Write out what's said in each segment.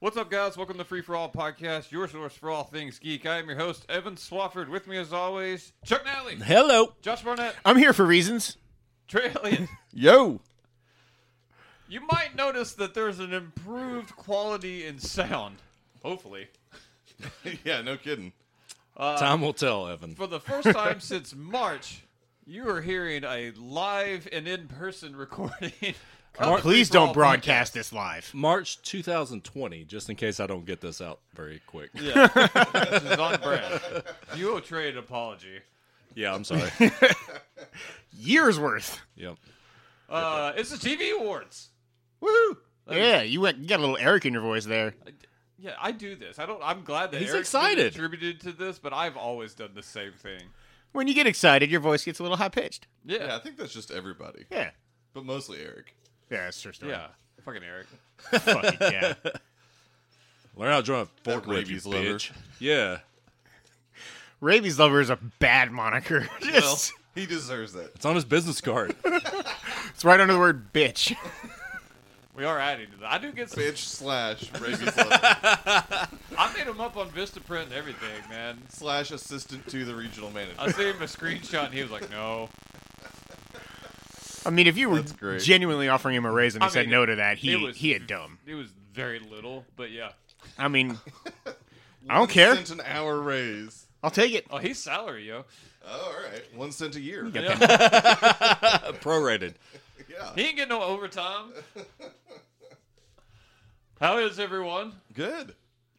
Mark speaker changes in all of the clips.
Speaker 1: What's up, guys? Welcome to Free for All Podcast, your source for all things geek. I am your host, Evan Swafford. With me, as always, Chuck Nally,
Speaker 2: Hello.
Speaker 1: Josh Barnett,
Speaker 2: I'm here for reasons.
Speaker 1: Trey Elliott.
Speaker 3: Yo.
Speaker 1: You might notice that there's an improved quality in sound, hopefully.
Speaker 3: yeah, no kidding.
Speaker 2: Time will tell, Evan.
Speaker 1: For the first time since March, you are hearing a live and in person recording. of
Speaker 2: Mark,
Speaker 1: Free
Speaker 2: please
Speaker 1: for All
Speaker 3: Don't
Speaker 1: Podcast.
Speaker 3: broadcast this live.
Speaker 2: March 2020, just in case I don't get this out very quick. Yeah,
Speaker 1: This is on brand. You owe Trey an apology.
Speaker 2: I'm sorry.
Speaker 3: Years worth.
Speaker 2: yep.
Speaker 1: Uh, it's the TV awards.
Speaker 3: Woohoo. Yeah, you went. You got a little Eric in your voice there.
Speaker 1: Yeah, I do this. I don't. I'm glad that
Speaker 2: He's
Speaker 1: Eric's been
Speaker 2: excited.
Speaker 1: contributed to this, but I've always done the same thing.
Speaker 3: When you get excited, your voice gets a little high pitched.
Speaker 1: Yeah,
Speaker 4: Yeah, I
Speaker 1: yeah,
Speaker 4: think that's just everybody,
Speaker 3: Yeah.
Speaker 4: but mostly Eric.
Speaker 3: Yeah, that's true story.
Speaker 1: Fucking Eric.
Speaker 3: Fucking yeah.
Speaker 2: Learn how to drive a
Speaker 4: That
Speaker 2: forklift, you
Speaker 4: rabies lover.
Speaker 2: bitch. Yeah.
Speaker 3: Rabies lover is a bad moniker. Just,
Speaker 4: He deserves that.
Speaker 2: It's on his business card.
Speaker 3: it's right under the word bitch.
Speaker 1: We are adding to that. I do get some.
Speaker 4: Bitch slash rabies lover
Speaker 1: I made him up on Vistaprint and everything, man.
Speaker 4: slash assistant to the regional manager.
Speaker 1: I sent him a screenshot, and he was like, "No."
Speaker 3: I mean, if you were
Speaker 4: That's great.
Speaker 3: genuinely offering him a raise and he
Speaker 1: I
Speaker 3: said
Speaker 1: mean,
Speaker 3: no to that, he
Speaker 1: it was-
Speaker 3: he had dumb.
Speaker 1: It was very little, but yeah.
Speaker 3: I mean, I don't care.
Speaker 4: One cent an hour raise.
Speaker 3: I'll take it.
Speaker 1: Oh, he's salary, yo.
Speaker 4: Oh, all right. One cent a year.
Speaker 3: Yeah.
Speaker 1: Yeah.
Speaker 2: Prorated.
Speaker 4: Yeah.
Speaker 1: he ain't getting no overtime. How is everyone?
Speaker 4: Good.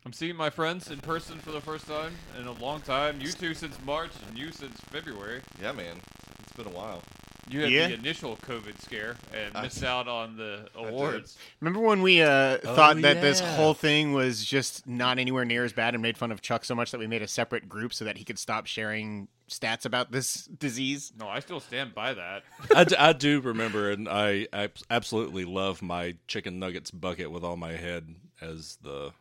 Speaker 1: I'm seeing my friends in person for the first time in a long time. You two since March, and you since February.
Speaker 4: Yeah, man. It's been a while.
Speaker 1: You had
Speaker 3: Yeah.
Speaker 1: the initial COVID scare and
Speaker 4: I-
Speaker 1: missed out on the awards.
Speaker 3: Remember when we uh, thought that this
Speaker 2: yeah.
Speaker 3: whole thing was just not anywhere near as bad and made fun of Chuck so much that we made a separate group so that he could stop sharing stats about this disease?
Speaker 1: No, I still stand by that.
Speaker 2: I, d- I do remember, and I, I absolutely love my chicken nuggets bucket with all my head as the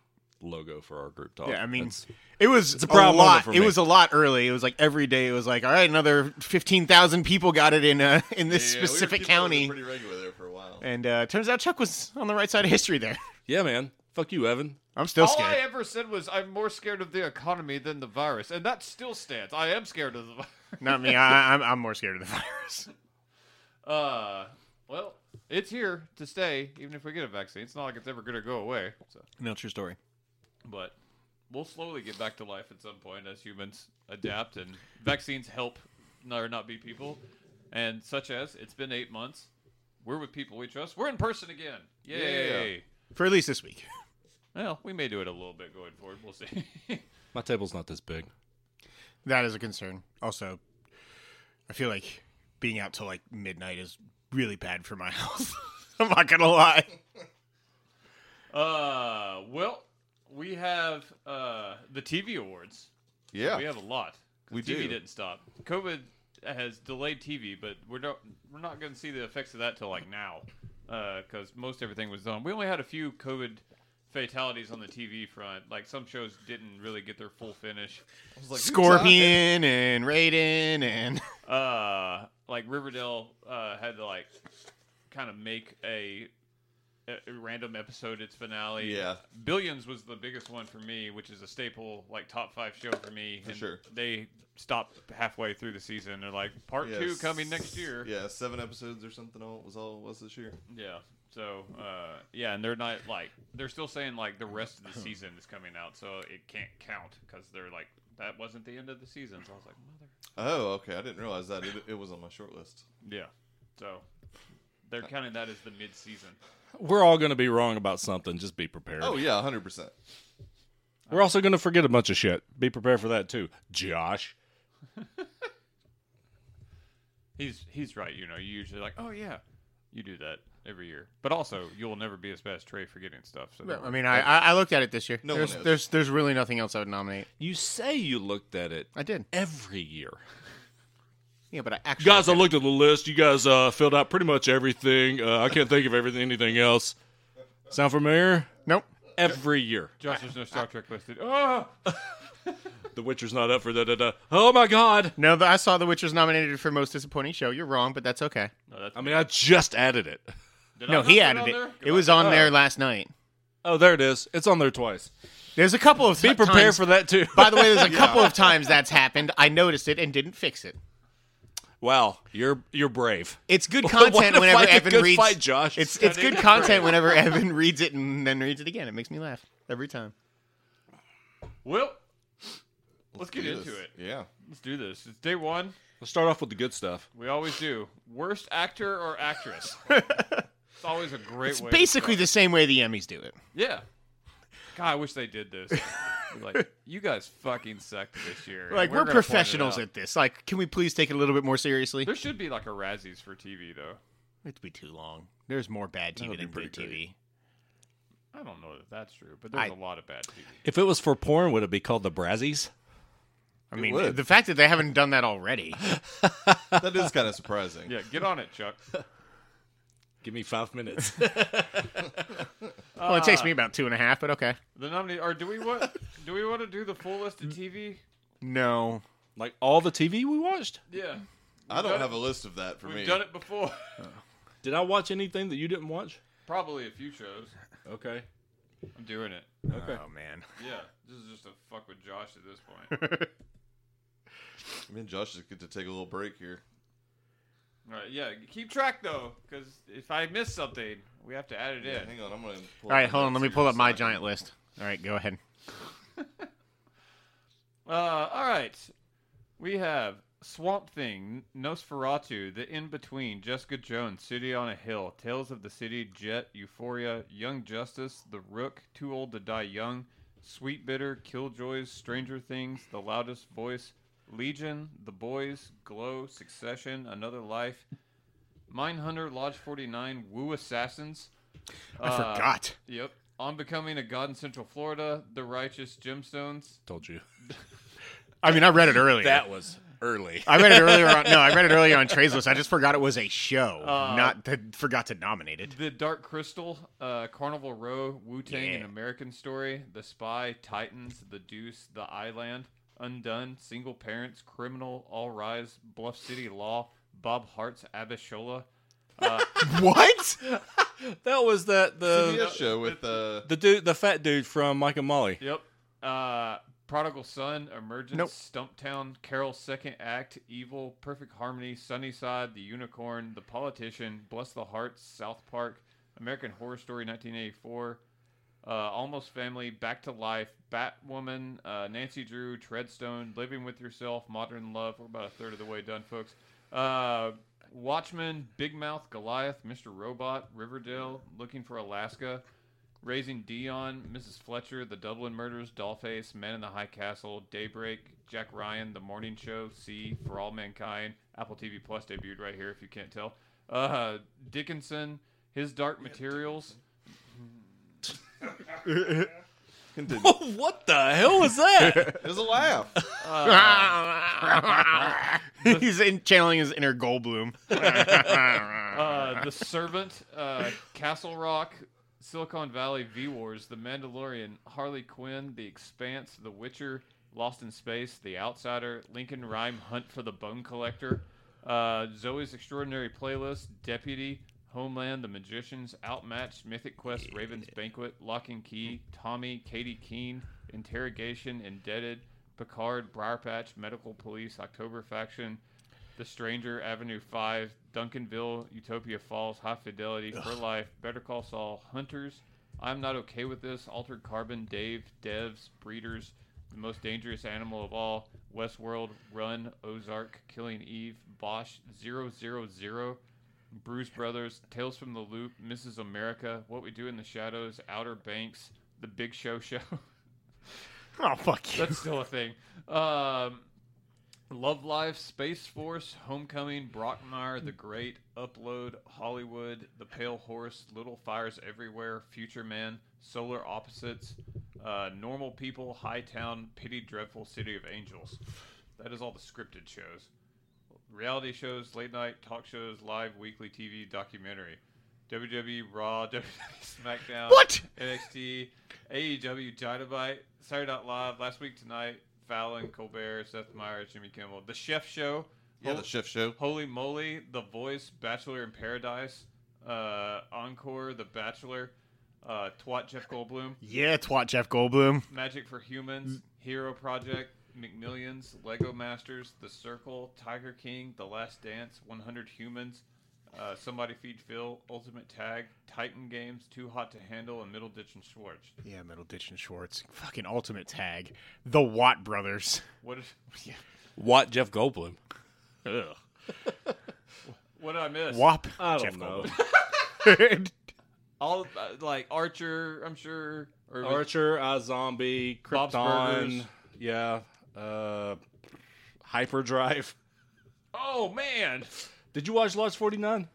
Speaker 2: logo for our group talk.
Speaker 3: Yeah, I mean,
Speaker 2: That's-
Speaker 3: it was a,
Speaker 2: proud moment
Speaker 3: lot.
Speaker 2: for
Speaker 3: It
Speaker 2: me.
Speaker 3: was a lot early. It was like every day. It was like, all right, another fifteen thousand people got it in uh, in this
Speaker 4: Yeah, we were
Speaker 3: specific
Speaker 4: keeping up with it
Speaker 3: county.
Speaker 4: Pretty regular there for a while.
Speaker 3: And uh, turns out Chuck was on the right side of history there.
Speaker 2: yeah, man. Fuck you, Evan.
Speaker 3: I'm still
Speaker 1: All I
Speaker 3: scared.
Speaker 1: ever said was I'm more scared of the economy than the virus, and that still stands. I am scared of the virus.
Speaker 3: Not me. I, I'm, I'm more scared of the virus.
Speaker 1: Uh, well, it's here to stay, even if we get a vaccine. It's not like it's ever going to go away. So,
Speaker 3: No, true story.
Speaker 1: but we'll slowly get back to life at some point as humans adapt and vaccines help or not be people. And such as it's been eight months, we're with people we trust. We're in person again. Yay!
Speaker 3: For at least this week.
Speaker 1: Well, we may do it a little bit going forward. We'll see.
Speaker 2: My table's not this big.
Speaker 3: That is a concern. Also, I feel like being out till like midnight is really bad for my health. I'm not gonna lie.
Speaker 1: uh, well, we have uh, the TV awards.
Speaker 4: yeah.
Speaker 1: We have a lot. 'cause
Speaker 4: We
Speaker 1: TV
Speaker 4: do.
Speaker 1: didn't stop. COVID has delayed TV, but we're not we're not going to see the effects of that till like now, because most everything was done. We only had a few COVID fatalities on the TV front. Like some shows didn't really get their full finish.
Speaker 4: I was like,
Speaker 3: Scorpion and Raiden and
Speaker 1: uh, like Riverdale uh, had to like kind of make a, a random episode its finale.
Speaker 4: Yeah.
Speaker 1: Billions was the biggest one for me, which is a staple like top five show for me.
Speaker 4: For sure.
Speaker 1: They stopped halfway through the season. They're like part
Speaker 4: Yeah,
Speaker 1: two
Speaker 4: s-
Speaker 1: coming next year.
Speaker 4: Yeah, seven episodes or something. All was all it was this year.
Speaker 1: Yeah. So uh, yeah, and they're not like they're still saying like the rest of the season is coming out, so it can't count because they're like that wasn't the end of the season. So I was like, mother.
Speaker 4: Oh, okay. I didn't realize that. It, it was on my short list.
Speaker 1: Yeah. So
Speaker 4: Uh,
Speaker 1: they're counting that as the mid season.
Speaker 2: We're all going to be wrong about something. Just be prepared.
Speaker 4: Oh yeah, hundred percent.
Speaker 2: We're also going to forget a bunch of shit. Be prepared for that too, Josh.
Speaker 1: He's he's right. You know, you usually like, oh yeah, you do that every year. But also, you will never be as bad as Trey for getting stuff. So don't
Speaker 3: I
Speaker 1: worry.
Speaker 3: mean I I I looked at it this year.
Speaker 4: No one
Speaker 3: there's
Speaker 4: is.
Speaker 3: there's there's really nothing else I would nominate.
Speaker 2: You say you looked at it
Speaker 3: I did.
Speaker 2: every year.
Speaker 3: Yeah, but I actually
Speaker 2: Guys, I looked at the list. You guys uh, filled out pretty much everything. Uh, I can't think of everything, anything else. Sound familiar?
Speaker 3: Nope.
Speaker 2: Every year.
Speaker 1: Josh, there's no Star Trek listed. Oh,
Speaker 2: The Witcher's not up for da da da. Oh my God.
Speaker 3: No, but I saw The Witcher's nominated for most disappointing show. You're wrong, but that's okay.
Speaker 1: no, that's,
Speaker 2: I mean, I just added it.
Speaker 1: did I
Speaker 3: No,
Speaker 1: not
Speaker 3: he
Speaker 1: put
Speaker 3: added
Speaker 1: on
Speaker 3: it.
Speaker 1: there?
Speaker 3: It was on
Speaker 1: Oh.
Speaker 3: there last night.
Speaker 2: Oh, there it is. It's on there twice.
Speaker 3: There's a couple of
Speaker 2: Be prepared for that too.
Speaker 3: By the way, there's a couple of times that's happened. I noticed it and didn't fix it.
Speaker 2: wow, you're you're brave.
Speaker 3: It's good
Speaker 2: What a
Speaker 3: content whenever
Speaker 2: fight, a
Speaker 3: Evan
Speaker 2: good
Speaker 3: reads.
Speaker 2: fight, Josh.
Speaker 3: It's it's good content whenever Evan reads it and then reads it again. It makes me laugh every time.
Speaker 1: Well, let's get
Speaker 4: do
Speaker 1: into
Speaker 4: this.
Speaker 1: it.
Speaker 4: Yeah.
Speaker 1: Let's do this. It's day one.
Speaker 2: Let's start off with the good stuff.
Speaker 1: We always do. Worst actor or actress. it's always a great
Speaker 3: It's
Speaker 1: way. to
Speaker 3: basically the same way the Emmys do it.
Speaker 1: start. yeah. God, I wish they did this. like you guys fucking sucked this year. and
Speaker 3: Like we're,
Speaker 1: gonna point it
Speaker 3: professionals
Speaker 1: out.
Speaker 3: at this. Like, can we please take it a little bit more seriously?
Speaker 1: There should be like a Razzies for TV though.
Speaker 3: It'd be too long. There's more bad TV
Speaker 4: would
Speaker 3: than
Speaker 4: be
Speaker 3: good
Speaker 4: pretty
Speaker 3: TV.
Speaker 1: I don't know that that's true, but there's
Speaker 3: I-
Speaker 1: a lot of bad TV.
Speaker 2: If it was for porn, would it be called the Brazzies?
Speaker 3: I mean,
Speaker 4: would.
Speaker 3: the fact that they haven't done that already.
Speaker 4: That is kind of surprising.
Speaker 1: Yeah, get on it, Chuck.
Speaker 2: Give me five minutes.
Speaker 3: well, it takes me about two and a half, but okay.
Speaker 1: The nominee, or do we want? Do we want to do the full list of TV?
Speaker 3: No.
Speaker 2: like all the TV we watched?
Speaker 1: Yeah,
Speaker 4: I
Speaker 1: done
Speaker 4: don't
Speaker 1: it.
Speaker 4: have a list of that for
Speaker 1: we've
Speaker 4: me.
Speaker 1: done it before.
Speaker 2: Did I watch anything that you didn't watch?
Speaker 1: Probably a few shows.
Speaker 2: Okay.
Speaker 1: I'm doing it.
Speaker 2: Okay.
Speaker 3: Oh man.
Speaker 1: Yeah, this is just a fuck with Josh at this point.
Speaker 4: Me and Josh just get to take a little break here.
Speaker 1: All right, yeah, keep track though, because if I miss something, we have to add it
Speaker 4: Yeah,
Speaker 1: in.
Speaker 4: hang on. I'm gonna.
Speaker 3: All
Speaker 4: Pull
Speaker 3: right, hold on. Let me pull up my giant list. All right, go ahead.
Speaker 1: Uh, all right, we have Swamp Thing, Nosferatu, The In Between, Jessica Jones, City on a Hill, Tales of the City, Jet, Euphoria, Young Justice, The Rook, Too Old to Die Young, Sweet Bitter, Killjoys, Stranger Things, The Loudest Voice, Legion, The Boys, Glow, Succession, Another Life, Mindhunter, Lodge 49, Woo Assassins.
Speaker 3: I forgot.
Speaker 1: Yep. On Becoming a God in Central Florida, The Righteous Gemstones.
Speaker 2: Told you.
Speaker 3: I mean, I read it earlier.
Speaker 2: was early.
Speaker 3: I read it earlier on. No, I read it earlier on Trey's list. I just forgot it was a show.
Speaker 1: Oh.
Speaker 3: not that forgot to nominate it.
Speaker 1: The Dark Crystal, uh, Carnival Row, Wu Tang,
Speaker 3: Yeah.
Speaker 1: An American Story, The Spy, Titans, The Deuce, The Island, Undone, Single Parents, Criminal, All Rise, Bluff City Law, Bob Hart's Abishola.
Speaker 2: what? that was that the
Speaker 4: CBS show with uh,
Speaker 2: the dude the fat dude from Mike and Molly.
Speaker 1: Yep. Uh, Prodigal Son, Emergence,
Speaker 3: Nope.
Speaker 1: Stumptown, Carol's Second Act, Evil, Perfect Harmony, Sunnyside, The Unicorn, The Politician, Bless the Hearts, South Park, American Horror Story 1984, uh, Almost Family, Back to Life, Batwoman, uh, Nancy Drew, Treadstone, Living with Yourself, Modern Love. We're about a third of the way done, folks. Uh, Watchmen, Big Mouth, Goliath, Mr. Robot, Riverdale, Looking for Alaska, Raising Dion, Mrs. Fletcher, The Dublin Murders, Dollface, Men in the High Castle, Daybreak, Jack Ryan, The Morning Show, C, For All Mankind, Apple TV Plus debuted right here if you can't tell. Uh, Dickinson, His Dark Materials,
Speaker 4: continue.
Speaker 2: Oh, what the hell was that?
Speaker 4: There's a laugh.
Speaker 1: Oh.
Speaker 3: He's in channeling his inner Goldblum.
Speaker 1: uh, The Servant, uh, Castle Rock, Silicon Valley, V Wars, The Mandalorian, Harley Quinn, The Expanse, The Witcher, Lost in Space, The Outsider, Lincoln Rhyme, Hunt for the Bone Collector, uh, Zoe's Extraordinary Playlist, Deputy, Homeland, The Magicians, Outmatched, Mythic Quest, Raven's Banquet, Lock and Key, Tommy, Katie Keene, Interrogation, Indebted, Picard, Briar Patch, Medical Police, October Faction, the Stranger, Avenue 5, Duncanville, Utopia Falls, High Fidelity, For Life, Better Call Saul, Hunters, I'm Not Okay With This, Altered Carbon, Dave, Devs, Breeders, The Most Dangerous Animal of All, Westworld, Run, Ozark, Killing Eve, Bosch, 000, Bruce Brothers, Tales from the Loop, Mrs. America, What We Do in the Shadows, Outer Banks, The Big Show Show.
Speaker 3: oh fuck you.
Speaker 1: That's still a thing. Um, Love Live, Space Force, Homecoming, Brockmire, The Great, Upload, Hollywood, The Pale Horse, Little Fires Everywhere, Future Man, Solar Opposites, uh, Normal People, Hightown, Pity Dreadful, City of Angels. That is all the scripted shows. Reality shows, late night talk shows, live weekly TV documentary. WWE Raw, WWE SmackDown,
Speaker 3: What?
Speaker 1: NXT, AEW Dynamite, E Saturday Night Live, Last Week Tonight, Fallon, Colbert, Seth Meyers, Jimmy Kimmel, The Chef Show,
Speaker 4: Yeah,
Speaker 1: Hol-
Speaker 4: the chef show.
Speaker 1: Holy Moly, The Voice, Bachelor in Paradise, uh, Encore, The Bachelor, uh, Twat Jeff Goldblum,
Speaker 3: Yeah, twat Jeff Goldblum.
Speaker 1: Magic for
Speaker 4: Mm.
Speaker 1: Humans, Hero Project, McMillions, Lego Masters, The Circle, Tiger King, The Last Dance, 100 Humans, uh, Somebody Feed Phil, Ultimate Tag, Titan Games, Too Hot to Handle, and Middle Ditch and Schwartz.
Speaker 3: Yeah, Middle Ditch and Schwartz. Fucking ultimate tag. The Watt brothers.
Speaker 1: What is,
Speaker 2: What Jeff Goldblum? Ugh.
Speaker 1: what did I miss?
Speaker 3: Wop.
Speaker 2: I don't
Speaker 3: Jeff
Speaker 2: know.
Speaker 3: Goldblum.
Speaker 1: All uh, like Archer, I'm sure. Or was-
Speaker 2: Archer, iZombie,
Speaker 1: Bob's
Speaker 2: Krypton,
Speaker 1: Burgers.
Speaker 2: yeah, uh, Hyperdrive.
Speaker 1: oh man,
Speaker 2: Did you watch Lodge Forty Nine?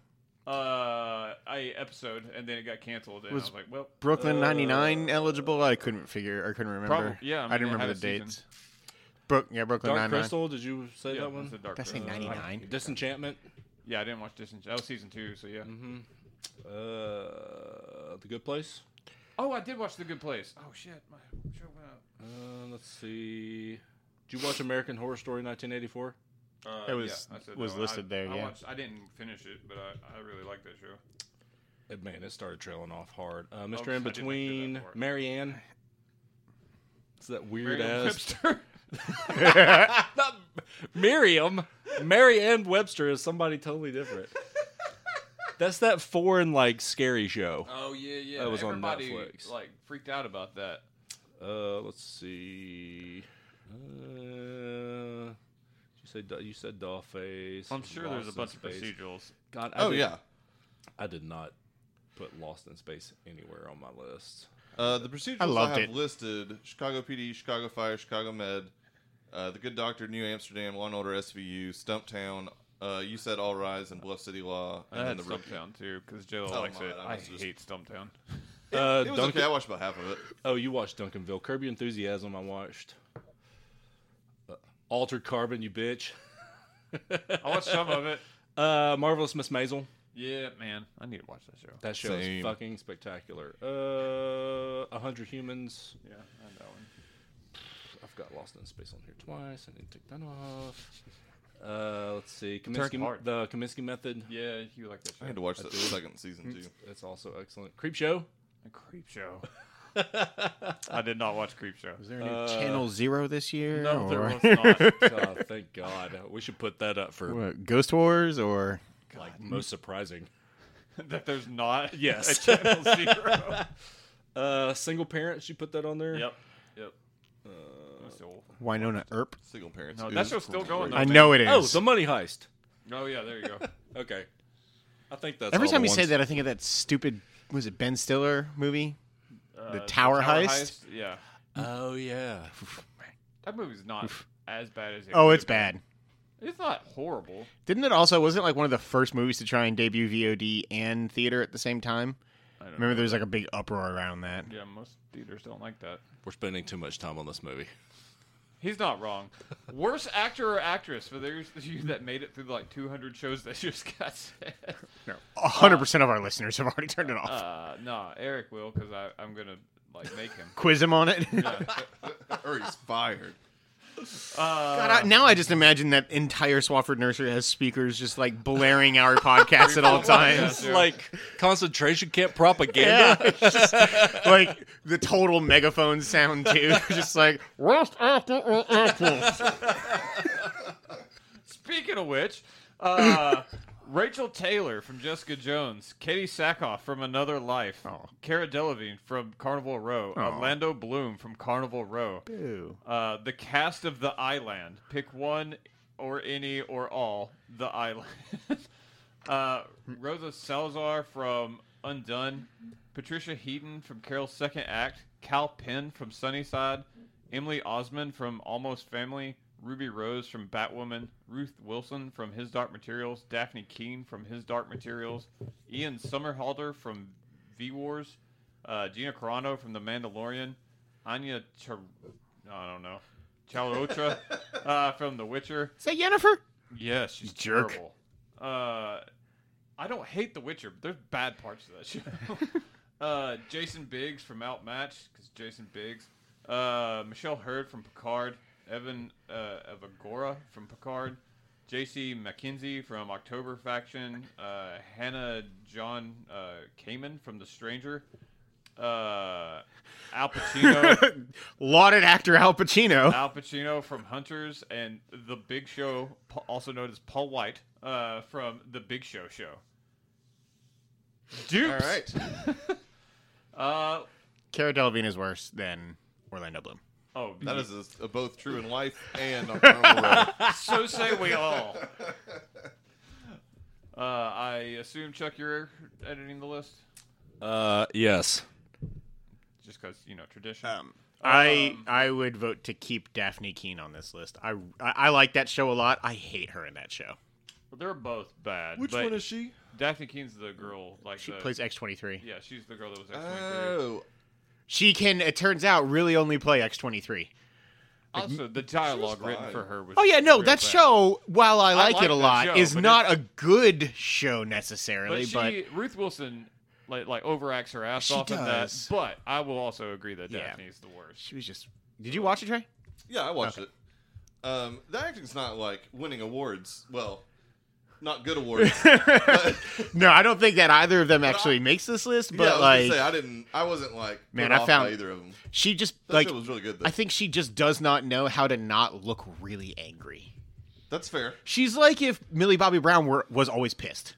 Speaker 1: uh, I episode and then it got canceled and I was like, well,
Speaker 3: Brooklyn '99 eligible? I couldn't figure. I couldn't remember.
Speaker 1: Probably- yeah, I mean,
Speaker 3: didn't
Speaker 1: it had
Speaker 3: remember
Speaker 1: a
Speaker 3: the
Speaker 1: season.
Speaker 3: dates. Brook, yeah, Brooklyn
Speaker 2: Dark
Speaker 3: '99.
Speaker 2: Crystal. Did you say
Speaker 1: yeah,
Speaker 2: that
Speaker 1: it was
Speaker 2: one?
Speaker 1: a dark.
Speaker 3: Did I say
Speaker 1: Uh,
Speaker 3: '99?
Speaker 2: Disenchantment.
Speaker 1: Yeah, I didn't watch Distance. That was Oh, season two, so yeah.
Speaker 2: Uh, the Good Place.
Speaker 1: Oh, I did watch The Good Place. Oh shit, my show went out.
Speaker 2: Uh, let's see. Did you watch American Horror Story 1984?
Speaker 1: Uh,
Speaker 3: It was-
Speaker 1: I said
Speaker 3: was
Speaker 1: that one.
Speaker 3: listed
Speaker 1: I-
Speaker 3: there,
Speaker 1: I
Speaker 3: yeah.
Speaker 1: watched, I didn't finish it, but I, I really like that show.
Speaker 2: Uh, Man, it started trailing off hard. Uh,
Speaker 1: I did
Speaker 2: Mr. In
Speaker 1: like to hear
Speaker 2: Between,
Speaker 1: that part.
Speaker 2: Marianne. It's that weird
Speaker 1: Merriam
Speaker 2: ass.
Speaker 1: Webster.
Speaker 2: Not Miriam. Marianne Webster is somebody totally different. That's that foreign like scary show.
Speaker 1: Oh yeah, yeah.
Speaker 2: That was on
Speaker 1: Everybody,
Speaker 2: Netflix.
Speaker 1: Like freaked out about that.
Speaker 2: Uh, let's see. Uh, you said you said Dollface.
Speaker 1: I'm sure there's a
Speaker 2: Lost in
Speaker 1: bunch of
Speaker 2: Space.
Speaker 1: procedurals.
Speaker 2: God, I
Speaker 4: Oh
Speaker 2: did-
Speaker 4: yeah.
Speaker 2: I did not put Lost in Space anywhere on my list.
Speaker 4: Uh, the procedurals
Speaker 3: I
Speaker 4: I,
Speaker 3: loved
Speaker 4: have
Speaker 3: it.
Speaker 4: listed: Chicago PD, Chicago Fire, Chicago Med, uh, The Good Doctor, New Amsterdam, Law and Order, SVU, Stumptown. Uh, you said All Rise and Bluff City Law,
Speaker 1: I
Speaker 4: and
Speaker 1: had
Speaker 4: the Rookie.
Speaker 1: Stumptown too, because Jill
Speaker 4: Oh,
Speaker 1: likes
Speaker 4: my,
Speaker 1: it.
Speaker 4: I
Speaker 1: I
Speaker 4: must've just-
Speaker 1: hate Stumptown.
Speaker 2: Uh,
Speaker 4: It was
Speaker 2: Duncan-
Speaker 4: okay. I watched about half of it.
Speaker 2: Oh, you watched Duncanville. Curb Your Enthusiasm, I watched. Uh, Altered Carbon, you bitch.
Speaker 1: I watched some of it.
Speaker 2: Uh, Marvelous Miss Maisel.
Speaker 1: Yeah, man, I need to watch that show.
Speaker 2: That show
Speaker 4: Same.
Speaker 2: is fucking spectacular. Uh, A Hundred Humans.
Speaker 1: Yeah, I had that one.
Speaker 2: I've got Lost in Space on here twice. I need to take that off. Uh, let's see.
Speaker 1: Turned
Speaker 2: Kaminsky,
Speaker 1: hard.
Speaker 2: the Kaminsky Method.
Speaker 1: Yeah, you like that show.
Speaker 4: I had to watch the second season too.
Speaker 2: That's also excellent. Creep Show.
Speaker 1: A creep show. I did not watch Creep Show.
Speaker 3: Was there a new Channel Zero this year?
Speaker 1: Uh, No, there
Speaker 3: or-
Speaker 1: was not.
Speaker 2: Oh, thank God. We should put that up for
Speaker 3: What, Ghost Wars or
Speaker 2: like most surprising.
Speaker 1: that there's not.
Speaker 2: Yes.
Speaker 1: A channel zero.
Speaker 2: Uh, single parents. You put that on there.
Speaker 1: yep. Uh, Yep. That's awful.
Speaker 3: Winona Earp?
Speaker 4: Single parents.
Speaker 1: No,
Speaker 4: It
Speaker 1: that
Speaker 4: was
Speaker 1: show's still going,
Speaker 4: great.
Speaker 1: though.
Speaker 3: I know it is.
Speaker 2: Oh, the Money Heist.
Speaker 1: Oh yeah, there you go.
Speaker 2: Okay. I think that's
Speaker 1: oh,
Speaker 3: Every
Speaker 2: all
Speaker 3: time
Speaker 2: the
Speaker 3: you say
Speaker 2: ones-
Speaker 3: that, I think of that stupid. Was it Ben Stiller movie?
Speaker 1: Uh,
Speaker 3: Tower Heist?
Speaker 1: Yeah,
Speaker 2: Oh yeah.
Speaker 1: that movie's not as bad as. It
Speaker 3: Oh,
Speaker 1: could
Speaker 3: it's
Speaker 1: have been.
Speaker 3: bad.
Speaker 1: It's not horrible.
Speaker 3: Didn't it also wasn't it like one of the first movies to try and debut VOD and theater at the same time?
Speaker 1: I don't
Speaker 3: Remember, there was like a big uproar around that.
Speaker 1: know. Yeah, most theaters don't like that.
Speaker 2: We're spending too much time on this movie.
Speaker 1: He's not wrong. Worst actor or actress for those of you that made it through like 200 shows that just got said.
Speaker 3: A hundred percent of our listeners have already turned it off.
Speaker 1: Uh, no, Eric will because I'm gonna like make him.
Speaker 3: Quiz him on it.
Speaker 4: or he's fired.
Speaker 3: God,
Speaker 1: uh,
Speaker 3: I- now I just imagine that entire Swafford Nursery has speakers just like blaring our podcast at all times.
Speaker 1: Sure.
Speaker 2: Like concentration camp propaganda.
Speaker 3: like the total megaphone sound too. just like worst actor or actress.
Speaker 1: Speaking of which, uh, Rachel Taylor from Jessica Jones, Katie Sackhoff from Another Life,
Speaker 3: Oh.
Speaker 1: Cara Delevingne from Carnival Row, Orlando Bloom from Carnival Row.
Speaker 3: Ew.
Speaker 1: Uh, the cast of The Island. Pick one or any or all. The Island. uh, Rosa Salazar from Undone. Patricia Heaton from Carol's Second Act. Cal Penn from Sunnyside. Emily Osmond from Almost Family. Ruby Rose from Batwoman. Ruth Wilson from His Dark Materials. Daphne Keene from His Dark Materials. Ian Somerhalder from V Wars. Uh, Gina Carano from The Mandalorian. Anya Char- I don't know. Chalotra uh, from The Witcher.
Speaker 3: Say Jennifer.
Speaker 1: Yes, she's
Speaker 3: Jerk.
Speaker 1: terrible. Uh, I don't hate The Witcher, but there's bad parts of that show. uh, Jason Biggs from Outmatched, because Jason Biggs. Uh, Michelle Hurd from Picard. Evan uh, Evagora from Picard. JC McKenzie from October Faction. Uh, Hannah John uh, Kamen from The Stranger. uh, Al Pacino,
Speaker 3: Lauded actor Al Pacino.
Speaker 1: Al Pacino from Hunters, and The Big Show, pa- also known as Paul White, uh, from The Big Show Show. Dupes.
Speaker 4: All right.
Speaker 1: Uh,
Speaker 3: Cara Delevingne is worse than Orlando Bloom.
Speaker 1: oh,
Speaker 4: That is a, a both true in life and on Carnival Row.
Speaker 1: so say we all. Uh, I assume Chuck, you're editing the list,
Speaker 2: Uh, yes.
Speaker 1: just because you know tradition.
Speaker 3: Um, I I would vote to keep Daphne Keene on this list. I, I I like that show a lot. I hate her in that show.
Speaker 1: They're both bad.
Speaker 4: Which
Speaker 1: but
Speaker 4: one is she?
Speaker 1: Daphne Keene's the girl? Like
Speaker 3: She
Speaker 1: the,
Speaker 3: plays X twenty three.
Speaker 1: Yeah, she's the girl that was. X-23.
Speaker 4: Oh,
Speaker 3: She can. It turns out really only play X twenty three.
Speaker 1: Also, the dialogue
Speaker 4: was
Speaker 1: written
Speaker 4: fine.
Speaker 1: for her was.
Speaker 3: Oh yeah, no,
Speaker 1: real bad.
Speaker 3: that show. While I like,
Speaker 1: like
Speaker 3: it a
Speaker 1: that
Speaker 3: lot,
Speaker 1: show,
Speaker 3: is
Speaker 1: but
Speaker 3: not a good show necessarily.
Speaker 1: But
Speaker 3: But,
Speaker 1: she, Ruth Wilson, like like overacts her ass
Speaker 3: She
Speaker 1: off in that.
Speaker 3: does.
Speaker 1: But I will also agree that
Speaker 3: Yeah.
Speaker 1: Daphne's the worst.
Speaker 3: she was just. Did you watch it, Trey?
Speaker 4: yeah, I watched it. Um, the acting's not like winning awards. Well, not good awards.
Speaker 3: No, I don't think that either of them
Speaker 4: I-
Speaker 3: actually makes this list.
Speaker 4: Yeah,
Speaker 3: But
Speaker 4: I was
Speaker 3: like,
Speaker 4: gonna say I didn't. I wasn't like
Speaker 3: Man,
Speaker 4: put
Speaker 3: I
Speaker 4: off
Speaker 3: found-
Speaker 4: by either of them.
Speaker 3: she just
Speaker 4: That
Speaker 3: like
Speaker 4: shit was really good. Though.
Speaker 3: I think she just does not know how to not look really angry.
Speaker 4: That's fair.
Speaker 3: She's like if Millie Bobby Brown were was always pissed.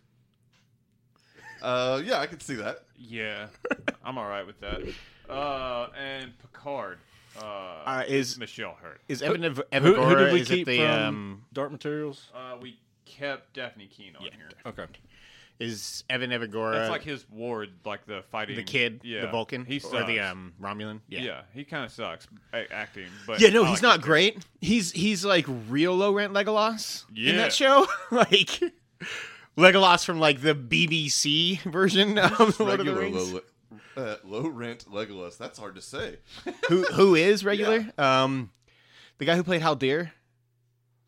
Speaker 4: Uh, yeah, I could see that.
Speaker 1: Yeah, I'm all right with that. Uh, and Picard. Uh,
Speaker 3: Uh, is
Speaker 1: Michelle Hurt.
Speaker 3: is Evan Ev-
Speaker 2: Who, who
Speaker 3: Evagora-
Speaker 2: did we
Speaker 3: is it
Speaker 2: keep
Speaker 3: the,
Speaker 2: from
Speaker 3: um,
Speaker 2: Dark Materials?
Speaker 1: Uh, we kept Daphne Keene on here.
Speaker 2: Okay.
Speaker 3: is Evan Evagora
Speaker 1: That's like his ward, like the fighting
Speaker 3: the kid,
Speaker 1: yeah.
Speaker 3: the Vulcan,
Speaker 1: He
Speaker 3: or
Speaker 1: sucks.
Speaker 3: the um, Romulan? Yeah.
Speaker 1: yeah. he kind of sucks a- acting, but
Speaker 3: Yeah, no,
Speaker 1: I
Speaker 3: he's
Speaker 1: like
Speaker 3: not great. He's he's like real low rent Legolas in
Speaker 1: Yeah.
Speaker 3: that show. like Legolas from like the BBC version of Lord of the
Speaker 4: Regular
Speaker 3: Rings.
Speaker 4: low, uh, low rent Legolas. That's hard to say.
Speaker 3: who who is regular? Um the guy who played Haldir.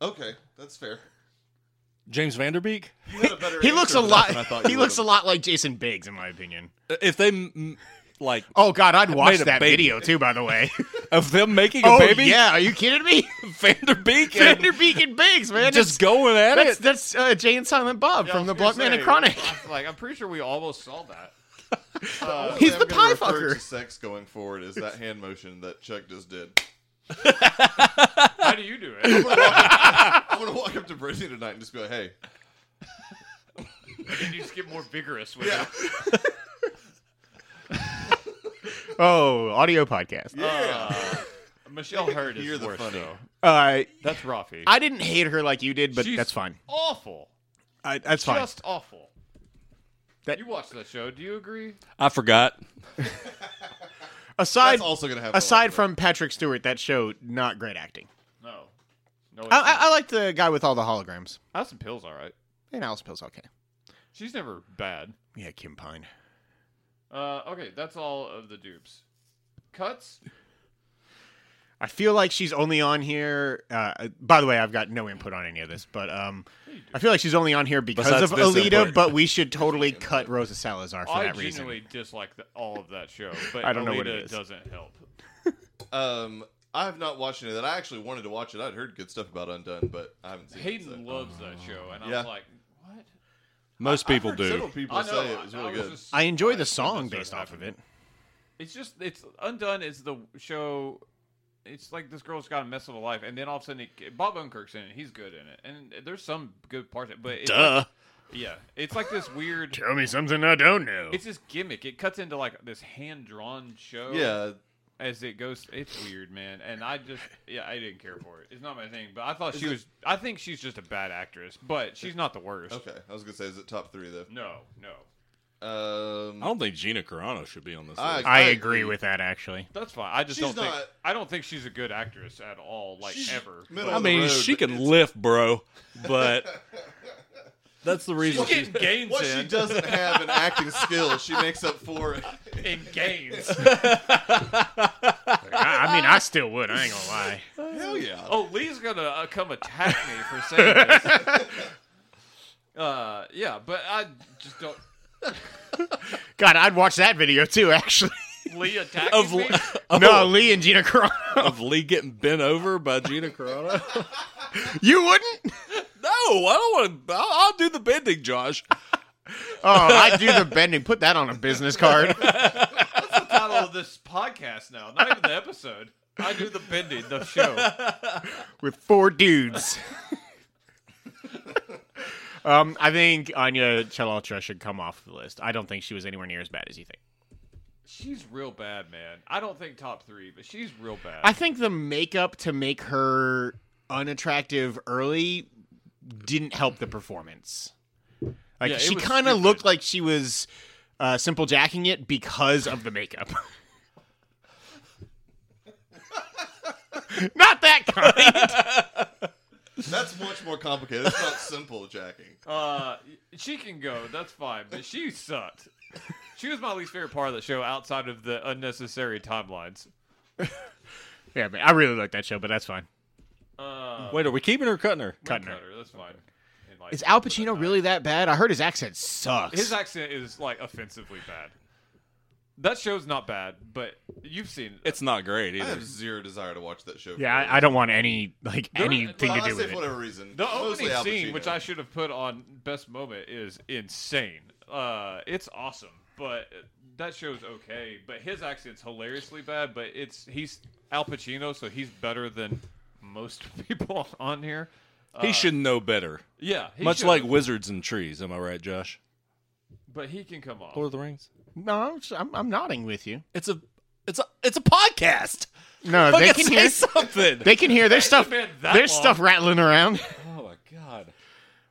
Speaker 4: Okay, that's fair.
Speaker 2: James Vanderbeek.
Speaker 4: You had a better
Speaker 3: He looks
Speaker 4: answer
Speaker 3: a
Speaker 4: for that
Speaker 3: lot
Speaker 4: than I thought
Speaker 3: he
Speaker 4: you
Speaker 3: looks a
Speaker 4: would've.
Speaker 3: lot like Jason Biggs in my opinion.
Speaker 2: Uh, If they m- m- like
Speaker 3: Oh god, I'd watch
Speaker 2: made a
Speaker 3: that
Speaker 2: baby.
Speaker 3: video too by the way.
Speaker 2: of them making a
Speaker 3: oh
Speaker 2: baby,
Speaker 3: yeah, are you kidding me?
Speaker 2: Vanderbeek, and
Speaker 3: Vanderbeek and Biggs, man.
Speaker 2: just
Speaker 3: That's-
Speaker 2: going at
Speaker 3: that's
Speaker 2: it.
Speaker 3: that's uh, Jay and Silent Bob
Speaker 1: Yeah, I was
Speaker 3: from the
Speaker 1: gonna
Speaker 3: Blunt Man
Speaker 1: say,
Speaker 3: and Chronic.
Speaker 1: I- Like I'm pretty sure we almost saw that.
Speaker 4: Uh,
Speaker 3: He's
Speaker 4: I'm
Speaker 3: the
Speaker 4: gonna
Speaker 3: pie
Speaker 4: refer
Speaker 3: fucker.
Speaker 4: To sex going forward is that hand motion that Chuck just did.
Speaker 1: How do you do it?
Speaker 4: I'm gonna walk up to Brittany tonight and just be like, "Hey,
Speaker 1: Did you just get more vigorous with it?
Speaker 3: Oh, audio podcast.
Speaker 1: Uh, Michelle Hurt
Speaker 4: You're
Speaker 1: is
Speaker 4: the
Speaker 1: worse
Speaker 4: funny.
Speaker 1: though.
Speaker 3: Uh,
Speaker 1: That's Rafi.
Speaker 3: I didn't hate her like you did, but
Speaker 1: She's
Speaker 3: that's fine.
Speaker 1: Awful.
Speaker 3: I, that's
Speaker 1: Just awful.
Speaker 3: That-
Speaker 1: you watched that show. Do you agree?
Speaker 2: I forgot.
Speaker 3: Aside
Speaker 4: that's also gonna happen."
Speaker 3: aside
Speaker 4: like
Speaker 3: from Patrick Stewart, that show not great acting.
Speaker 1: No. No. it's
Speaker 3: I,
Speaker 1: not.
Speaker 3: I, I like the guy with all the holograms.
Speaker 1: Allison Pill's all right.
Speaker 3: And Alice Pill's okay.
Speaker 1: She's never bad.
Speaker 3: Yeah, Kim Pine.
Speaker 1: Uh, okay, that's all of the dupes. Cuts.
Speaker 3: I feel like she's only on here. Uh, by the way, I've got no input on any of this, but um, I feel like she's only on here because
Speaker 2: Besides
Speaker 3: of
Speaker 2: this
Speaker 3: Alita.
Speaker 2: input.
Speaker 3: But we should totally cut Rosa Salazar for
Speaker 1: I
Speaker 3: that reason.
Speaker 1: genuinely dislike the, all of that show, but
Speaker 3: I don't know what
Speaker 1: Alita
Speaker 3: it is.
Speaker 1: doesn't help.
Speaker 4: that. Um, I have not watched any of that. I actually wanted to watch it. I'd heard good stuff about Undone, but I haven't seen it.
Speaker 1: Hayden
Speaker 4: so.
Speaker 1: loves that show, and I
Speaker 4: Yeah.
Speaker 1: was like, "What?"
Speaker 2: Most
Speaker 4: I've
Speaker 2: people
Speaker 4: heard
Speaker 2: do.
Speaker 4: Several people
Speaker 1: I know.
Speaker 4: say it was
Speaker 1: I-
Speaker 4: really
Speaker 1: I was
Speaker 4: good.
Speaker 1: just
Speaker 3: I enjoy the
Speaker 1: surprised when
Speaker 3: song
Speaker 1: this
Speaker 3: based
Speaker 1: started
Speaker 3: off of
Speaker 1: happening.
Speaker 3: it.
Speaker 1: It's just it's Undone is the show. It's like this girl's got a mess of a life, and then all of a sudden it, Bob Unkirk's in it. He's good in it, and there's some good parts. But it's like- yeah, it's like this weird.
Speaker 3: Tell me something I don't know.
Speaker 1: It's this gimmick. It cuts into like this hand drawn show.
Speaker 4: yeah,
Speaker 1: as it goes, it's weird, man. And I just yeah, I didn't care for it. It's not my thing. But I thought she was. I think she's just a bad actress, but she's not the worst.
Speaker 4: okay. I was gonna say, is it top three though?
Speaker 1: No, no,
Speaker 4: Um,
Speaker 2: I don't think Gina Carano should be on this.
Speaker 4: I-
Speaker 2: list.
Speaker 3: I
Speaker 4: I
Speaker 3: agree
Speaker 4: agree.
Speaker 3: with that actually.
Speaker 1: that's fine. I just
Speaker 4: She's
Speaker 1: don't think.
Speaker 4: not-
Speaker 1: I don't think she's a good actress at all. Like
Speaker 4: She's
Speaker 1: ever.
Speaker 4: middle
Speaker 2: I
Speaker 4: on the
Speaker 2: mean,
Speaker 4: road,
Speaker 2: she
Speaker 4: but
Speaker 2: can
Speaker 4: it's-
Speaker 2: lift, bro, but that's the reason.
Speaker 1: She's getting gains
Speaker 4: What she
Speaker 1: in.
Speaker 4: doesn't have an acting skill, she makes up for it.
Speaker 1: in gains.
Speaker 3: I, I mean, I still would. I ain't gonna lie.
Speaker 4: Hell yeah.
Speaker 1: Oh, Lee's gonna uh, come attack me for saying this. Uh, yeah, but I just don't.
Speaker 3: God, I'd watch that video too. Actually, Oh.
Speaker 1: Lee attacking
Speaker 2: of
Speaker 1: me.
Speaker 3: no, Lee and Gina Carano.
Speaker 2: of Lee getting bent over by Gina Carano.
Speaker 3: You wouldn't?
Speaker 2: no, I don't want to. I'll, I'll do the bending, Josh.
Speaker 3: Oh, I do the bending. Put that on a business card.
Speaker 4: Not
Speaker 1: this podcast now, not even the episode. I do the bending, the show.
Speaker 3: with four dudes. um, I think Anya Chalatra should come off the list. I don't think she was anywhere near as bad as you think.
Speaker 1: She's real bad, man. I don't think top three, but she's real bad.
Speaker 3: I think the makeup to make her unattractive early didn't help the performance. Like
Speaker 1: Yeah, it
Speaker 3: she
Speaker 1: was
Speaker 3: kind of
Speaker 1: stupid.
Speaker 3: looked like she was uh, simple jacking it because of the makeup. Not that kind.
Speaker 4: That's much more complicated. It's not simple jacking.
Speaker 1: Uh, she can go. That's fine. But she sucked. She was my least favorite part of the show outside of the unnecessary timelines.
Speaker 3: yeah, man, I really like that show, but that's fine.
Speaker 1: Uh,
Speaker 2: Wait, are we keeping her or cutting her?
Speaker 1: cutting
Speaker 3: Cutner.
Speaker 1: her. That's fine. And, like,
Speaker 3: Is Al Pacino really that bad? I heard his accent sucks.
Speaker 1: His accent is like offensively bad. That show's not bad, but you've seen it.
Speaker 2: It's not great
Speaker 4: I
Speaker 2: either.
Speaker 4: have zero desire to watch that show.
Speaker 3: Yeah, I, I don't want any like
Speaker 1: There-
Speaker 3: anything
Speaker 4: well,
Speaker 3: to
Speaker 4: I
Speaker 3: do
Speaker 4: say
Speaker 3: with
Speaker 4: for
Speaker 3: it.
Speaker 4: whatever reason.
Speaker 1: The
Speaker 4: Mostly
Speaker 1: opening
Speaker 4: Al
Speaker 1: scene,
Speaker 4: Pacino.
Speaker 1: which I should have put on best moment, is insane. Uh, it's awesome, but that show's okay. But his accent's hilariously bad. But it's he's Al Pacino, so he's better than most people on here.
Speaker 2: he should know better.
Speaker 1: Yeah, he
Speaker 2: Much
Speaker 1: should-
Speaker 2: like wizards and trees, am I right, Josh?
Speaker 1: but he can come off.
Speaker 2: Lord of the Rings.
Speaker 3: No, I'm, I'm, I'm nodding with you.
Speaker 2: It's a it's a it's a podcast.
Speaker 3: No, they
Speaker 2: Fucking
Speaker 3: can
Speaker 2: say
Speaker 3: hear.
Speaker 2: something.
Speaker 3: They can hear. There's stuff.
Speaker 1: been that
Speaker 3: There's
Speaker 1: long.
Speaker 3: stuff rattling around.
Speaker 2: oh my god.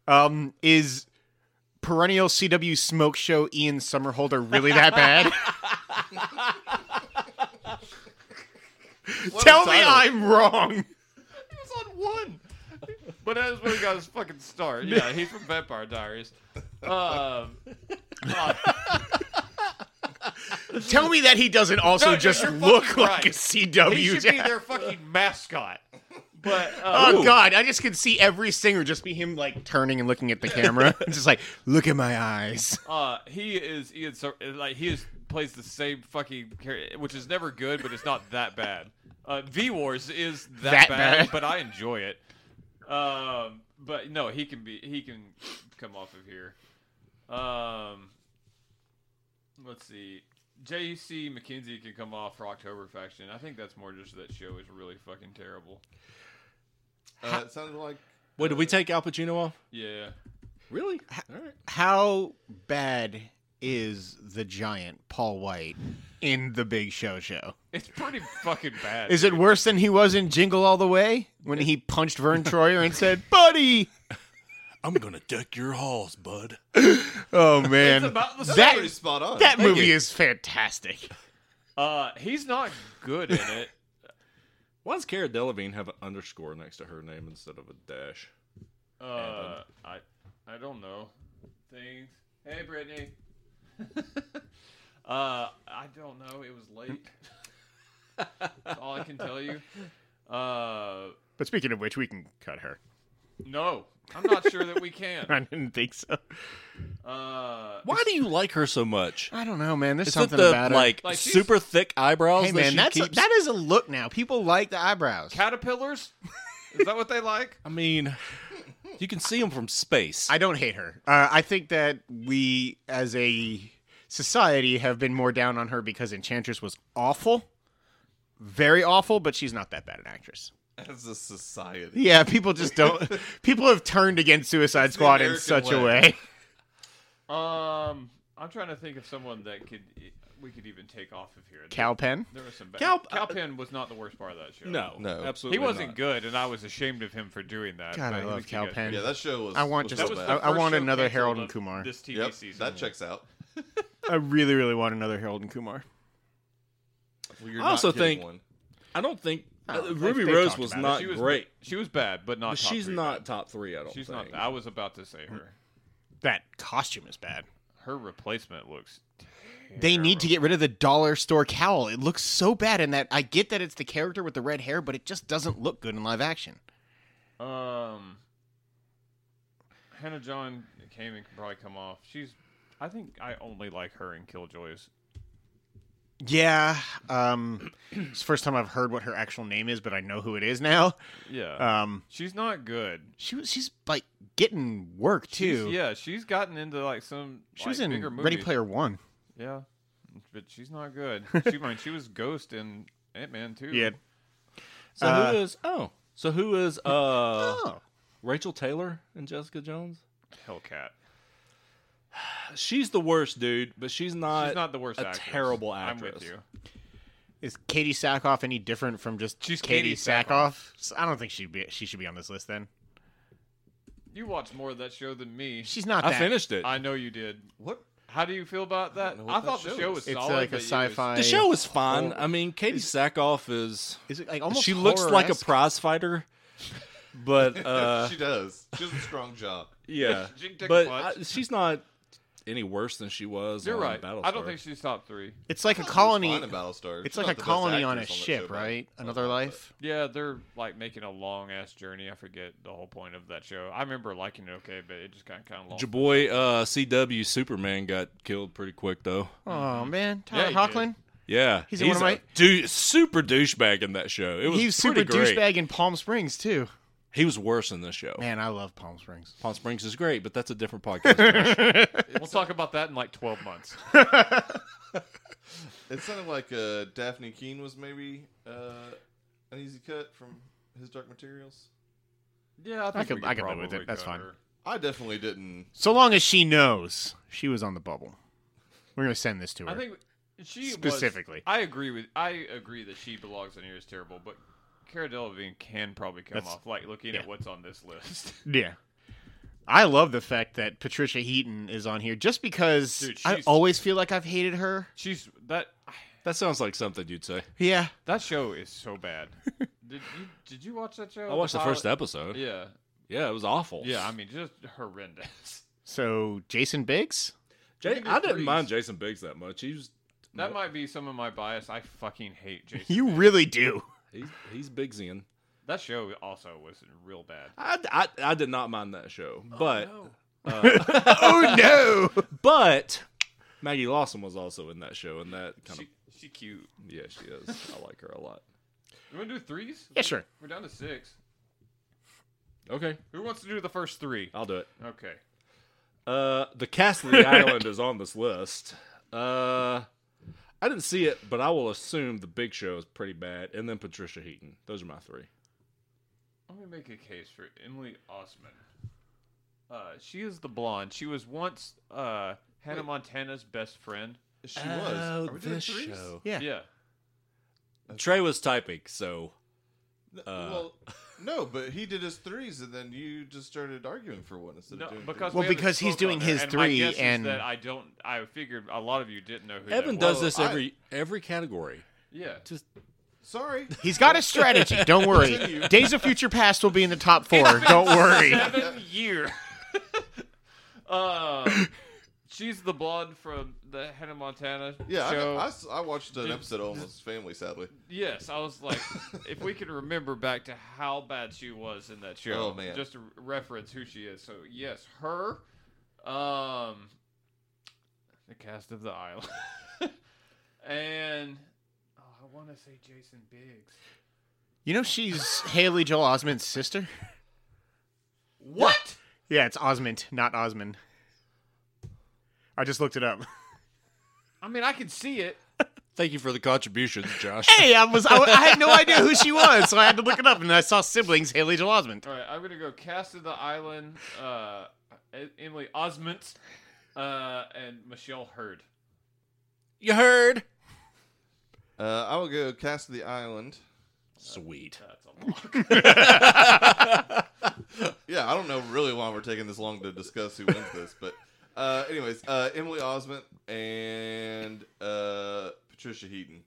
Speaker 3: Um, is perennial CW smoke show Ian Somerhalder really that bad?
Speaker 4: What a
Speaker 3: Tell me
Speaker 4: title.
Speaker 3: I'm wrong.
Speaker 1: He was on one. But that's when he got his fucking start. Yeah, he's from Vampire Diaries. Um,
Speaker 3: Tell me that he doesn't also
Speaker 1: No, you're-
Speaker 3: just
Speaker 1: you're
Speaker 3: look
Speaker 1: fucking
Speaker 3: like a
Speaker 1: right. he
Speaker 3: CW.
Speaker 1: should
Speaker 3: jack.
Speaker 1: be their fucking mascot. But uh,
Speaker 3: Oh God! I just could see every singer just be him like turning and looking at the camera, just like look at my eyes.
Speaker 1: Uh, he is Ian. Sor- like he is plays the same fucking character, which is never good, but it's not that bad. Uh, V Wars is that,
Speaker 3: That
Speaker 1: bad,
Speaker 3: bad.
Speaker 1: but I enjoy it. Um, but no, he can be. He can come off of here. Um, let's see. J.C. McKenzie can come off for October Faction. I think that's more just that show is really fucking terrible.
Speaker 4: Uh, it sounded like
Speaker 2: Wait, did we take Al Pacino off?
Speaker 1: Yeah.
Speaker 2: Really? All right.
Speaker 3: How bad is the giant Paul White in the Big Show show?
Speaker 1: It's pretty fucking bad.
Speaker 3: Is it worse than he was in Jingle All the Way when he punched Vern Troyer and said, "Buddy"?
Speaker 2: I'm gonna deck your halls, bud.
Speaker 3: Oh man,
Speaker 1: about the
Speaker 4: that,
Speaker 3: that
Speaker 4: pretty spot on.
Speaker 3: that movie is fantastic.
Speaker 1: Uh, he's not good in it.
Speaker 2: Why does Cara Delevingne have an underscore next to her name instead of a dash?
Speaker 1: Uh, I I don't know things. Hey, Brittany. uh, I don't know. It was late. That's all I can tell you. Uh,
Speaker 3: But speaking of which, we can cut her.
Speaker 1: no, I'm not sure that we can.
Speaker 3: I didn't think so.
Speaker 1: Uh,
Speaker 2: Why do you like her so much?
Speaker 3: I don't know, man. There's
Speaker 2: Is it
Speaker 3: something
Speaker 2: the
Speaker 3: about
Speaker 2: like,
Speaker 1: Like, she's-
Speaker 2: super thick eyebrows
Speaker 3: it. Hey
Speaker 2: that
Speaker 3: man,
Speaker 2: she
Speaker 3: that's
Speaker 2: keeps?
Speaker 3: a, that is a look now. People like the eyebrows.
Speaker 1: caterpillars. Is that what they like?
Speaker 2: I mean, you can see them from space.
Speaker 3: I don't hate her. Uh, I think that we, as a society, have been more down on her because Enchantress was awful, very awful. But she's not that bad an actress.
Speaker 4: as a society.
Speaker 3: Yeah, people just don't. people have turned against Suicide
Speaker 4: the
Speaker 3: Squad in
Speaker 4: American
Speaker 3: such a
Speaker 4: way.
Speaker 3: way.
Speaker 1: Um, I'm trying to think of someone that could we could even take off of here.
Speaker 3: Cowpen.
Speaker 1: There was some bad.
Speaker 2: Cal-
Speaker 1: Cowpen was not the worst part of that show.
Speaker 2: no,
Speaker 4: No.
Speaker 1: He
Speaker 2: absolutely.
Speaker 1: wasn't
Speaker 2: not.
Speaker 1: good, and I was ashamed of him for doing that.
Speaker 3: God,
Speaker 1: but
Speaker 3: I
Speaker 1: he
Speaker 3: love
Speaker 1: was good.
Speaker 3: Cowpen.
Speaker 4: Yeah, that show was.
Speaker 3: I want
Speaker 4: was
Speaker 3: just-
Speaker 4: so
Speaker 1: the
Speaker 3: I-
Speaker 4: bad.
Speaker 3: I
Speaker 1: first
Speaker 3: want
Speaker 1: show
Speaker 3: another
Speaker 1: canceled
Speaker 3: Harold and
Speaker 1: of
Speaker 3: Kumar.
Speaker 1: This TV
Speaker 4: Yep,
Speaker 1: season.
Speaker 4: that checks out.
Speaker 3: I really, really want another Harold and Kumar.
Speaker 4: Well, you're
Speaker 2: I also
Speaker 4: not getting
Speaker 2: think-
Speaker 4: one.
Speaker 2: I don't think uh,
Speaker 3: Oh,
Speaker 2: Ruby
Speaker 3: they- they
Speaker 2: Rose
Speaker 3: talked
Speaker 2: was
Speaker 3: about it.
Speaker 2: not
Speaker 1: She was
Speaker 2: great.
Speaker 1: She was bad, but not.
Speaker 2: But
Speaker 1: top
Speaker 2: she's
Speaker 1: three
Speaker 2: not
Speaker 1: bad.
Speaker 2: top three. I don't
Speaker 1: She's
Speaker 2: think.
Speaker 1: not. I was about to say her.
Speaker 3: That costume is bad.
Speaker 1: Her replacement looks.
Speaker 3: They need to get rid of the dollar store cowl. It looks so bad in that. I get that it's the character with the red hair, but it just doesn't look good in live action.
Speaker 1: Um. Hannah John came and could probably come off. She's. I think I only like her in Killjoys.
Speaker 3: Yeah, um, it's the first time I've heard what her actual name is, but I know who it is now.
Speaker 1: Yeah.
Speaker 3: Um,
Speaker 1: she's not good.
Speaker 3: she was she's like getting work
Speaker 1: She's-
Speaker 3: too.
Speaker 1: yeah, she's gotten into like some.
Speaker 3: she was
Speaker 1: like,
Speaker 3: in
Speaker 1: bigger
Speaker 3: Ready
Speaker 1: movies.
Speaker 3: Player One.
Speaker 1: Yeah. but she's not good. She, I mean, she was Ghost in Ant Man too.
Speaker 3: Yeah.
Speaker 2: So
Speaker 3: Uh,
Speaker 2: who is oh? So who is uh
Speaker 3: Oh.
Speaker 2: Rachel Taylor and Jessica Jones?
Speaker 1: Hellcat.
Speaker 2: She's the worst, dude. But she's not.
Speaker 1: She's not the worst.
Speaker 2: Uh, A
Speaker 1: actress.
Speaker 2: terrible
Speaker 1: I'm
Speaker 2: actress.
Speaker 1: with you.
Speaker 3: Is Katie Sackhoff any different from just
Speaker 1: She's
Speaker 3: Katie,
Speaker 1: Katie
Speaker 3: Sackhoff?
Speaker 1: Sackhoff.
Speaker 3: So I don't think she be she should be on this list then.
Speaker 1: You watched more of that show than me.
Speaker 3: She's not
Speaker 2: I
Speaker 3: that.
Speaker 2: finished it.
Speaker 1: I know you did.
Speaker 4: What?
Speaker 1: How do you feel about that?
Speaker 4: know
Speaker 1: I,
Speaker 4: what that
Speaker 1: thought the
Speaker 4: show
Speaker 1: show
Speaker 4: is.
Speaker 1: was
Speaker 3: It's
Speaker 1: solid.
Speaker 3: like
Speaker 1: but
Speaker 3: a
Speaker 1: you was-
Speaker 3: sci-fi.
Speaker 2: the show was fine. I mean, Katie Sackhoff is.
Speaker 3: Is it like almost?
Speaker 2: she looks like a
Speaker 3: horror-esque?
Speaker 2: prize fighter, but uh,
Speaker 4: she does. She has a strong jaw.
Speaker 2: yeah,
Speaker 1: She can take
Speaker 2: but
Speaker 1: a punch.
Speaker 2: I, she's not any worse than she was.
Speaker 1: You're
Speaker 2: on
Speaker 1: right.
Speaker 2: Battlestar.
Speaker 1: I don't think she's top three.
Speaker 3: It's like a
Speaker 4: She was
Speaker 3: colony.
Speaker 4: fine in Battlestar.
Speaker 3: It's
Speaker 4: She's
Speaker 3: like
Speaker 4: not
Speaker 3: a
Speaker 4: the best
Speaker 3: colony on a
Speaker 4: actress that
Speaker 3: ship,
Speaker 4: show,
Speaker 3: right?
Speaker 4: but-
Speaker 3: Another life.
Speaker 1: Yeah, they're like making a long ass journey. I forget the whole point of that show. I remember liking it okay, but it just got kind of long.
Speaker 2: Your boy uh, CW Superman got killed pretty quick though.
Speaker 3: Oh
Speaker 2: Mm-hmm.
Speaker 3: man, Tyler
Speaker 1: he
Speaker 3: Hoechlin.
Speaker 2: Yeah,
Speaker 3: He's in one of
Speaker 2: a
Speaker 3: my-
Speaker 2: du- super douchebag in that show. It was
Speaker 3: He's super
Speaker 2: pretty great. Oh.
Speaker 3: douchebag in Palm Springs too.
Speaker 2: He was worse in this show.
Speaker 3: Man, I love Palm Springs.
Speaker 2: Palm Springs is great, but that's a different podcast.
Speaker 1: We'll talk about that in like 12 months.
Speaker 4: It sounded like uh, Daphne Keene was maybe uh, an easy cut from his Dark Materials.
Speaker 1: Yeah, I, think
Speaker 3: could-
Speaker 1: we
Speaker 3: I could live
Speaker 1: probably
Speaker 3: with it. That's
Speaker 1: cut
Speaker 3: fine.
Speaker 1: her.
Speaker 4: I definitely didn't.
Speaker 3: So long as she knows she was on the bubble, we're gonna send this to her.
Speaker 1: I think she was-
Speaker 3: Specifically.
Speaker 1: I agree with. I agree that she belongs on here is terrible, but Cara Delevingne can probably come
Speaker 3: That's-
Speaker 1: off like looking
Speaker 3: yeah.
Speaker 1: at what's on this list.
Speaker 3: yeah. I love the fact that Patricia Heaton is on here just because
Speaker 1: Dude,
Speaker 3: I
Speaker 1: she's-
Speaker 3: always feel like I've hated her.
Speaker 1: She's that
Speaker 2: that sounds like something you'd say.
Speaker 3: Yeah.
Speaker 1: that show is so bad. did you did you watch that show?
Speaker 2: I watched the first
Speaker 1: pilot?
Speaker 2: episode. Yeah,
Speaker 1: Yeah,
Speaker 2: it was awful.
Speaker 1: yeah. I mean, just horrendous.
Speaker 3: So Jason Biggs?
Speaker 2: Ja-
Speaker 1: Give me
Speaker 2: I didn't
Speaker 1: threes.
Speaker 2: mind Jason Biggs that much. He was
Speaker 1: That
Speaker 2: Nope.
Speaker 1: might be some of my bias. I fucking hate Jason.
Speaker 3: You really do.
Speaker 2: he's he's Biggsian.
Speaker 1: that show also was real bad.
Speaker 2: I, I, I did not mind that show, but
Speaker 3: oh no.
Speaker 2: but Maggie Lawson was also in that show, and that kind
Speaker 1: She, she cute.
Speaker 2: of yeah, she is. I like her a lot.
Speaker 1: You want to do threes?
Speaker 3: Yeah, sure.
Speaker 1: We're down to six.
Speaker 2: Okay,
Speaker 1: Who wants to do the first three?
Speaker 2: I'll do it.
Speaker 1: Okay.
Speaker 2: Uh, the cast of the island is on this list. Uh, I didn't see it, but I will assume the Big Show is pretty bad, and then Patricia Heaton. Those are my three.
Speaker 1: Let me make a case for Emily Osment. Uh, she is the blonde. She was once uh, Hannah
Speaker 4: Wait.
Speaker 1: Montana's best friend.
Speaker 4: She
Speaker 2: Oh,
Speaker 4: was. Are we doing threes?
Speaker 3: Yeah.
Speaker 1: Yeah.
Speaker 2: Trey was typing, so
Speaker 4: N- well, no, but he did his threes, and then you just started arguing for one instead
Speaker 1: No,
Speaker 4: of doing
Speaker 1: because
Speaker 4: threes.
Speaker 1: we
Speaker 3: Well,
Speaker 1: haven't
Speaker 3: because he's
Speaker 1: spoke on
Speaker 3: doing
Speaker 1: her,
Speaker 3: his
Speaker 1: and my
Speaker 3: three
Speaker 1: guess is
Speaker 3: and-
Speaker 1: that I don't. I figured a lot of you didn't know who
Speaker 2: Evan
Speaker 1: that
Speaker 2: does
Speaker 1: was.
Speaker 2: this
Speaker 4: I-
Speaker 2: every every category.
Speaker 1: Yeah.
Speaker 2: Just
Speaker 4: sorry,
Speaker 3: He's got a strategy. Don't worry.
Speaker 4: Continue.
Speaker 3: Days of Future Past will be in the top four. Don't worry.
Speaker 1: seven year. uh, she's the blonde from the Hannah Montana
Speaker 4: yeah,
Speaker 1: show.
Speaker 4: I, I s- I watched an episode of Almost Family. Sadly,
Speaker 1: yes, I was like, if we can remember back to how bad she was in that show,
Speaker 4: Oh, man.
Speaker 1: just to reference who she is. So yes, her, um, the cast of the island, and oh, I want to say Jason Biggs.
Speaker 3: You know she's Haley Joel Osment's sister?
Speaker 1: What?
Speaker 3: Yeah, it's Osment, not Osmond. I just looked it up.
Speaker 1: I mean, I can see it.
Speaker 2: thank you for the contributions, Josh.
Speaker 3: Hey, I was I, I had no idea who she was, so I had to look it up, and I saw siblings Haley Joel Osment.
Speaker 1: All right, I'm gonna go Cast of the Island, uh, E- Emily Osment, uh, and Michelle Hurd.
Speaker 2: You heard?
Speaker 4: uh, I will go Cast of the Island.
Speaker 2: Sweet.
Speaker 1: That's a lock.
Speaker 4: Yeah, I don't know really why we're taking this long to discuss who wins this, but uh, anyways, uh, Emily Osment and uh, Patricia Heaton.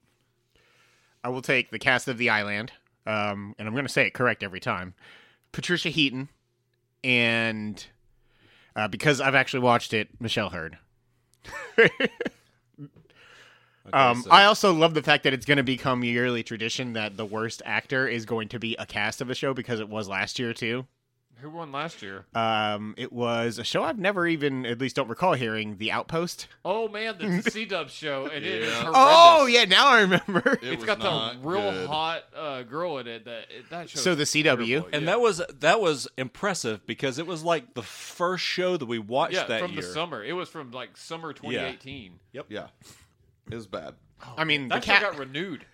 Speaker 3: I will take the cast of The Island, um, and I'm going to say it correct every time. Patricia Heaton, and uh, because I've actually watched it, Michelle Hurd.
Speaker 2: Okay,
Speaker 3: Um,
Speaker 2: so-
Speaker 3: I also love the fact that it's going to become yearly tradition that the worst actor is going to be a cast of a show because it was last year too.
Speaker 1: Who won last year?
Speaker 3: Um, it was a show I've never even, at least, don't recall hearing. The Outpost.
Speaker 1: Oh man, the C Dub show, and it is
Speaker 4: Yeah.
Speaker 1: horrendous.
Speaker 3: Oh yeah, now I remember.
Speaker 1: It
Speaker 4: It
Speaker 1: has
Speaker 4: was
Speaker 1: got the
Speaker 4: not
Speaker 1: real
Speaker 4: good.
Speaker 1: hot uh, girl in it. That it, that show.
Speaker 3: So the CW?
Speaker 2: and that was that was impressive because it was like the first show that we watched
Speaker 1: yeah
Speaker 2: that
Speaker 1: from
Speaker 2: year.
Speaker 1: the summer. It was from like summer 2018.
Speaker 4: Yeah, is bad.
Speaker 3: I mean, the
Speaker 1: That show
Speaker 3: cat.
Speaker 1: got renewed.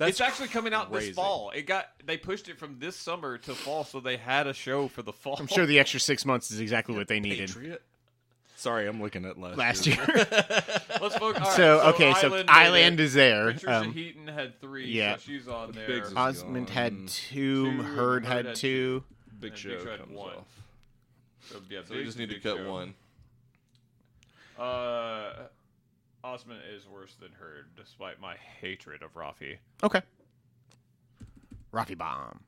Speaker 1: it's actually coming out this fall. It got they pushed it from this summer to fall, so they had a show for the fall.
Speaker 3: I'm sure the extra six months is exactly what they needed
Speaker 2: Patriot. Sorry, I'm looking at last.
Speaker 3: last year.
Speaker 1: Let's vote. all right,
Speaker 3: so okay, so
Speaker 1: Island,
Speaker 3: Island,
Speaker 1: made it.
Speaker 3: is there.
Speaker 1: Patricia
Speaker 3: Um,
Speaker 1: Heaton had three.
Speaker 3: yeah.
Speaker 1: so she's on there.
Speaker 2: Biggs is-
Speaker 1: And
Speaker 3: Osmond had two.
Speaker 1: Two,
Speaker 3: Heard had, two.
Speaker 2: Big
Speaker 1: Big
Speaker 2: show
Speaker 1: Show had
Speaker 2: comes
Speaker 1: one.
Speaker 2: off.
Speaker 1: So, yeah,
Speaker 4: So we
Speaker 1: Biggs
Speaker 4: just
Speaker 1: is
Speaker 4: need to
Speaker 1: Big
Speaker 4: cut
Speaker 1: Show.
Speaker 4: one.
Speaker 1: Uh, Osmond is worse than her, despite my hatred of Rafi.
Speaker 3: Okay. Rafi bomb.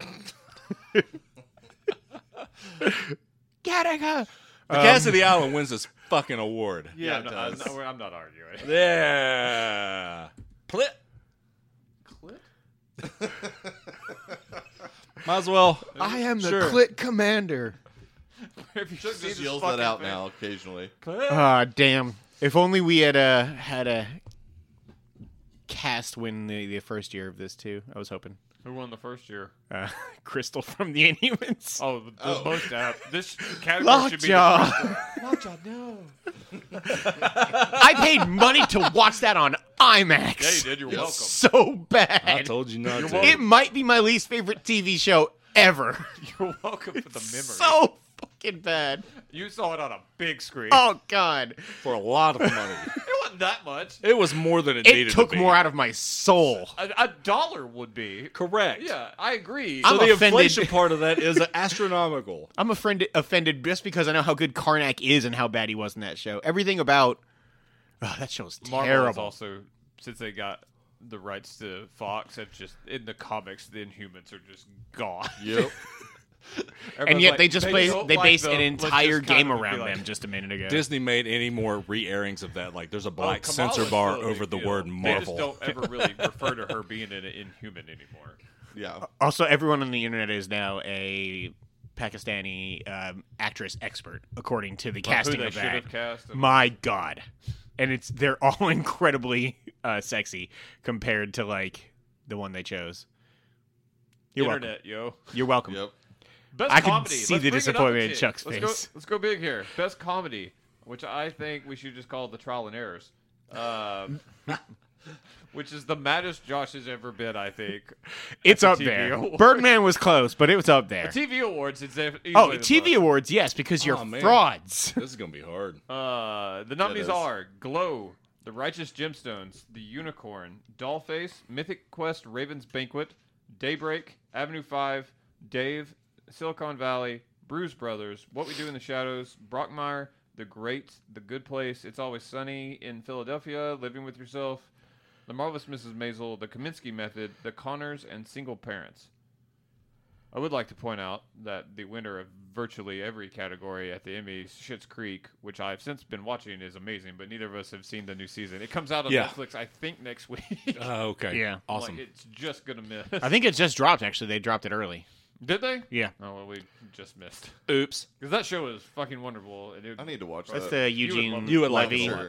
Speaker 3: Gattaca.
Speaker 2: The Cassidy Island wins this fucking award.
Speaker 4: Yeah,
Speaker 1: I'm
Speaker 4: it
Speaker 1: not, I'm,
Speaker 4: does.
Speaker 1: not, I'm not arguing.
Speaker 2: Yeah. Plit.
Speaker 1: Clit?
Speaker 2: Might as well.
Speaker 3: I am the
Speaker 2: Sure.
Speaker 3: clit commander.
Speaker 1: Have you
Speaker 4: Chuck
Speaker 1: seen
Speaker 4: just
Speaker 1: this
Speaker 4: yells that
Speaker 1: fucking
Speaker 4: out
Speaker 1: thing?
Speaker 4: now occasionally.
Speaker 3: Ah, damn. If only we had a had a cast win the, the first year of this too. I was hoping.
Speaker 1: Who won the first year?
Speaker 3: Uh, Crystal from the Inhumans.
Speaker 1: Oh, the
Speaker 4: Oh.
Speaker 1: most app. This category should be.
Speaker 3: Lockjaw.
Speaker 2: Lockjaw, no.
Speaker 3: I paid money to watch that on IMAX.
Speaker 1: Yeah, you did. You're
Speaker 4: Yes.
Speaker 1: welcome.
Speaker 3: So bad.
Speaker 2: I told you not to.
Speaker 3: It might be my least favorite TV show ever.
Speaker 1: You're welcome for the memory.
Speaker 3: So fucking bad.
Speaker 1: you saw it on a big screen.
Speaker 3: Oh god.
Speaker 2: for a lot of money.
Speaker 1: It wasn't that much.
Speaker 2: It was more than it, needed
Speaker 3: It took
Speaker 2: to be.
Speaker 3: more out of my soul.
Speaker 1: A, a dollar would be.
Speaker 2: Correct.
Speaker 1: Yeah, I agree.
Speaker 2: So
Speaker 3: I'm
Speaker 2: the
Speaker 3: offended.
Speaker 2: inflation part of that is astronomical.
Speaker 3: I'm offended, offended just because I know how good Karnak is and how bad he was in that show. Everything about oh, that show's
Speaker 1: Marvel is
Speaker 3: terrible.
Speaker 1: also since they got the rights to Fox, it's just in the comics the Inhumans are just gone.
Speaker 4: Yep.
Speaker 3: and yet
Speaker 1: Everyone's
Speaker 3: they
Speaker 1: like,
Speaker 3: just play
Speaker 1: don't
Speaker 3: they
Speaker 1: like
Speaker 3: base
Speaker 1: them,
Speaker 3: an
Speaker 1: let's just
Speaker 3: entire
Speaker 1: kind
Speaker 3: game
Speaker 1: of be
Speaker 3: around
Speaker 1: like-
Speaker 3: them just a minute ago.
Speaker 2: Disney made any more re-airings of that. Like, there's a
Speaker 1: Oh,
Speaker 2: black
Speaker 1: Kamala's
Speaker 2: censor bar
Speaker 1: still a big
Speaker 2: over the
Speaker 1: deal.
Speaker 2: word
Speaker 1: They just
Speaker 2: Marvel.
Speaker 1: don't ever really refer to her being an Inhuman anymore.
Speaker 4: Yeah.
Speaker 3: also, everyone on the internet is now a Pakistani um, actress expert, according to the casting
Speaker 1: Who they
Speaker 3: of
Speaker 1: should
Speaker 3: that.
Speaker 1: have cast. and-
Speaker 3: My God, and it's they're all incredibly uh, sexy compared to like the one they chose. You're welcome.
Speaker 1: Internet, yo.
Speaker 3: You're welcome.
Speaker 4: Yep.
Speaker 1: Best
Speaker 3: I can
Speaker 1: comedy.
Speaker 3: see
Speaker 1: Let's
Speaker 3: the
Speaker 1: bring it up a
Speaker 3: disappointment in
Speaker 1: tick.
Speaker 3: Chuck's
Speaker 1: let's
Speaker 3: face.
Speaker 1: Go, let's go big here. Best comedy, which I think we should just call the trial and errors. Um, which is the maddest Josh has ever been, I think.
Speaker 3: It's
Speaker 1: the
Speaker 3: up
Speaker 1: TV
Speaker 3: there.
Speaker 1: awards.
Speaker 3: Birdman was close, but it was up there.
Speaker 1: TV awards, Oh, it's def- easily
Speaker 3: Oh,
Speaker 1: the
Speaker 3: TV
Speaker 1: most.
Speaker 3: awards, yes, because you're
Speaker 2: Aw, man.
Speaker 3: frauds.
Speaker 2: this is gonna be hard.
Speaker 1: Uh, the nominees
Speaker 4: is.
Speaker 1: are Glow, The Righteous Gemstones, The Unicorn, Dollface, Mythic Quest, Raven's Banquet, Daybreak, Avenue 5, Dave, Silicon Valley, Bruise Brothers, What We Do in the Shadows, Brockmire, The Great, The Good Place, It's Always Sunny in Philadelphia, Living with Yourself, The Marvelous Mrs. Maisel, The Kaminsky Method, The Connors, and Single Parents. I would like to point out that the winner of virtually every category at the Emmys, Schitt's Creek, which I've since been watching, is amazing, but neither of us have seen the new season. It comes out on
Speaker 2: Yeah.
Speaker 1: Netflix, I think, next week.
Speaker 2: Oh, okay.
Speaker 3: Yeah.
Speaker 2: Awesome.
Speaker 1: Like, it's just going to miss.
Speaker 3: I think it just dropped, actually. They dropped it early.
Speaker 1: Did they?
Speaker 3: Yeah.
Speaker 1: Oh, well, we just missed.
Speaker 2: Oops.
Speaker 1: Because that show is fucking wonderful. And it,
Speaker 4: I need to watch
Speaker 3: That's
Speaker 4: that.
Speaker 3: the
Speaker 1: Uh, would
Speaker 3: Eugene
Speaker 1: love it.
Speaker 2: You would like
Speaker 3: Levy.
Speaker 2: it a
Speaker 4: lot.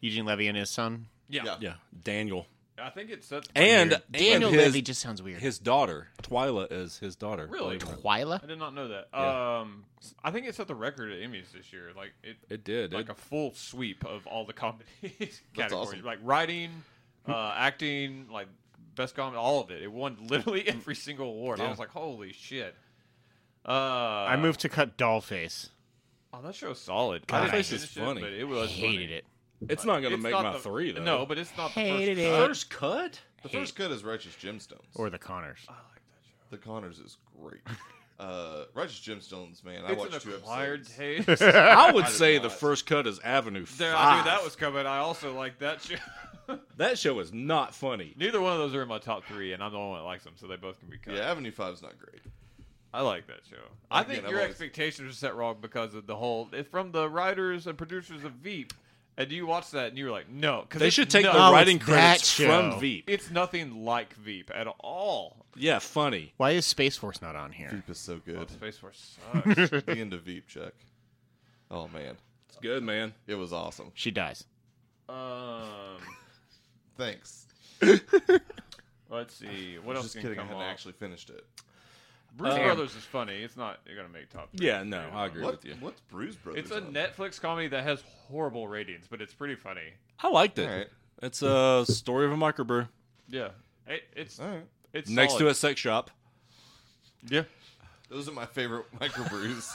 Speaker 3: Eugene Levy and his son.
Speaker 1: yeah.
Speaker 4: Yeah.
Speaker 2: Yeah. Daniel.
Speaker 1: I think it's sets.
Speaker 2: And
Speaker 3: Weird.
Speaker 2: and
Speaker 3: Daniel
Speaker 2: his,
Speaker 3: Levy just sounds weird.
Speaker 2: his daughter Twyla is his daughter.
Speaker 1: Really?
Speaker 3: Twyla?
Speaker 1: I did not know that.
Speaker 2: Yeah.
Speaker 1: Um, I think it set the record at Emmys this year. Like it,
Speaker 2: It did.
Speaker 1: like
Speaker 2: It-
Speaker 1: a full sweep of all the comedies categories,
Speaker 4: awesome.
Speaker 1: like writing, uh, acting, like best comedy, all of it. It won literally every single award. I
Speaker 2: Yeah.
Speaker 1: was like, holy shit. Uh,
Speaker 3: I moved to cut Dollface.
Speaker 1: Oh, that show's solid.
Speaker 2: God,
Speaker 1: I didn't
Speaker 2: Face is
Speaker 1: finish it,
Speaker 2: funny.
Speaker 1: but it was
Speaker 3: Hated
Speaker 1: funny.
Speaker 3: it.
Speaker 2: it's not gonna
Speaker 1: It's
Speaker 2: make
Speaker 1: not
Speaker 2: my
Speaker 1: the-
Speaker 2: three though.
Speaker 1: No, but it's not the
Speaker 3: Hated
Speaker 1: first.
Speaker 3: it.
Speaker 1: cut.
Speaker 2: first cut.
Speaker 4: The first cut is Righteous Gemstones.
Speaker 3: Or the Connors.
Speaker 4: the Connors is great. Uh, Righteous Gemstones, man. I watched
Speaker 1: It's an
Speaker 4: two
Speaker 1: acquired
Speaker 4: episodes.
Speaker 1: taste.
Speaker 2: I would
Speaker 4: did
Speaker 2: say
Speaker 4: not.
Speaker 2: the first cut is Avenue
Speaker 1: there,
Speaker 2: Five.
Speaker 1: I knew that was coming. I also like that show.
Speaker 2: That show is not funny.
Speaker 1: Neither one of those are in my top three, and I'm the only one that likes them, so they both can be cut.
Speaker 4: Yeah, Avenue Five's not great.
Speaker 1: I like that show. I
Speaker 4: Again,
Speaker 1: think
Speaker 4: I've
Speaker 1: your
Speaker 4: always-
Speaker 1: expectations are set wrong because of the whole. It's from the writers and producers of Veep, and you watch that and you were like, no, because
Speaker 2: They should take
Speaker 1: no,
Speaker 2: the
Speaker 3: it's
Speaker 2: writing
Speaker 3: that
Speaker 2: credits
Speaker 3: show.
Speaker 2: from Veep.
Speaker 1: It's nothing like Veep at all.
Speaker 2: Yeah, funny.
Speaker 3: Why is Space Force not on here?
Speaker 4: Veep is so good.
Speaker 1: Space Force sucks.
Speaker 4: the end of Veep check. Oh man,
Speaker 2: It's good, man.
Speaker 4: it was awesome.
Speaker 3: She dies.
Speaker 1: um,
Speaker 4: Thanks.
Speaker 1: let's see what else
Speaker 4: Just
Speaker 1: can
Speaker 4: kidding. I
Speaker 1: come
Speaker 4: hadn't
Speaker 1: off?
Speaker 4: actually finished it.
Speaker 1: Bruce
Speaker 3: Damn.
Speaker 1: Brothers is funny. It's not going to make top. three.
Speaker 2: Yeah, no, I agree
Speaker 4: What,
Speaker 2: with you.
Speaker 4: what's Bruise
Speaker 1: It's
Speaker 4: Brothers?
Speaker 1: a
Speaker 4: on?
Speaker 1: Netflix comedy that has horrible ratings, but it's pretty funny.
Speaker 2: I liked it.
Speaker 4: Alright.
Speaker 2: It's a story of a microbrew.
Speaker 1: Yeah, it, it's
Speaker 4: All right.
Speaker 1: it's
Speaker 2: Next to
Speaker 1: solid.
Speaker 2: a sex shop.
Speaker 1: Yeah,
Speaker 4: Those are my favorite microbrews.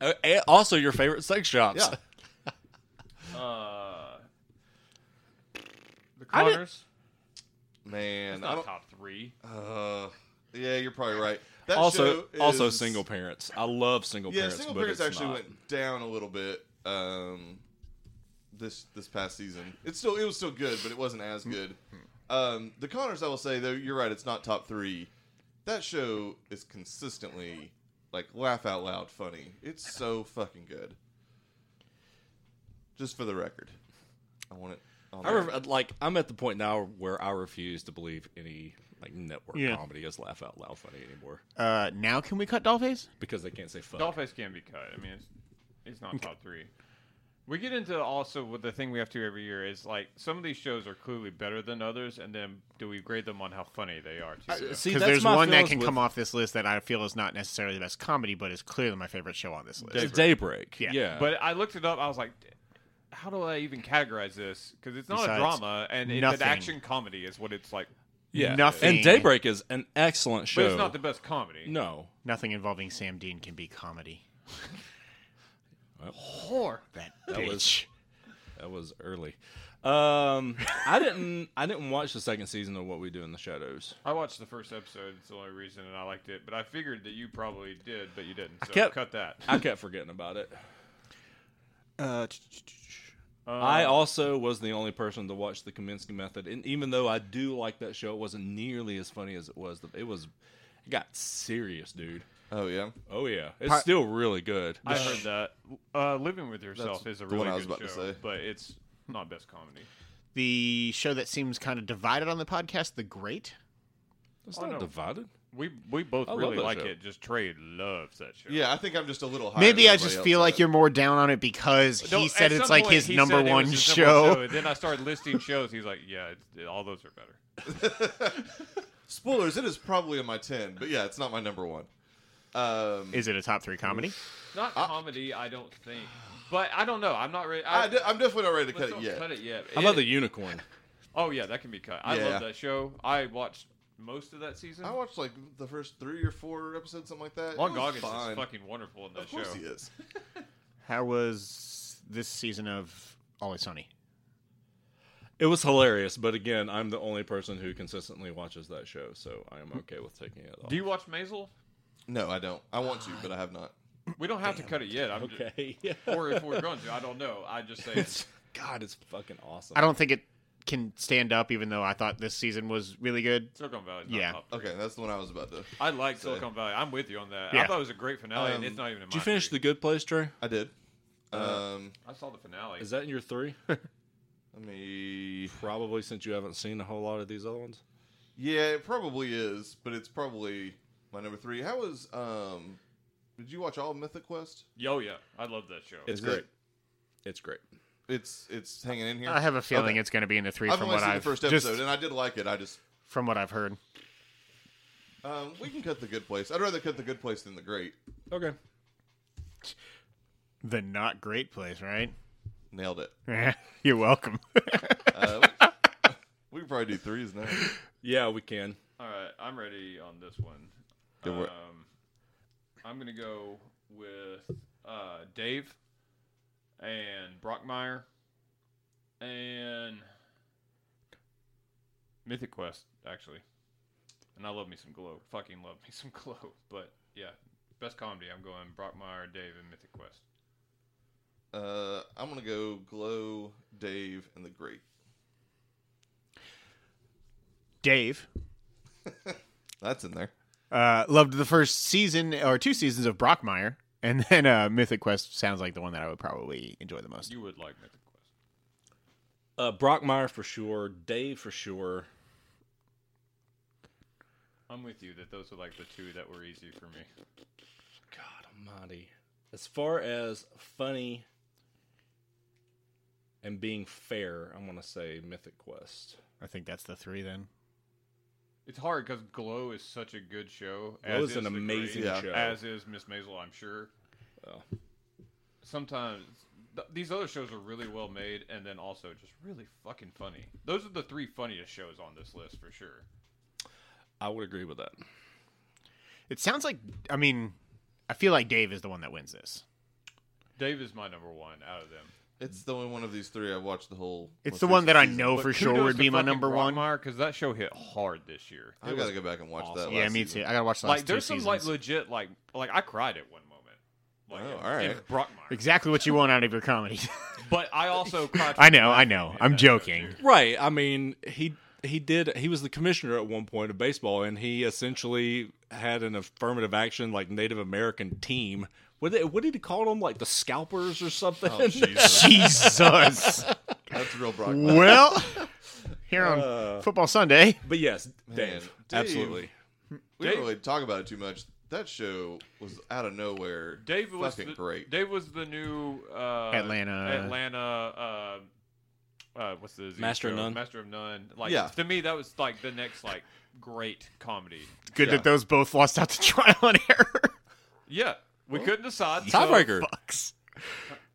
Speaker 2: Uh, and Also, your favorite sex shops.
Speaker 4: yeah.
Speaker 1: uh, the
Speaker 2: I didn't-
Speaker 1: Connors.
Speaker 4: Man,
Speaker 1: It's
Speaker 4: I
Speaker 1: not
Speaker 4: don't.
Speaker 1: top three.
Speaker 4: Uh, yeah, you're probably right. That
Speaker 2: also,
Speaker 4: show
Speaker 2: also
Speaker 4: is-
Speaker 2: single parents. I love single
Speaker 4: Yeah,
Speaker 2: parents.
Speaker 4: single
Speaker 2: but
Speaker 4: parents
Speaker 2: it's
Speaker 4: actually
Speaker 2: not.
Speaker 4: went down a little bit. Um, this this past season, it's still it was still good, but it wasn't as
Speaker 2: Mm.
Speaker 4: good. Um, the Connors, I will say though, you're right. It's not top three. That show is consistently like laugh out loud funny. It's so fucking good. Just for the record, I want it. on
Speaker 2: I
Speaker 4: there.
Speaker 2: re- like. I'm at the point now where I refuse to believe any like network
Speaker 3: Yeah.
Speaker 2: comedy is laugh out loud funny anymore
Speaker 3: Uh, now can we cut Dollface?
Speaker 2: because they can't say fuck.
Speaker 1: Dollface can be cut. I mean, it's, it's not top three. We get into also what the thing we have to every year is like some of these shows are clearly better than others, and then do we grade them on how funny they are? Too?
Speaker 2: Uh, See,
Speaker 3: Because
Speaker 2: that's
Speaker 3: there's
Speaker 2: my
Speaker 3: one that
Speaker 2: feelings
Speaker 3: can
Speaker 2: with
Speaker 3: come off this list that I feel is not necessarily the best comedy, but is clearly my favorite show on this list.
Speaker 2: Daybreak.
Speaker 3: Yeah.
Speaker 2: Yeah.
Speaker 1: But I looked it up. I was like, how do I even categorize this? Because it's not
Speaker 3: Besides
Speaker 1: a drama, and it's an
Speaker 3: nothing.
Speaker 1: action comedy is what it's like.
Speaker 2: yeah.
Speaker 3: nothing-
Speaker 2: And Daybreak is an excellent show.
Speaker 1: But it's not the best comedy.
Speaker 2: no.
Speaker 3: Nothing involving Sam Dean can be comedy.
Speaker 2: Well.
Speaker 3: Whore. That, bitch.
Speaker 2: was- That was early. Um, I didn't. I didn't watch the second season of What We Do in the Shadows.
Speaker 1: I watched the first episode. It's the only reason, and I liked it. But I figured that you probably did, but you didn't. So
Speaker 2: kept-
Speaker 1: cut that.
Speaker 2: I kept forgetting about it.
Speaker 3: Uh, ch- ch- ch- ch- Uh,
Speaker 2: I also was the only person to watch the Kaminsky Method, and even though I do like that show, it wasn't nearly as funny as it was. It was, it got serious, dude.
Speaker 4: Oh yeah,
Speaker 2: Oh yeah, it's still really good.
Speaker 1: I heard that uh, living with yourself
Speaker 4: That's
Speaker 1: is a
Speaker 4: the one
Speaker 1: really
Speaker 4: I was
Speaker 1: good
Speaker 4: about to
Speaker 1: show,
Speaker 4: say.
Speaker 1: but it's not best comedy.
Speaker 3: the show that seems kind of divided on the podcast, The Great.
Speaker 2: It's
Speaker 1: Oh,
Speaker 2: not
Speaker 1: no.
Speaker 2: divided.
Speaker 1: We we both
Speaker 2: I love
Speaker 1: really
Speaker 2: that
Speaker 1: like
Speaker 2: show.
Speaker 1: it. Just Trey loves that show.
Speaker 4: yeah. I think I'm just a little. Higher
Speaker 3: Maybe
Speaker 4: than
Speaker 3: I just
Speaker 4: everybody
Speaker 3: feel
Speaker 4: else on
Speaker 3: like
Speaker 4: it.
Speaker 3: you're more down on it because
Speaker 1: No,
Speaker 3: he
Speaker 1: at
Speaker 3: said
Speaker 1: some
Speaker 3: it's like
Speaker 1: point
Speaker 3: his
Speaker 1: he
Speaker 3: number
Speaker 1: said it was
Speaker 3: one
Speaker 1: his number
Speaker 3: show.
Speaker 1: And then I started listing shows. He's like, yeah, it's, it- all those are better.
Speaker 4: Spoilers, it is probably in my 10, but yeah, it's not my number one. Um,
Speaker 3: Is it a top three comedy?
Speaker 1: Not comedy, I don't think. But I don't know. I'm not ready. I,
Speaker 4: I, am definitely not ready
Speaker 1: let's
Speaker 4: to cut it
Speaker 1: don't
Speaker 4: yet.
Speaker 1: cut it yet.
Speaker 2: How about
Speaker 1: It-
Speaker 2: the unicorn?
Speaker 1: Oh yeah, that can be cut. I
Speaker 4: Yeah.
Speaker 1: love that show. I watched most of that season.
Speaker 4: I watched like the first three or four episodes, something like that.
Speaker 1: Long
Speaker 4: It was
Speaker 1: Goggins
Speaker 4: fine.
Speaker 1: is fucking wonderful in that
Speaker 4: Of course
Speaker 1: show.
Speaker 4: he is.
Speaker 3: How was this season of Always Sunny?
Speaker 2: It was hilarious, but again, I'm the only person who consistently watches that show, so I am okay with taking it off.
Speaker 1: Do you watch Maisel?
Speaker 4: No, I don't. I want to, but I have not.
Speaker 1: We don't have to cut it yet. I'm just,
Speaker 2: okay?
Speaker 1: or if we're going to, I don't know. I just say
Speaker 2: It's- God, it's fucking awesome.
Speaker 3: I don't think it can stand up, even though I thought this season was really good.
Speaker 1: Silicon Valley.
Speaker 3: Yeah.
Speaker 4: Okay, that's the one I was about to.
Speaker 1: I like Silicon Valley. I'm with you on that. I
Speaker 3: Yeah.
Speaker 1: thought it was a great finale, and
Speaker 4: Um,
Speaker 1: it's not even. In
Speaker 2: Did you finish The Good Place, Trey?
Speaker 4: I did.
Speaker 3: Uh-huh.
Speaker 4: Um,
Speaker 1: I saw the finale.
Speaker 2: Is that in your three?
Speaker 4: let me.
Speaker 2: Probably since you haven't seen a whole lot of these other ones.
Speaker 4: Yeah, it probably is, but it's probably my number three. How was. Um, did you watch all of Mythic Quest?
Speaker 1: Yo, yeah, I love that show.
Speaker 2: It's
Speaker 4: Is
Speaker 2: great.
Speaker 4: it-
Speaker 2: It's great.
Speaker 4: It's it's hanging in here.
Speaker 3: I have a feeling
Speaker 4: Okay.
Speaker 3: it's going to be in the 3
Speaker 4: I've
Speaker 3: from
Speaker 4: only
Speaker 3: what
Speaker 4: seen
Speaker 3: I've
Speaker 4: the first
Speaker 3: just
Speaker 4: episode, and I did like it. I just
Speaker 3: from what I've heard.
Speaker 4: um, we can cut the good place. I'd rather cut the good place than the great.
Speaker 2: Okay.
Speaker 3: The not great place, right?
Speaker 4: Nailed it.
Speaker 3: You're welcome.
Speaker 4: Uh, we can probably do threes now.
Speaker 2: Yeah, we can.
Speaker 1: All right, I'm ready on this one.
Speaker 4: Good work.
Speaker 1: Um, I'm gonna go with uh, Dave and Brockmire and Mythic Quest, actually. And I love me some glow. Fucking love me some glow. But yeah, best comedy. I'm going Brockmire, Dave, and Mythic Quest.
Speaker 4: Uh, I'm gonna go Glow, Dave, and the Great.
Speaker 3: Dave
Speaker 4: That's in there.
Speaker 3: uh, loved the first season or two seasons of Brockmire, and then uh, Mythic Quest sounds like the one that I would probably enjoy the most.
Speaker 1: You would like Mythic Quest.
Speaker 2: Uh, Brockmire for sure. Dave for sure.
Speaker 1: I'm with you that those are like the two that were easy for me.
Speaker 2: God almighty. As far as funny and being fair, I'm going to say Mythic Quest.
Speaker 3: I think that's the three then.
Speaker 1: It's hard because Glow is such a good show.
Speaker 2: That
Speaker 1: as
Speaker 2: was an
Speaker 1: The
Speaker 2: amazing
Speaker 1: Great,
Speaker 4: Yeah.
Speaker 2: show.
Speaker 1: As is Miss Maisel, I'm sure.
Speaker 2: Well.
Speaker 1: Sometimes th- these other shows are really well made, and then also just really fucking funny. Those are the three funniest shows on this list for sure.
Speaker 2: I would agree with that.
Speaker 3: It sounds like I mean, I feel like Dave is the one that wins this.
Speaker 1: Dave is my number one out of them.
Speaker 4: It's the only one of these three I watched the whole.
Speaker 3: It's
Speaker 4: most
Speaker 3: the one
Speaker 4: recent
Speaker 3: that I
Speaker 4: season.
Speaker 3: know for sure would be my number one.
Speaker 1: because that show hit hard this year.
Speaker 4: I gotta go back and watch that.
Speaker 1: awesome.
Speaker 4: last
Speaker 3: Yeah, me
Speaker 4: season.
Speaker 3: too. I gotta watch the last
Speaker 1: Like there's
Speaker 3: two
Speaker 1: some
Speaker 3: seasons.
Speaker 1: like legit like like I cried at one moment. Like,
Speaker 4: Oh,
Speaker 1: in-
Speaker 4: all right.
Speaker 1: in Brockmire.
Speaker 3: exactly what you want out of your comedy.
Speaker 1: But I also cried.
Speaker 3: I know, I know. I'm joking.
Speaker 2: Right. I mean, he he did. He was the commissioner at one point of baseball, and he essentially had an affirmative action like Native American team. What did, what did he call them? Like the scalpers or something?
Speaker 4: Oh, Jesus.
Speaker 3: Jesus.
Speaker 4: That's real Brock. Lesnar.
Speaker 3: well, here on
Speaker 1: Uh,
Speaker 3: Football Sunday,
Speaker 2: Uh, but yes, Dave,
Speaker 4: Dave.
Speaker 2: absolutely.
Speaker 4: We don't
Speaker 1: Dave-
Speaker 4: really talk about it too much. That show was out of nowhere.
Speaker 1: Dave was
Speaker 4: fucking
Speaker 1: the,
Speaker 4: great.
Speaker 1: Dave was the new uh,
Speaker 3: Atlanta.
Speaker 1: Atlanta. Uh, uh, what's the Z
Speaker 2: Master of
Speaker 1: show?
Speaker 2: None.
Speaker 1: Master of None. Like
Speaker 4: Yeah.
Speaker 1: to me, that was like the next like great comedy.
Speaker 3: good
Speaker 4: Yeah.
Speaker 3: that those both lost out to trial and error.
Speaker 1: Yeah, we couldn't decide. so-
Speaker 2: Tiebreaker.
Speaker 3: Bucks.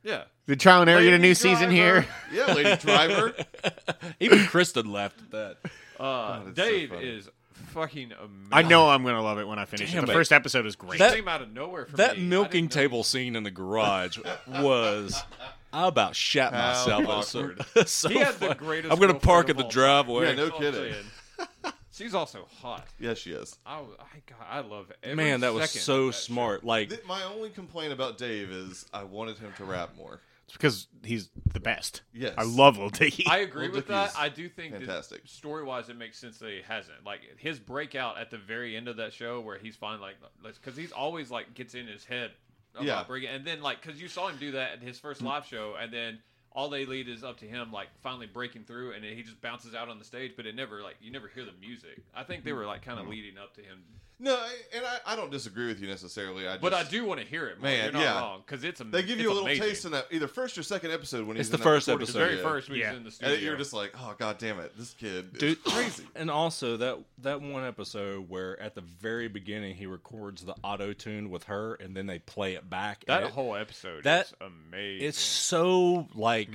Speaker 1: yeah,
Speaker 3: The trial and error get a new
Speaker 1: Lady
Speaker 3: season
Speaker 1: Driver.
Speaker 3: here.
Speaker 4: Yeah, Lady Driver.
Speaker 2: Even Kristen laughed at that.
Speaker 1: Uh,
Speaker 4: Oh, that's so
Speaker 1: Dave
Speaker 4: funny.
Speaker 1: is fucking amazing.
Speaker 3: I know I'm gonna love it when I finish
Speaker 2: Damn
Speaker 3: it. The
Speaker 2: it.
Speaker 3: first episode is great.
Speaker 1: That,
Speaker 2: That-
Speaker 1: came out of nowhere for
Speaker 2: That
Speaker 1: me. I
Speaker 2: milking
Speaker 1: didn't know-
Speaker 2: table scene in the garage was. I about shat
Speaker 4: How
Speaker 2: myself.
Speaker 4: awkward.
Speaker 2: It was So, so
Speaker 1: He had the
Speaker 2: fun.
Speaker 1: greatest
Speaker 2: I'm gonna
Speaker 1: girlfriend
Speaker 2: park
Speaker 1: of
Speaker 2: at the
Speaker 1: all time.
Speaker 2: driveway.
Speaker 4: Yeah, no
Speaker 1: That's all I'm
Speaker 4: kidding.
Speaker 1: saying. She's also hot.
Speaker 4: yes, she is.
Speaker 1: I, was- I, God, I love every
Speaker 2: Man, that was
Speaker 1: second
Speaker 2: so
Speaker 1: of that shit.
Speaker 2: smart. Like
Speaker 4: Th- My only complaint about Dave is I wanted him to rap more.
Speaker 3: It's because he's the best.
Speaker 4: Yes.
Speaker 3: I love Lil Dicky.
Speaker 1: I agree
Speaker 4: Well,
Speaker 1: with
Speaker 4: Dickey's
Speaker 1: that. I do think
Speaker 4: fantastic.
Speaker 1: that story wise, it makes sense that he hasn't. Like his breakout at the very end of that show, where he's fine, like because he's always like gets in his head. About
Speaker 4: Yeah.
Speaker 1: breaking, and then like because you saw him do that at his first live show, and then all they lead is up to him like finally breaking through, and then he just bounces out on the stage, but it never like you never hear the music. I think they were like kind
Speaker 4: Mm-hmm.
Speaker 1: of leading up to him,
Speaker 4: No, I- and I, I don't disagree with you necessarily. I just,
Speaker 1: but I do want to hear it. More.
Speaker 4: Man,
Speaker 1: You're not
Speaker 4: yeah.
Speaker 1: wrong because it's am-
Speaker 4: They give you
Speaker 1: it's
Speaker 4: a little
Speaker 1: amazing.
Speaker 4: taste in that either first or second episode when he's
Speaker 2: It's the
Speaker 4: in that
Speaker 2: first
Speaker 4: recording
Speaker 1: The
Speaker 2: episode,
Speaker 1: very
Speaker 4: studio.
Speaker 1: first when
Speaker 3: Yeah.
Speaker 1: he's in the studio,
Speaker 4: And you're just like, oh god damn it, this kid is
Speaker 2: Dude.
Speaker 4: crazy.
Speaker 2: And also that that one episode where at the very beginning he records the auto tune with her, and then they play it back.
Speaker 1: that
Speaker 2: and it-
Speaker 1: whole episode.
Speaker 2: that-
Speaker 1: is amazing.
Speaker 2: it's so like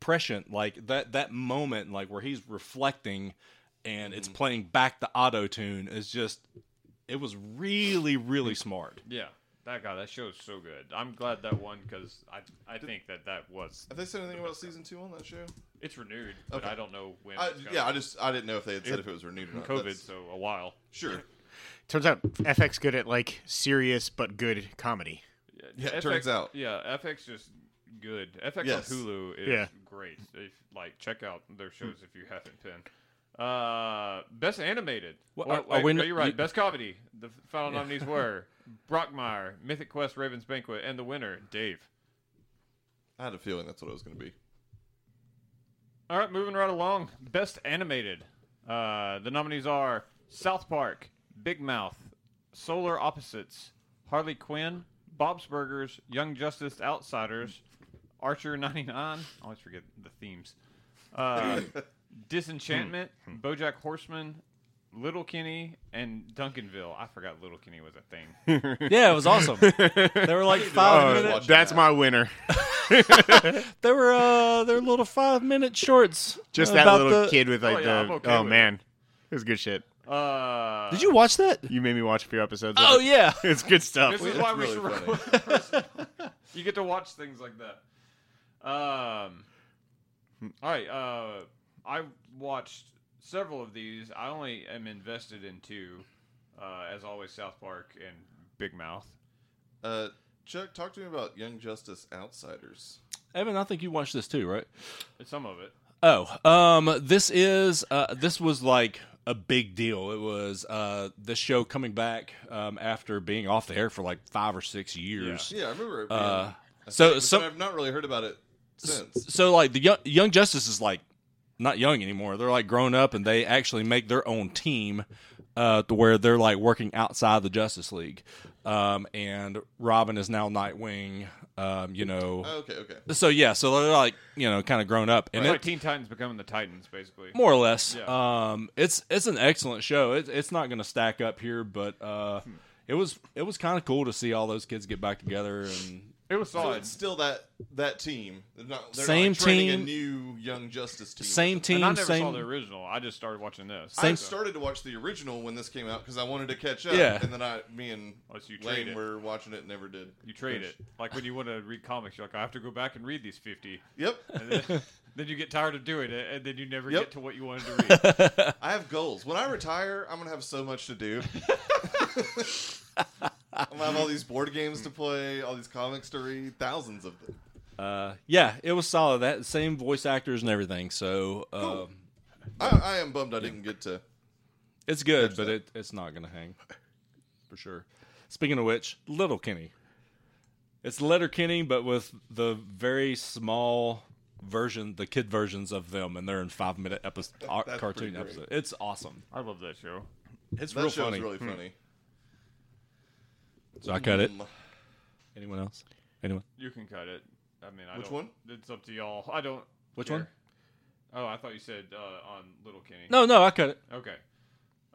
Speaker 2: prescient, like that that moment, like where he's reflecting, and it's playing back the auto tune is just. It was really, really smart.
Speaker 1: Yeah, that guy. That show is so good. I'm glad that won because I I think that that was
Speaker 4: Have they said anything about season two on that show?
Speaker 1: it's renewed, but I don't know when.
Speaker 4: I,
Speaker 1: it's gonna-
Speaker 4: yeah, I just I didn't know if they had said
Speaker 1: It-
Speaker 4: if it was renewed or not.
Speaker 1: COVID,
Speaker 4: That's-
Speaker 1: so a while.
Speaker 4: sure.
Speaker 3: Turns out FX good at like serious but good comedy.
Speaker 4: Yeah, it turns out.
Speaker 1: Yeah, FX just good. FX
Speaker 4: Yes. Hmm.
Speaker 1: on Hulu is
Speaker 3: Yeah.
Speaker 1: great. If like check out their shows if you haven't been. Uh, best animated.
Speaker 2: What-
Speaker 1: Wait,
Speaker 2: are- are
Speaker 1: wait,
Speaker 2: we
Speaker 1: no,
Speaker 2: not-
Speaker 1: you're right.
Speaker 2: you-
Speaker 1: best comedy. The final nominees were Brockmire, Mythic Quest, Raven's Banquet, and the winner Dave.
Speaker 4: I had a feeling that's what it was going to be.
Speaker 1: All right, moving right along. Best animated. Uh, the nominees are South Park, Big Mouth, Solar Opposites, Harley Quinn, Bob's Burgers, Young Justice Outsiders, Archer 99. I always forget the themes. Uh, Disenchantment, Bojack Horseman, Little Kenny, and Duncanville. I forgot Little Kenny was a thing.
Speaker 2: Yeah, it was awesome. they were Oh, like five
Speaker 4: Oh, watch
Speaker 2: minute.
Speaker 4: watching
Speaker 3: that's
Speaker 4: that.
Speaker 3: my winner.
Speaker 2: They were uh, they're little five minute shorts.
Speaker 3: Just that
Speaker 2: about
Speaker 3: little
Speaker 2: the-
Speaker 3: kid with like
Speaker 1: Oh, yeah, I'm
Speaker 3: the
Speaker 1: okay
Speaker 3: oh
Speaker 1: with
Speaker 3: man, it was good shit.
Speaker 1: Uh,
Speaker 2: Did you watch that?
Speaker 3: You made me watch a few episodes.
Speaker 2: Oh
Speaker 3: of it.
Speaker 2: yeah.
Speaker 3: it's good stuff.
Speaker 1: This is why we
Speaker 4: really
Speaker 1: should
Speaker 4: funny.
Speaker 1: record. you get to watch things like that. Um, all right. Uh, I watched several of these. I only am invested in two, uh, as always, South Park and Big Mouth.
Speaker 4: Uh, Chuck, talk to me about Young Justice Outsiders.
Speaker 2: Evan, I think you watched this too, right?
Speaker 1: Some of it.
Speaker 2: Oh, um, this is uh, this was like a big deal. It was uh, the show coming back um, after being off the air for like five or six years.
Speaker 4: Yeah, I remember it. being-
Speaker 2: Uh,
Speaker 4: I
Speaker 2: so-
Speaker 4: think, but
Speaker 2: so-
Speaker 4: I've not really heard about it since.
Speaker 2: So like the young, young Justice is like not young anymore. They're like grown up and they actually make their own team. uh, to where they're like working outside the Justice League, um, and Robin is now Nightwing. Um, you know,
Speaker 4: Oh, Okay, okay.
Speaker 2: so yeah, so they're like you know kind of grown up, and
Speaker 1: It's
Speaker 2: it-
Speaker 1: like Teen Titans becoming the Titans, basically.
Speaker 2: more or less.
Speaker 1: Yeah.
Speaker 2: Um, it's it's an excellent show. It, it's not going to stack up here, but uh, it was it was kind of cool to see all those kids get back together and
Speaker 1: It was
Speaker 4: So
Speaker 1: solid.
Speaker 4: it's still that that team. They're not, they're
Speaker 2: Same
Speaker 4: not like, training
Speaker 2: team.
Speaker 4: a new young Justice team.
Speaker 2: same
Speaker 1: and I
Speaker 2: team,
Speaker 1: never saw the
Speaker 2: same.
Speaker 1: original. I just started watching this.
Speaker 4: I
Speaker 2: same-
Speaker 4: started to watch the original when this came out because I wanted to catch up.
Speaker 2: Yeah.
Speaker 4: And then I, me and
Speaker 1: Unless Oh, you trade
Speaker 4: Lane
Speaker 1: it.
Speaker 4: were watching it, and never did.
Speaker 1: You trade it. Like when you want to read comics, you're like, I have to go back and read these 50.
Speaker 4: Yep.
Speaker 1: And then, then you get tired of doing it, and then you never
Speaker 4: Yep.
Speaker 1: get to what you wanted to read.
Speaker 4: I have goals. When I retire, I'm gonna have so much to do. I'm gonna have all these board games to play, all these comics to read, thousands of them.
Speaker 2: Uh, yeah, it was solid. That same voice actors and everything. So um,
Speaker 4: I, I am bummed I didn't get to.
Speaker 2: it's good, but it, it's not going to hang for sure. Speaking of which, Little Kenny. It's Letter Kenny, but with the very small version, the kid versions of them, and they're in five minute episode,
Speaker 4: pretty
Speaker 2: cartoon
Speaker 4: great.
Speaker 2: episode. It's awesome.
Speaker 1: I love that show.
Speaker 2: It's
Speaker 4: That
Speaker 2: real
Speaker 4: show's
Speaker 2: funny. Hmm.
Speaker 4: really funny.
Speaker 2: So I cut it.
Speaker 4: Mm.
Speaker 2: Anyone else? Anyone?
Speaker 1: You can cut it. I mean, I
Speaker 4: Which
Speaker 1: don't,
Speaker 4: one?
Speaker 1: It's up to y'all. I don't.
Speaker 2: Which
Speaker 1: care.
Speaker 2: one?
Speaker 1: Oh, I thought you said uh, on Little Kenny.
Speaker 2: No, no, I cut it.
Speaker 1: Okay.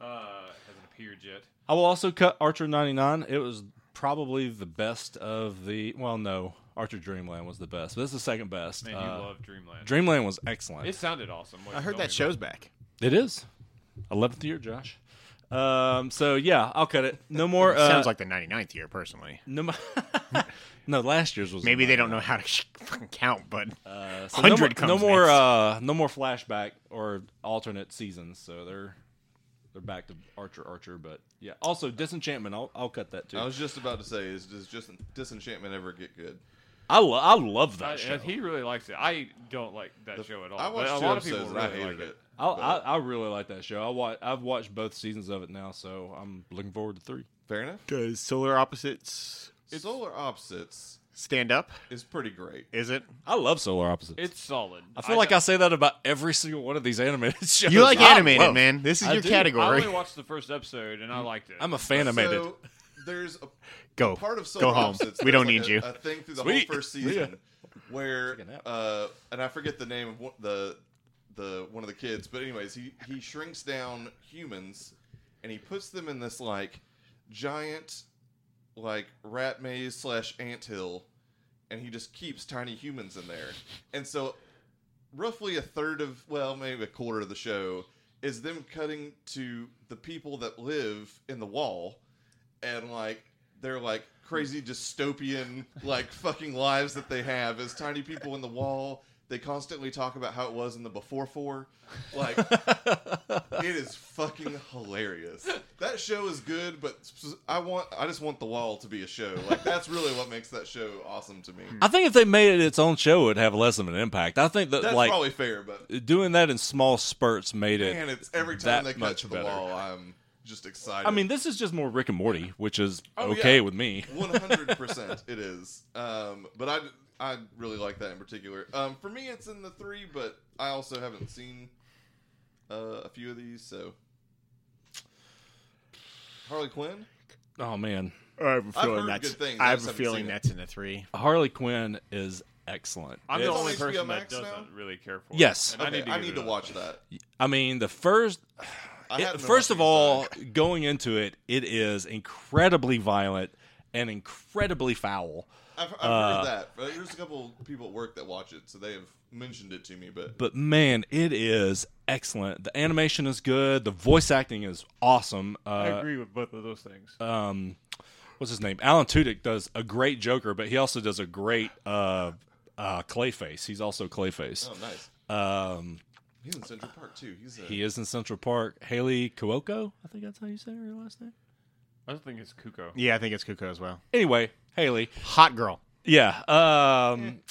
Speaker 1: Uh, hasn't appeared yet.
Speaker 2: I will also cut Archer 99. It was probably the best of the. Well, no, Archer Dreamland was the best, but it's the second best.
Speaker 1: Man,
Speaker 2: Uh,
Speaker 1: you love Dreamland.
Speaker 2: Dreamland was excellent.
Speaker 1: it sounded awesome. what
Speaker 3: I
Speaker 1: you
Speaker 3: heard
Speaker 1: told
Speaker 3: that
Speaker 1: me
Speaker 3: show's back.
Speaker 2: it is. 11th year, Josh. Um, so yeah, I'll cut it. No more. Uh,
Speaker 3: Sounds like the 99th year, personally.
Speaker 2: no. mo- no, last year's was
Speaker 3: Maybe
Speaker 2: the
Speaker 3: they don't know how to fucking count, but
Speaker 2: Uh, so no
Speaker 3: 100
Speaker 2: more-
Speaker 3: comes
Speaker 2: no more
Speaker 3: next.
Speaker 2: uh no more flashback or alternate seasons so they're they're back to archer archer but yeah also disenchantment i'll, I'll cut that too
Speaker 4: I
Speaker 2: I,
Speaker 4: was just about to say, is does just Disenchantment ever get good?
Speaker 2: lo- I love
Speaker 1: about.
Speaker 2: that
Speaker 1: I,
Speaker 2: show
Speaker 1: and he really likes it. I don't like that show at all.
Speaker 4: I
Speaker 1: Oh, but
Speaker 4: watched
Speaker 1: a
Speaker 4: two
Speaker 1: lot of
Speaker 4: episodes
Speaker 1: people
Speaker 4: and
Speaker 1: really
Speaker 4: I hated
Speaker 1: like
Speaker 4: it.
Speaker 1: it.
Speaker 2: I, I I really like that show i watch i've watched both seasons of it now so i'm looking forward to three
Speaker 4: Fair enough.
Speaker 3: does Solar Opposites
Speaker 4: Solar Opposites
Speaker 3: stand up?
Speaker 4: is pretty great.
Speaker 3: Is it?
Speaker 2: i love solar opposites
Speaker 1: It's solid.
Speaker 2: i feel like i say that about every single one of these animated shows
Speaker 3: You like
Speaker 2: I
Speaker 3: animated,
Speaker 2: love-
Speaker 3: man. This is
Speaker 2: I
Speaker 3: your
Speaker 2: do.
Speaker 1: I
Speaker 3: category.
Speaker 1: only watched the first episode and I liked it.
Speaker 2: i'm a fan animated
Speaker 4: So there's a
Speaker 3: Go.
Speaker 4: part of Solar
Speaker 3: Go home.
Speaker 4: Opposites,
Speaker 3: We don't
Speaker 4: there's
Speaker 3: need
Speaker 4: like
Speaker 3: you.
Speaker 4: a, A thing through the
Speaker 2: Sweet.
Speaker 4: whole first
Speaker 2: Yeah.
Speaker 4: season where,
Speaker 2: Take a nap.
Speaker 4: uh, and I forget the name of one, the the one of the kids, but anyways, he he shrinks down humans and he puts them in this like giant like rat maze slash anthill and he just keeps tiny humans in there and so roughly a third of well maybe a quarter of the show is them cutting to the people that live in the wall and like they're like crazy dystopian like fucking lives that they have as tiny people in the wall they constantly talk about how it was in the before four like it is fucking hilarious that show is good but sp- i want i just want the wall to be a show like that's really what makes that show awesome to me
Speaker 2: i think if they made it its own show it would have less of an impact i think that
Speaker 4: that's
Speaker 2: like
Speaker 4: probably fair but
Speaker 2: doing that in small spurts made it
Speaker 4: man it's every
Speaker 2: that
Speaker 4: time they cut
Speaker 2: much
Speaker 4: to the
Speaker 2: better.
Speaker 4: wall i'm just excited
Speaker 2: I mean, this is just more Rick and Morty, which is
Speaker 4: Oh,
Speaker 2: okay
Speaker 4: yeah.
Speaker 2: with me.
Speaker 4: One hundred percent, it is. Um, but I, I really like that in particular. Um, for me, it's in the three, but I also haven't seen uh, a few of these. So Harley Quinn,
Speaker 2: Oh man,
Speaker 3: I have a
Speaker 4: heard
Speaker 3: feeling
Speaker 4: good things.
Speaker 3: that's.
Speaker 4: I
Speaker 3: I have
Speaker 4: just
Speaker 3: a
Speaker 4: haven't seen
Speaker 3: feeling
Speaker 4: it.
Speaker 3: that's in the three.
Speaker 2: Harley Quinn is excellent.
Speaker 1: I'm the
Speaker 2: It's-
Speaker 1: only
Speaker 4: It's on HBO
Speaker 1: person that
Speaker 4: Max now?
Speaker 1: doesn't really care for
Speaker 2: Yes.
Speaker 1: it. And
Speaker 4: okay,
Speaker 1: I need to, give it a-
Speaker 4: watch that.
Speaker 2: I mean, the first,
Speaker 4: I
Speaker 2: it-
Speaker 4: haven't been
Speaker 2: first of
Speaker 4: watching
Speaker 2: all,
Speaker 4: it,
Speaker 2: going into it, it is incredibly violent and incredibly foul.
Speaker 4: so I've, I've
Speaker 2: uh,
Speaker 4: heard that. But There's a couple people at work that watch it, so they have mentioned it to me. But
Speaker 2: But man, it is excellent. The animation is good. The voice acting is awesome.
Speaker 1: I
Speaker 2: Uh,
Speaker 1: agree with both of those things.
Speaker 2: um, what's his name? Alan Tudyk does a great Joker, but he also does a great uh, uh, Clayface. He's also Clayface.
Speaker 4: oh, nice.
Speaker 2: Um,
Speaker 4: He's in Central Park too. He's uh, a,
Speaker 2: He is in Central Park. Haley Kuoko, I think that's how you say her last name.
Speaker 1: I just think it's Kuko.
Speaker 3: Yeah, I think it's Kuko as well.
Speaker 2: Anyway, Haley.
Speaker 3: Hot girl.
Speaker 2: Yeah. Um,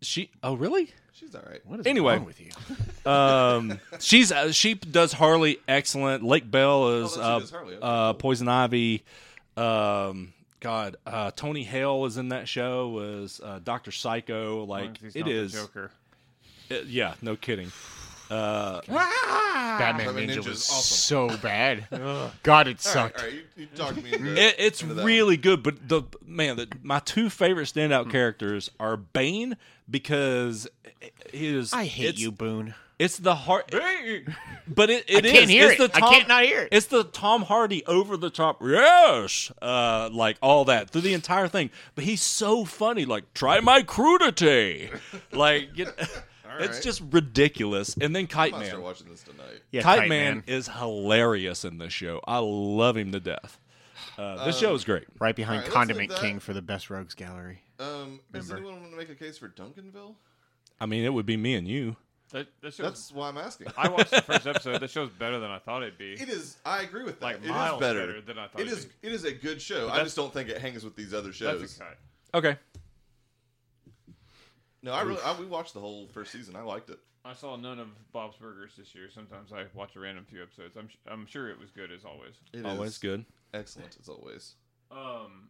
Speaker 2: she. Oh, really?
Speaker 4: she's all right.
Speaker 3: What is
Speaker 2: Anyway.
Speaker 3: wrong with you?
Speaker 2: Um, she's uh, she does Harley excellent. Lake Bell
Speaker 4: that's
Speaker 2: is
Speaker 4: who
Speaker 2: uh,
Speaker 4: Oh, does Harley. Okay,
Speaker 2: uh,
Speaker 4: cool.
Speaker 2: Poison Ivy. Um, God, uh, Tony Hale is in that show. Was uh, Doctor Psycho?
Speaker 1: As long
Speaker 2: Like
Speaker 1: as he's
Speaker 2: it
Speaker 1: not the
Speaker 2: is.
Speaker 1: Joker.
Speaker 2: it- yeah, no kidding.
Speaker 3: Batman
Speaker 4: Batman
Speaker 3: Ninja
Speaker 4: Ninja
Speaker 3: was
Speaker 4: is awesome.
Speaker 3: so bad. God, it
Speaker 4: All right,
Speaker 3: sucked.
Speaker 4: all right, you, you talked me. Into,
Speaker 2: It, it's
Speaker 4: into that.
Speaker 2: really good, but the man, the, my two favorite
Speaker 4: Hmm.
Speaker 2: standout characters are Bane because he is.
Speaker 3: I hate
Speaker 2: it's-
Speaker 3: you, Boone.
Speaker 2: It's the heart, but it, it
Speaker 3: I can't
Speaker 2: is-
Speaker 3: hear
Speaker 2: it's
Speaker 3: it.
Speaker 2: The
Speaker 3: I
Speaker 2: Tom,
Speaker 3: can't not hear it.
Speaker 2: It's the Tom Hardy over the top, yes, uh, like all that through the entire thing. But he's so funny. Like try my crudity, like you it's
Speaker 4: right.
Speaker 2: just ridiculous. And then Kite
Speaker 4: I'm gonna start
Speaker 2: Man,
Speaker 4: watching this tonight.
Speaker 3: Yeah,
Speaker 2: Kite,
Speaker 3: Kite
Speaker 2: Man,
Speaker 3: Man.
Speaker 2: is hilarious in this show. I love him to death. Uh, this
Speaker 4: Um,
Speaker 2: show is great.
Speaker 3: Right behind
Speaker 4: All right, let's
Speaker 3: Condiment
Speaker 4: leave that.
Speaker 3: King for the best rogues gallery.
Speaker 4: Um, does
Speaker 3: Remember.
Speaker 4: anyone want to make a case for Duncanville?
Speaker 2: I mean, it would be me and you.
Speaker 1: That, that show,
Speaker 4: That's why I'm asking.
Speaker 1: I watched the first episode. That show's better than I thought it'd be.
Speaker 4: It is. I agree with that.
Speaker 1: Like,
Speaker 4: it is
Speaker 1: miles
Speaker 4: better.
Speaker 1: better than I thought
Speaker 4: It
Speaker 1: it'd
Speaker 4: is.
Speaker 1: be.
Speaker 4: It is a good show. I
Speaker 1: that's-
Speaker 4: just don't think it hangs with these other
Speaker 1: That's
Speaker 4: shows.
Speaker 1: a cut.
Speaker 2: Okay.
Speaker 4: No, I really. I, we watched the whole first season. I liked it.
Speaker 1: I saw none of Bob's Burgers this year. Sometimes I watch a random few episodes. I'm sh- I'm sure it was good as always.
Speaker 4: It is
Speaker 2: Always good.
Speaker 4: Excellent as always.
Speaker 1: Um,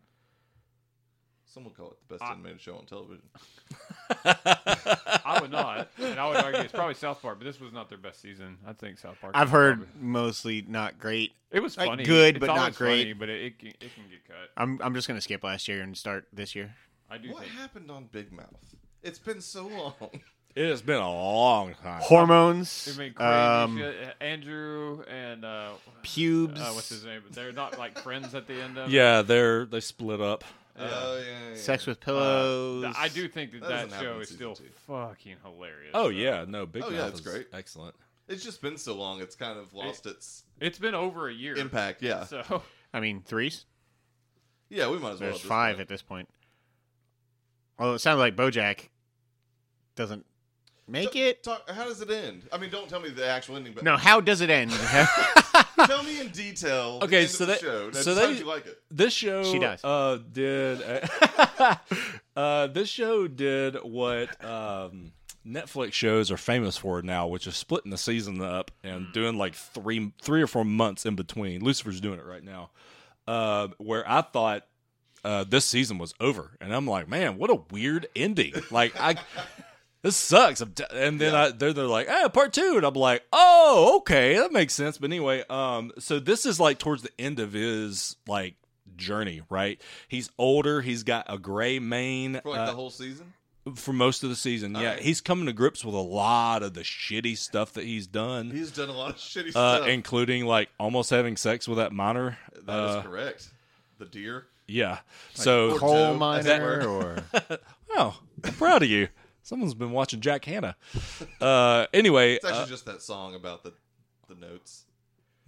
Speaker 4: Some would call it the best
Speaker 1: I-
Speaker 4: animated show on television.
Speaker 1: I would not, and I would argue it's probably South Park, but this was not their best season. I think South Park.
Speaker 3: I've
Speaker 1: was
Speaker 3: heard
Speaker 1: probably-
Speaker 3: mostly not great.
Speaker 1: it was
Speaker 3: like,
Speaker 1: funny,
Speaker 3: good,
Speaker 1: It's
Speaker 3: but not
Speaker 1: always
Speaker 3: great.
Speaker 1: funny, but it, it can it can get cut.
Speaker 3: I'm I'm just gonna skip last year and start this year.
Speaker 1: I do
Speaker 4: What
Speaker 1: think
Speaker 4: happened on Big Mouth? It's been so long.
Speaker 2: It has been a long time.
Speaker 1: they
Speaker 3: Hormones,
Speaker 1: made crazy
Speaker 3: um,
Speaker 1: shit. Andrew and uh,
Speaker 3: pubes.
Speaker 1: uh, what's his name? But they're not like friends at the end of it.
Speaker 2: Yeah, they're they split up.
Speaker 4: Oh yeah. yeah, yeah.
Speaker 3: Sex with
Speaker 1: Uh,
Speaker 3: pillows.
Speaker 1: th- I do think that
Speaker 4: That
Speaker 1: that,
Speaker 4: doesn't happen
Speaker 1: show
Speaker 4: in
Speaker 1: is still
Speaker 4: season two.
Speaker 1: fucking hilarious.
Speaker 2: Oh
Speaker 1: though.
Speaker 2: yeah, no, Big
Speaker 4: Oh,
Speaker 2: Mouth
Speaker 4: yeah, it's
Speaker 2: is
Speaker 4: great.
Speaker 2: excellent.
Speaker 4: It's just been so long. It's kind of lost its
Speaker 1: it's been over a year.
Speaker 4: impact. Yeah.
Speaker 1: So
Speaker 3: I mean threes.
Speaker 4: yeah. We might as well.
Speaker 3: There's
Speaker 4: at this
Speaker 3: five
Speaker 4: point.
Speaker 3: at this point. Although it sounds like BoJack doesn't make
Speaker 4: Ta-
Speaker 3: it.
Speaker 4: Talk, how does it end? I mean, don't tell me the actual ending, but
Speaker 3: No, how does it end?
Speaker 4: tell me in detail.
Speaker 2: Okay,
Speaker 4: the end
Speaker 2: so
Speaker 4: of the
Speaker 2: they-
Speaker 4: show. Now,
Speaker 2: so
Speaker 4: how
Speaker 2: they-
Speaker 4: did you like it?
Speaker 2: This show
Speaker 3: She does.
Speaker 2: uh did uh this show did what um Netflix shows are famous for now, which is splitting the season up and doing like three three or four months in between. Lucifer's doing it right now. Uh where I thought uh this season was over and I'm like, "Man, what a weird ending." Like I this sucks. I'm t- and then I, they're, they're like, ah, part two. And I'm like, oh, okay, that makes sense. But anyway, um, so this is like towards the end of his like journey, right? He's older. He's got a gray mane
Speaker 4: For like
Speaker 2: uh,
Speaker 4: the whole season.
Speaker 2: for most of the season. Yeah,
Speaker 4: right.
Speaker 2: he's coming to grips with a lot of the shitty stuff that he's done,
Speaker 4: He's done a lot of shitty
Speaker 2: uh,
Speaker 4: stuff.
Speaker 2: including like almost having sex with that minor.
Speaker 4: That is
Speaker 2: Uh,
Speaker 4: correct. The deer.
Speaker 2: yeah. so
Speaker 3: Coal
Speaker 4: Two.
Speaker 3: miner or
Speaker 2: oh, I'm proud of you. Someone's been watching Jack Hanna. Uh, anyway,
Speaker 4: It's actually
Speaker 2: uh,
Speaker 4: just that song about the the notes.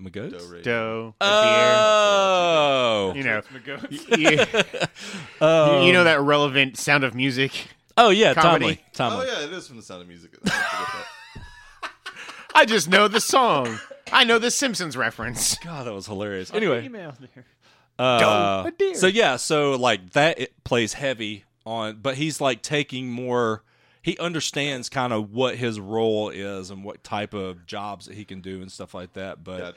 Speaker 2: Magoats?
Speaker 4: Do re.
Speaker 3: dough.
Speaker 2: Oh,
Speaker 3: beer. You know,
Speaker 1: it's McGoats.
Speaker 3: you,
Speaker 2: Um,
Speaker 3: you know that relevant sound of music.
Speaker 2: Oh yeah,
Speaker 3: comedy.
Speaker 2: Tommy. Tommy.
Speaker 4: Oh yeah, it is from the Sound of Music. I forget
Speaker 3: I just know the song. I know the Simpsons reference.
Speaker 2: God, that was hilarious. Anyway,
Speaker 1: email there.
Speaker 2: uh,
Speaker 3: Dope, a deer.
Speaker 2: so yeah, so like that it plays heavy on, but he's like taking more. He understands kind of what his role is and what type of jobs that he can do and stuff like that. But
Speaker 4: that.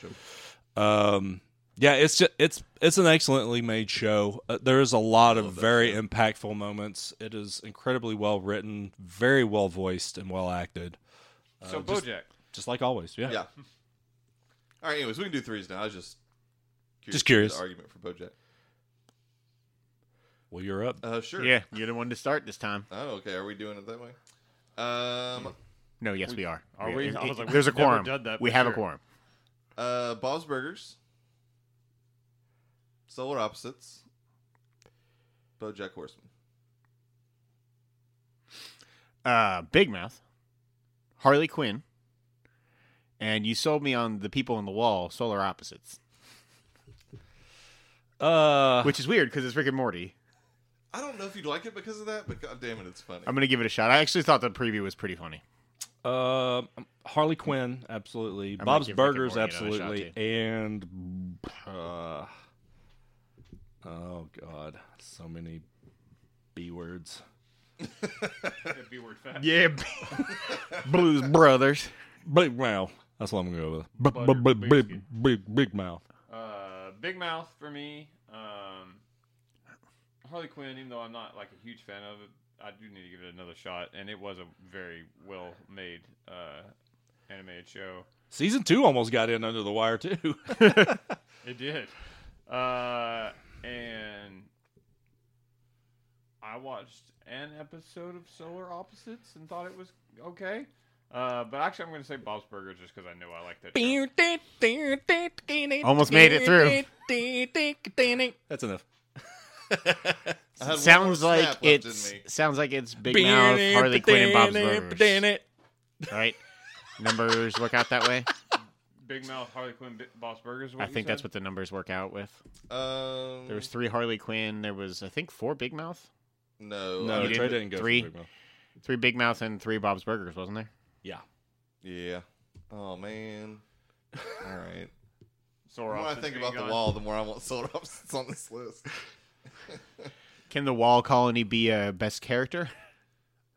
Speaker 4: Gotcha.
Speaker 2: um yeah it's just it's it's an excellently made show uh, there is a lot of very impactful moments it is incredibly well written very well voiced and well acted
Speaker 3: Uh,
Speaker 1: So
Speaker 2: just-
Speaker 1: BoJack.
Speaker 2: just like always yeah,
Speaker 4: Yeah. All right. Anyways, we can do threes now. I was just curious
Speaker 2: Just curious.
Speaker 4: about the argument for BoJack.
Speaker 2: well you're up
Speaker 4: Uh, sure.
Speaker 3: Yeah, you're the one to start this time.
Speaker 4: Oh, okay. Are we doing it that way? Um,
Speaker 3: No, yes, we, are.
Speaker 1: Are we?
Speaker 3: It-
Speaker 1: I was
Speaker 3: it-
Speaker 1: like,
Speaker 3: there's a
Speaker 1: we've never
Speaker 3: quorum.
Speaker 1: done that
Speaker 3: we
Speaker 1: for
Speaker 3: have a
Speaker 1: sure.
Speaker 3: quorum.
Speaker 4: uh, Bob's Burgers, Solar Opposites, BoJack Horseman.
Speaker 3: Uh, Big Mouth, Harley Quinn, and you sold me on the people on the wall, Solar Opposites,
Speaker 2: uh
Speaker 3: which is weird because it's Rick and Morty.
Speaker 4: I don't know if you'd like it because of that, but god damn it, it's funny.
Speaker 3: I'm gonna give it a shot. I actually thought the preview was pretty funny.
Speaker 2: um harley quinn absolutely
Speaker 3: might
Speaker 2: bob's
Speaker 3: give Rick and
Speaker 2: burgers
Speaker 3: Morty another shot,
Speaker 2: absolutely and uh oh god so many b words
Speaker 1: It'd be word fat.
Speaker 3: Yeah, Blues Brothers.
Speaker 2: big mouth that's what i'm gonna go
Speaker 1: Butter
Speaker 2: with big big
Speaker 1: biscuit.
Speaker 2: big, big mouth
Speaker 1: Uh, Big Mouth for me. Um, Harley Quinn, even though I'm not like a huge fan of it, I do need to give it another shot. And it was a very well made uh, animated show.
Speaker 2: Season two almost got in under the wire too.
Speaker 1: It did. Uh, and I watched an episode of Solar Opposites and thought it was okay. Uh, but actually, I'm going to say Bob's Burgers just because I know I like that. show.
Speaker 3: Almost made it through.
Speaker 2: That's enough.
Speaker 4: I had one more
Speaker 3: Sounds
Speaker 4: snap
Speaker 3: like
Speaker 4: left in
Speaker 3: it's
Speaker 4: me.
Speaker 3: sounds like it's Big Mouth, Harley Quinn, and Bob's Burgers. Right? Numbers work out that way.
Speaker 1: Big Mouth, Harley Quinn, Bi- Bob's Burgers. is What
Speaker 3: I
Speaker 1: you
Speaker 3: think that's
Speaker 1: said?
Speaker 3: what the numbers work out with.
Speaker 4: Um,
Speaker 3: There was three Harley Quinn. There was I think four Big Mouth,
Speaker 4: no,
Speaker 2: No,
Speaker 4: I
Speaker 2: Trey
Speaker 4: mean,
Speaker 3: did-
Speaker 2: didn't go for
Speaker 3: three?
Speaker 2: Big Mouth.
Speaker 3: three Big Mouth, and three Bob's Burgers, wasn't there?
Speaker 2: Yeah.
Speaker 4: yeah. Oh man. All right.
Speaker 1: Solar
Speaker 4: The more I
Speaker 1: Opposites
Speaker 4: think
Speaker 1: being
Speaker 4: about the
Speaker 1: gone.
Speaker 4: wall, the more I want solar opposites on this list.
Speaker 3: Can the Wall Colony be a best character?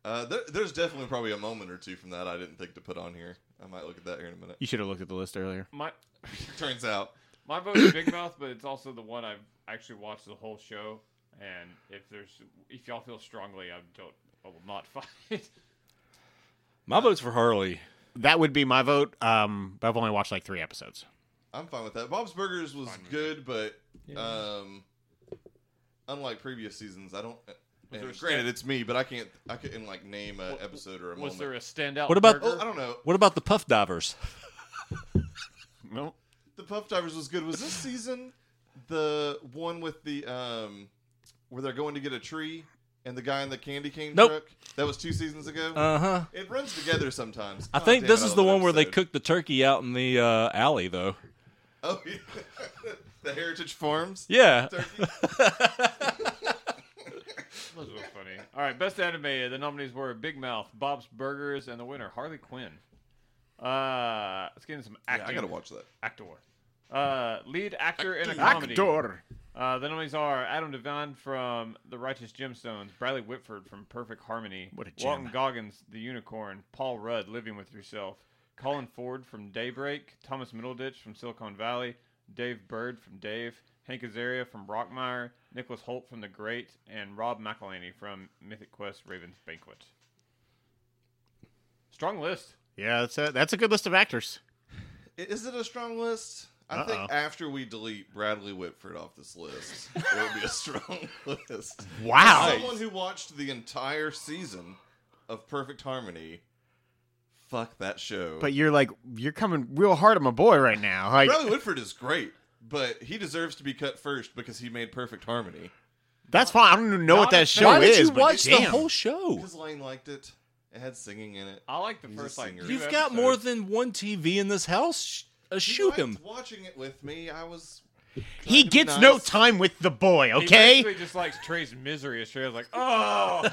Speaker 4: Uh, there, there's definitely probably a moment or two from that I didn't think to put on here. I might look at that here in a minute.
Speaker 3: You should have looked at the list earlier.
Speaker 1: My
Speaker 4: Turns out,
Speaker 1: my vote is Big Mouth, but it's also the one I've actually watched the whole show. And if there's if y'all feel strongly, I don't I will not fight.
Speaker 2: My vote's for Harley.
Speaker 3: That would be my vote. Um, but I've only watched like three episodes.
Speaker 4: I'm fine with that. Bob's Burgers was
Speaker 1: Fine with
Speaker 4: good, but um, unlike previous seasons, I don't. And
Speaker 1: there a
Speaker 4: granted,
Speaker 1: step-
Speaker 4: it's me, but I can't. I couldn't like name a
Speaker 1: Wa-
Speaker 4: episode or a
Speaker 1: Was
Speaker 4: moment.
Speaker 1: there a standout?
Speaker 2: What about-
Speaker 4: oh,
Speaker 1: burger?
Speaker 4: I don't know.
Speaker 2: What about the Puff Divers?
Speaker 3: No,
Speaker 4: The Puff Divers was good. Was this season the one with the um, where they're going to get a tree and the guy in the candy cane
Speaker 2: Nope.
Speaker 4: truck? That was two seasons ago.
Speaker 2: Uh huh.
Speaker 3: Uh-huh.
Speaker 4: it runs together sometimes.
Speaker 2: Oh, I
Speaker 4: God
Speaker 2: think
Speaker 4: damn
Speaker 2: this
Speaker 4: it, I
Speaker 2: is
Speaker 4: love
Speaker 2: the
Speaker 4: that
Speaker 2: one where they
Speaker 4: episode.
Speaker 2: cook the turkey out in the uh, alley, though.
Speaker 4: Oh, yeah. the Heritage Farms.
Speaker 2: Yeah.
Speaker 4: Turkey.
Speaker 1: Those were funny. All right, best animated. The nominees were Big Mouth, Bob's Burgers, and the winner Harley Quinn. Uh, let's get into some
Speaker 4: Yeah,
Speaker 1: acting.
Speaker 4: I gotta watch that.
Speaker 1: actor. Uh, lead actor in a comedy.
Speaker 3: actor.
Speaker 1: Uh, the nominees are Adam Devine from The Righteous Gemstones, Bradley Whitford from Perfect Harmony,
Speaker 3: What a gem.
Speaker 1: Walton Goggins, The Unicorn, Paul Rudd, Living with Yourself, Colin Ford from Daybreak, Thomas Middleditch from Silicon Valley, Dave Bird from Dave, Hank Azaria from Brockmire, Nicholas Holt from The Great, and Rob McElhaney from Mythic Quest Raven's Banquet. Strong list.
Speaker 3: Yeah, that's a that's a good list of actors.
Speaker 4: I- Is it a strong list? I
Speaker 2: Uh-uh.
Speaker 4: think
Speaker 3: Uh-oh.
Speaker 4: after we delete Bradley Whitford off this list, it will be a strong list.
Speaker 3: Wow.
Speaker 4: Someone who watched the entire season of Perfect Harmony, fuck that show.
Speaker 3: But you're like you're coming real hard on my boy right now. Like,
Speaker 4: Bradley Whitford is great, but he deserves to be cut first because he made Perfect Harmony.
Speaker 3: that's fine. I don't even know what
Speaker 1: Not a fan.
Speaker 3: that show
Speaker 2: Why
Speaker 3: is.
Speaker 2: did you
Speaker 3: but
Speaker 2: watch
Speaker 3: damn.
Speaker 2: the whole show?
Speaker 4: Because Lane liked it. It had singing in it.
Speaker 1: I like the
Speaker 4: He's a
Speaker 1: first like.
Speaker 4: singer.
Speaker 1: two
Speaker 2: You've got more
Speaker 1: episodes.
Speaker 2: than one TV in this house. Sh- uh,
Speaker 4: He
Speaker 2: Shoot
Speaker 4: liked
Speaker 2: him.
Speaker 4: Watching it with me, I was.
Speaker 3: He
Speaker 4: That'd be
Speaker 3: gets no
Speaker 4: nice.
Speaker 3: time with the boy.
Speaker 1: He
Speaker 3: Okay.
Speaker 1: basically just likes Trey's misery. As Trey's like, oh,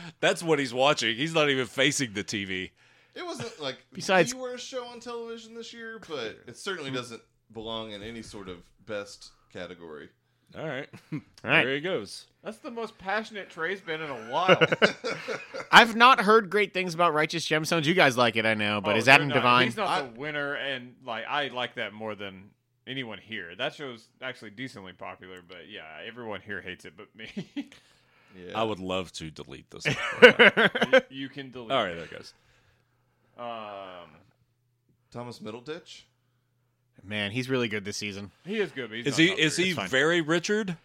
Speaker 2: That's what he's watching. He's not even facing the TV.
Speaker 4: It wasn't like
Speaker 3: Besides-
Speaker 4: you were a show on television this year, but it certainly doesn't belong in any sort of best category.
Speaker 2: All right.
Speaker 3: All right.
Speaker 2: There he goes.
Speaker 1: that's the most passionate Trey's been in a while.
Speaker 3: I've not heard great things about Righteous Gemstones. You guys like it, I know, but
Speaker 1: Oh,
Speaker 3: is
Speaker 1: they're
Speaker 3: Adam
Speaker 1: not-
Speaker 3: Devine?
Speaker 1: He's not the winner, and like I like that more than anyone here. That show's actually decently popular, but yeah, everyone here hates it, but me.
Speaker 4: Yeah.
Speaker 2: I would love to delete this.
Speaker 1: you can delete.
Speaker 2: All right, there it goes.
Speaker 1: it. Um,
Speaker 4: Thomas Middleditch.
Speaker 3: Man, he's really good this season.
Speaker 1: he is good. But he's
Speaker 2: Is
Speaker 1: not
Speaker 2: he
Speaker 1: top
Speaker 2: is
Speaker 1: three.
Speaker 2: he
Speaker 3: It's fine.
Speaker 2: very Richard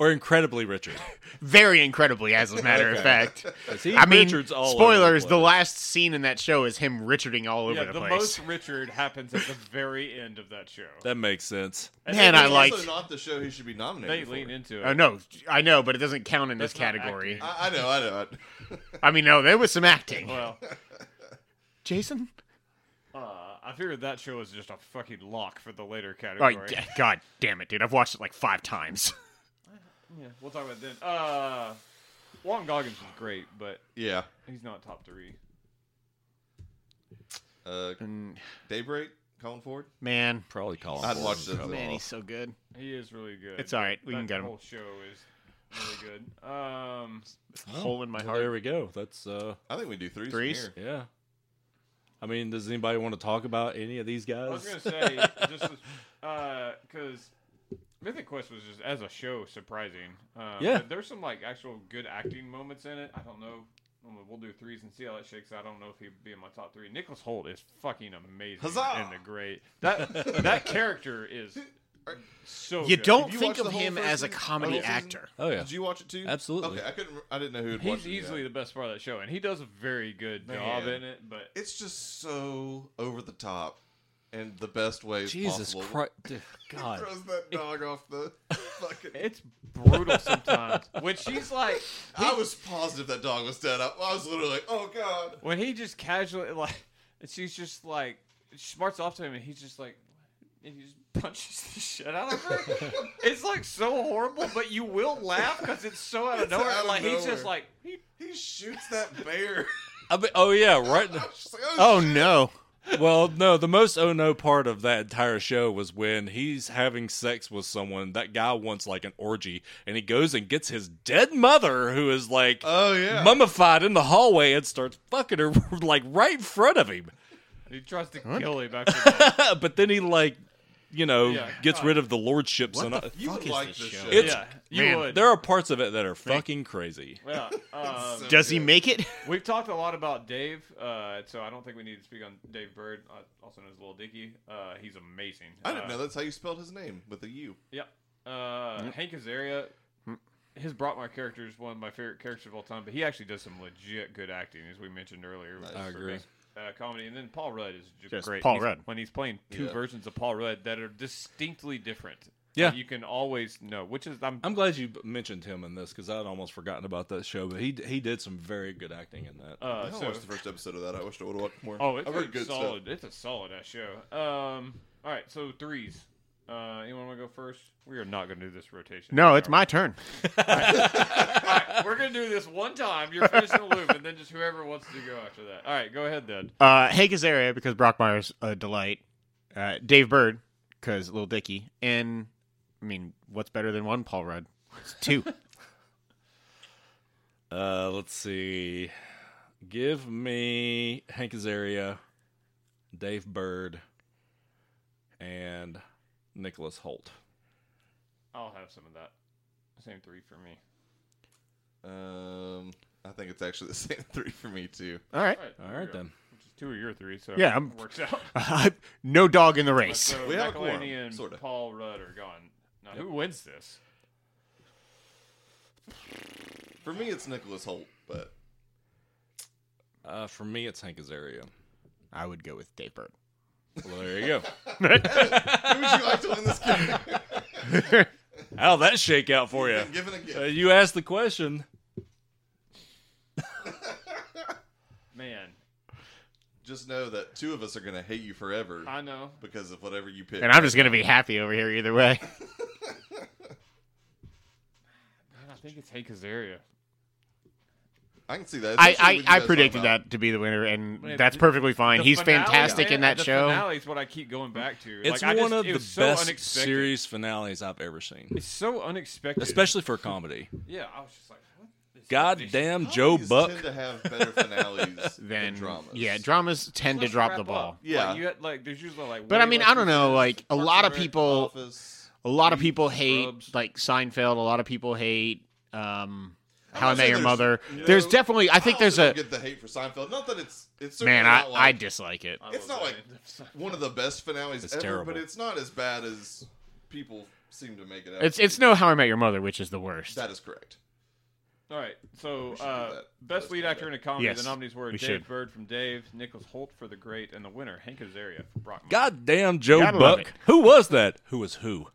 Speaker 2: or incredibly Richard?
Speaker 3: Very incredibly, as a matter of fact.
Speaker 2: 'Cause he
Speaker 3: I mean,
Speaker 2: Richards all over the
Speaker 3: spoilers. The,
Speaker 2: place.
Speaker 3: last scene in that show is him Richarding all over
Speaker 1: Yeah,
Speaker 3: the,
Speaker 1: the
Speaker 3: place.
Speaker 1: most Richard happens at the very end of that show.
Speaker 2: That makes sense.
Speaker 1: And
Speaker 3: Man,
Speaker 1: they-
Speaker 3: I
Speaker 4: It's
Speaker 3: like-
Speaker 4: also not the show he should be
Speaker 1: they
Speaker 4: nominated for.
Speaker 1: lean into it.
Speaker 3: Oh no, I know, but it doesn't count in
Speaker 1: That's
Speaker 3: this
Speaker 1: not
Speaker 3: category.
Speaker 4: I, I know, I know.
Speaker 3: I mean, no, there was some acting.
Speaker 1: Well,
Speaker 3: Jason,
Speaker 1: uh, I figured that show was just a fucking lock for the later
Speaker 3: oh,
Speaker 1: category.
Speaker 3: yeah, God damn it, dude! I've watched it like five times.
Speaker 1: Yeah, we'll talk about it then. Uh, Walton Goggins is great, but
Speaker 4: Yeah.
Speaker 1: he's not top three.
Speaker 4: Uh, Daybreak, Colin Ford.
Speaker 3: Man,
Speaker 2: Probably Colin.
Speaker 4: I'd
Speaker 2: Ford
Speaker 4: watch
Speaker 2: would
Speaker 4: this
Speaker 2: cut
Speaker 4: as
Speaker 2: him off.
Speaker 4: well.
Speaker 3: Oh, man, he's so good.
Speaker 1: He is really good.
Speaker 3: It's all right. We
Speaker 1: that
Speaker 3: can get him.
Speaker 1: whole show is really good. Um,
Speaker 3: Hole in my
Speaker 2: Well, there
Speaker 3: heart.
Speaker 2: we go. That's uh
Speaker 4: I think we do threes.
Speaker 3: Threes?
Speaker 4: From here.
Speaker 2: yeah. I mean, does anybody want to talk about any of these
Speaker 1: I
Speaker 2: guys?
Speaker 1: was gonna say just because Mythic Quest was just as a show surprising. Um,
Speaker 2: Yeah.
Speaker 1: but there's some like actual good acting moments in it. I don't know I mean, we'll do threes and see how that shakes out. I don't know if he'd be in my top three. Nicholas Holt is fucking amazing
Speaker 4: Huzzah!
Speaker 1: and the great. That that character is so.
Speaker 3: You
Speaker 1: good.
Speaker 3: don't
Speaker 4: Have you
Speaker 3: think
Speaker 4: watched
Speaker 3: of
Speaker 4: the whole
Speaker 3: him
Speaker 4: first
Speaker 3: as a
Speaker 4: season?
Speaker 3: comedy
Speaker 4: Whole season?
Speaker 3: actor.
Speaker 2: Oh yeah.
Speaker 4: Did you watch it too?
Speaker 2: Absolutely.
Speaker 4: Okay, I couldn't. rem- I didn't know who. Had watched
Speaker 1: He's
Speaker 4: it yet.
Speaker 1: easily the best part of that show, and he does a very good job
Speaker 4: Man.
Speaker 1: in it. But
Speaker 4: It's just so over the top, and the best way.
Speaker 2: Jesus
Speaker 4: possible.
Speaker 2: Christ, dude,
Speaker 4: He
Speaker 2: God.
Speaker 4: throws that dog off the fucking.
Speaker 1: it's brutal sometimes when she's like
Speaker 4: I was positive that dog was dead. I, I was literally like, "Oh God!"
Speaker 1: when he just casually like and she's just like she smarts off to him and he's just like and he just punches the shit out of her. it's like so horrible, but you will laugh because it's so out of
Speaker 4: It's
Speaker 1: nowhere.
Speaker 4: out of
Speaker 1: like he's just
Speaker 4: nowhere.
Speaker 1: like he-
Speaker 4: He shoots that bear.
Speaker 2: I mean, oh yeah, right.
Speaker 4: I was just like, "Oh,
Speaker 3: Oh no.
Speaker 2: well, no, the most oh no part of that entire show was when he's having sex with someone. That guy wants like an orgy, and he goes and gets his dead mother, who is like
Speaker 4: Oh, yeah.
Speaker 2: mummified in the hallway, and starts fucking her like right in front of him.
Speaker 1: he tries to kill him after that.
Speaker 2: but then he like, you know,
Speaker 1: Yeah,
Speaker 2: gets
Speaker 1: God.
Speaker 2: rid of the lordships and all.
Speaker 4: You
Speaker 3: Fuck
Speaker 4: would
Speaker 3: is
Speaker 4: like
Speaker 3: this
Speaker 4: this
Speaker 3: show?
Speaker 4: show.
Speaker 2: It's-
Speaker 1: Yeah, you
Speaker 3: Man,
Speaker 1: would.
Speaker 2: there are parts of it that are fucking crazy.
Speaker 1: Yeah, um,
Speaker 4: So
Speaker 3: Does he
Speaker 4: good.
Speaker 3: make it?
Speaker 1: We've talked a lot about Dave, uh, so I don't think we need to speak on Dave Bird, uh, also known as Little Dicky. Uh, he's amazing. Uh,
Speaker 4: I didn't know
Speaker 1: that.
Speaker 4: that's how you spelled his name with a U.
Speaker 1: Yeah. Uh, Hank Azaria,
Speaker 4: Hmm.
Speaker 1: his Brockmar character is one of my favorite characters of all time, but he actually does some legit good acting, as we mentioned earlier. with
Speaker 2: I
Speaker 1: for
Speaker 2: agree.
Speaker 1: best, Uh, comedy. And then Paul Rudd is just
Speaker 3: Yes,
Speaker 1: great.
Speaker 3: Paul
Speaker 1: He's-
Speaker 3: Rudd.
Speaker 1: When he's playing two
Speaker 4: Yeah.
Speaker 1: versions of Paul Rudd that are distinctly different.
Speaker 2: Yeah.
Speaker 1: You can always know, which is, I'm,
Speaker 2: I'm glad you mentioned him in this because I'd almost forgotten about that show, but he he did some very good acting in that.
Speaker 1: uh,
Speaker 4: I
Speaker 1: so,
Speaker 4: watched the first episode of that. I wish I would have watched more.
Speaker 1: oh, it's
Speaker 4: I've
Speaker 1: a
Speaker 4: heard good
Speaker 1: solid,
Speaker 4: stuff.
Speaker 1: it's a solid ass show. Um, all right. So threes. Uh, anyone want to go first? We are not going to do this rotation.
Speaker 3: No,
Speaker 1: Are
Speaker 3: it's
Speaker 1: we?
Speaker 3: my turn.
Speaker 1: All right, we're gonna do this one time. You're finishing the loop, and then just whoever wants to go after that. All right, go ahead then.
Speaker 3: Uh, Hank Azaria because Brockmire's a delight. Uh, Dave Bird because Little Dicky, and I mean, what's better than one Paul Rudd? It's two.
Speaker 2: Uh, let's see. Give me Hank Azaria, Dave Bird, and Nicholas Holt.
Speaker 1: I'll have some of that. Same three for me.
Speaker 4: Um, I think it's actually the same three for me too.
Speaker 3: All right.
Speaker 1: All right,
Speaker 2: All
Speaker 1: there we
Speaker 2: right
Speaker 1: go.
Speaker 2: then.
Speaker 1: Which is two of your three, so
Speaker 3: Yeah, I'm-
Speaker 1: it works out.
Speaker 3: Uh, no dog in the race.
Speaker 1: So
Speaker 4: We have a quorum,
Speaker 1: McElhaney and
Speaker 4: sorta.
Speaker 1: Paul Rudd are gone. Now, who wins this?
Speaker 4: For me, it's Nicholas Holt, but
Speaker 2: Uh, for me, it's Hank Azaria.
Speaker 3: I would go with Dave Bird.
Speaker 2: Well, there you go.
Speaker 4: who would you like to win this game?
Speaker 2: How'd that shake out for you?
Speaker 4: I'm giving a
Speaker 2: Uh,
Speaker 4: gift.
Speaker 2: you asked the question.
Speaker 1: Man,
Speaker 4: Just know that two of us are gonna hate you forever
Speaker 1: I know.
Speaker 4: because of whatever you pick.
Speaker 3: And I'm just gonna be happy over here either way.
Speaker 1: Man, I think it's Hank Azaria.
Speaker 4: I can see that. Especially
Speaker 3: I
Speaker 4: when you
Speaker 3: I, I
Speaker 4: guys
Speaker 3: predicted
Speaker 4: talk about-
Speaker 3: that to be the winner, and
Speaker 1: But
Speaker 3: that's
Speaker 1: the-
Speaker 3: perfectly fine.
Speaker 1: The
Speaker 3: He's
Speaker 1: finale,
Speaker 3: fantastic
Speaker 1: man,
Speaker 3: in that
Speaker 1: the
Speaker 3: show.
Speaker 1: Finale is what I keep going back to.
Speaker 2: It's
Speaker 1: like, I
Speaker 2: one
Speaker 1: just, it
Speaker 2: of the
Speaker 1: was so
Speaker 2: best
Speaker 1: unexpected.
Speaker 2: series finales I've ever seen,
Speaker 1: It's so unexpected.
Speaker 2: especially for comedy.
Speaker 1: yeah, I was just like, what? is this?
Speaker 2: Goddamn Joe
Speaker 4: Comedies
Speaker 2: Buck.
Speaker 4: tend to have better
Speaker 3: then
Speaker 4: finales than dramas.
Speaker 3: yeah, dramas tend to
Speaker 1: Let's
Speaker 3: drop
Speaker 1: wrap
Speaker 3: the
Speaker 1: up.
Speaker 3: ball.
Speaker 4: Yeah.
Speaker 1: like, you had, like there's usually like.
Speaker 3: But I
Speaker 1: way
Speaker 3: mean,
Speaker 1: less
Speaker 3: I don't know.
Speaker 1: reasons.
Speaker 3: Like a
Speaker 4: Parks
Speaker 3: lot of
Speaker 4: and Rec,
Speaker 3: people,
Speaker 4: Office.
Speaker 3: a lot of people hate
Speaker 1: Scrubs.
Speaker 3: like Seinfeld. A lot of people hate um,
Speaker 4: I'm
Speaker 3: How I
Speaker 4: not
Speaker 3: Met
Speaker 4: saying
Speaker 3: Your
Speaker 4: there's-
Speaker 3: Mother.
Speaker 4: no-
Speaker 3: There's definitely. I think
Speaker 4: also
Speaker 3: there's
Speaker 4: don't
Speaker 3: a
Speaker 4: get the hate for Seinfeld. Not that it's it's certainly
Speaker 3: man. I
Speaker 4: not
Speaker 3: I
Speaker 4: like
Speaker 3: dislike it.
Speaker 1: I
Speaker 4: it's
Speaker 1: love
Speaker 4: not like
Speaker 1: that.
Speaker 4: one of the best finales
Speaker 2: It's
Speaker 4: ever,
Speaker 2: terrible.
Speaker 4: but it's not as bad as people seem to make it out.
Speaker 3: It's it's no How I Met Your Mother, which is the worst.
Speaker 4: that is correct.
Speaker 1: All right. So,
Speaker 4: should do
Speaker 1: uh,
Speaker 4: that.
Speaker 1: best
Speaker 4: Let's
Speaker 1: lead
Speaker 4: do
Speaker 1: actor
Speaker 4: that.
Speaker 1: in a comedy.
Speaker 3: Yes,
Speaker 1: the nominees were
Speaker 3: we
Speaker 1: Dave
Speaker 3: should.
Speaker 1: Bird from Dave, Nicholas Holt for The Great, and the winner Hank Azaria for Brockman.
Speaker 2: Goddamn Joe
Speaker 3: Gotta love
Speaker 2: Buck.
Speaker 3: it.
Speaker 2: Who was that? Who was who?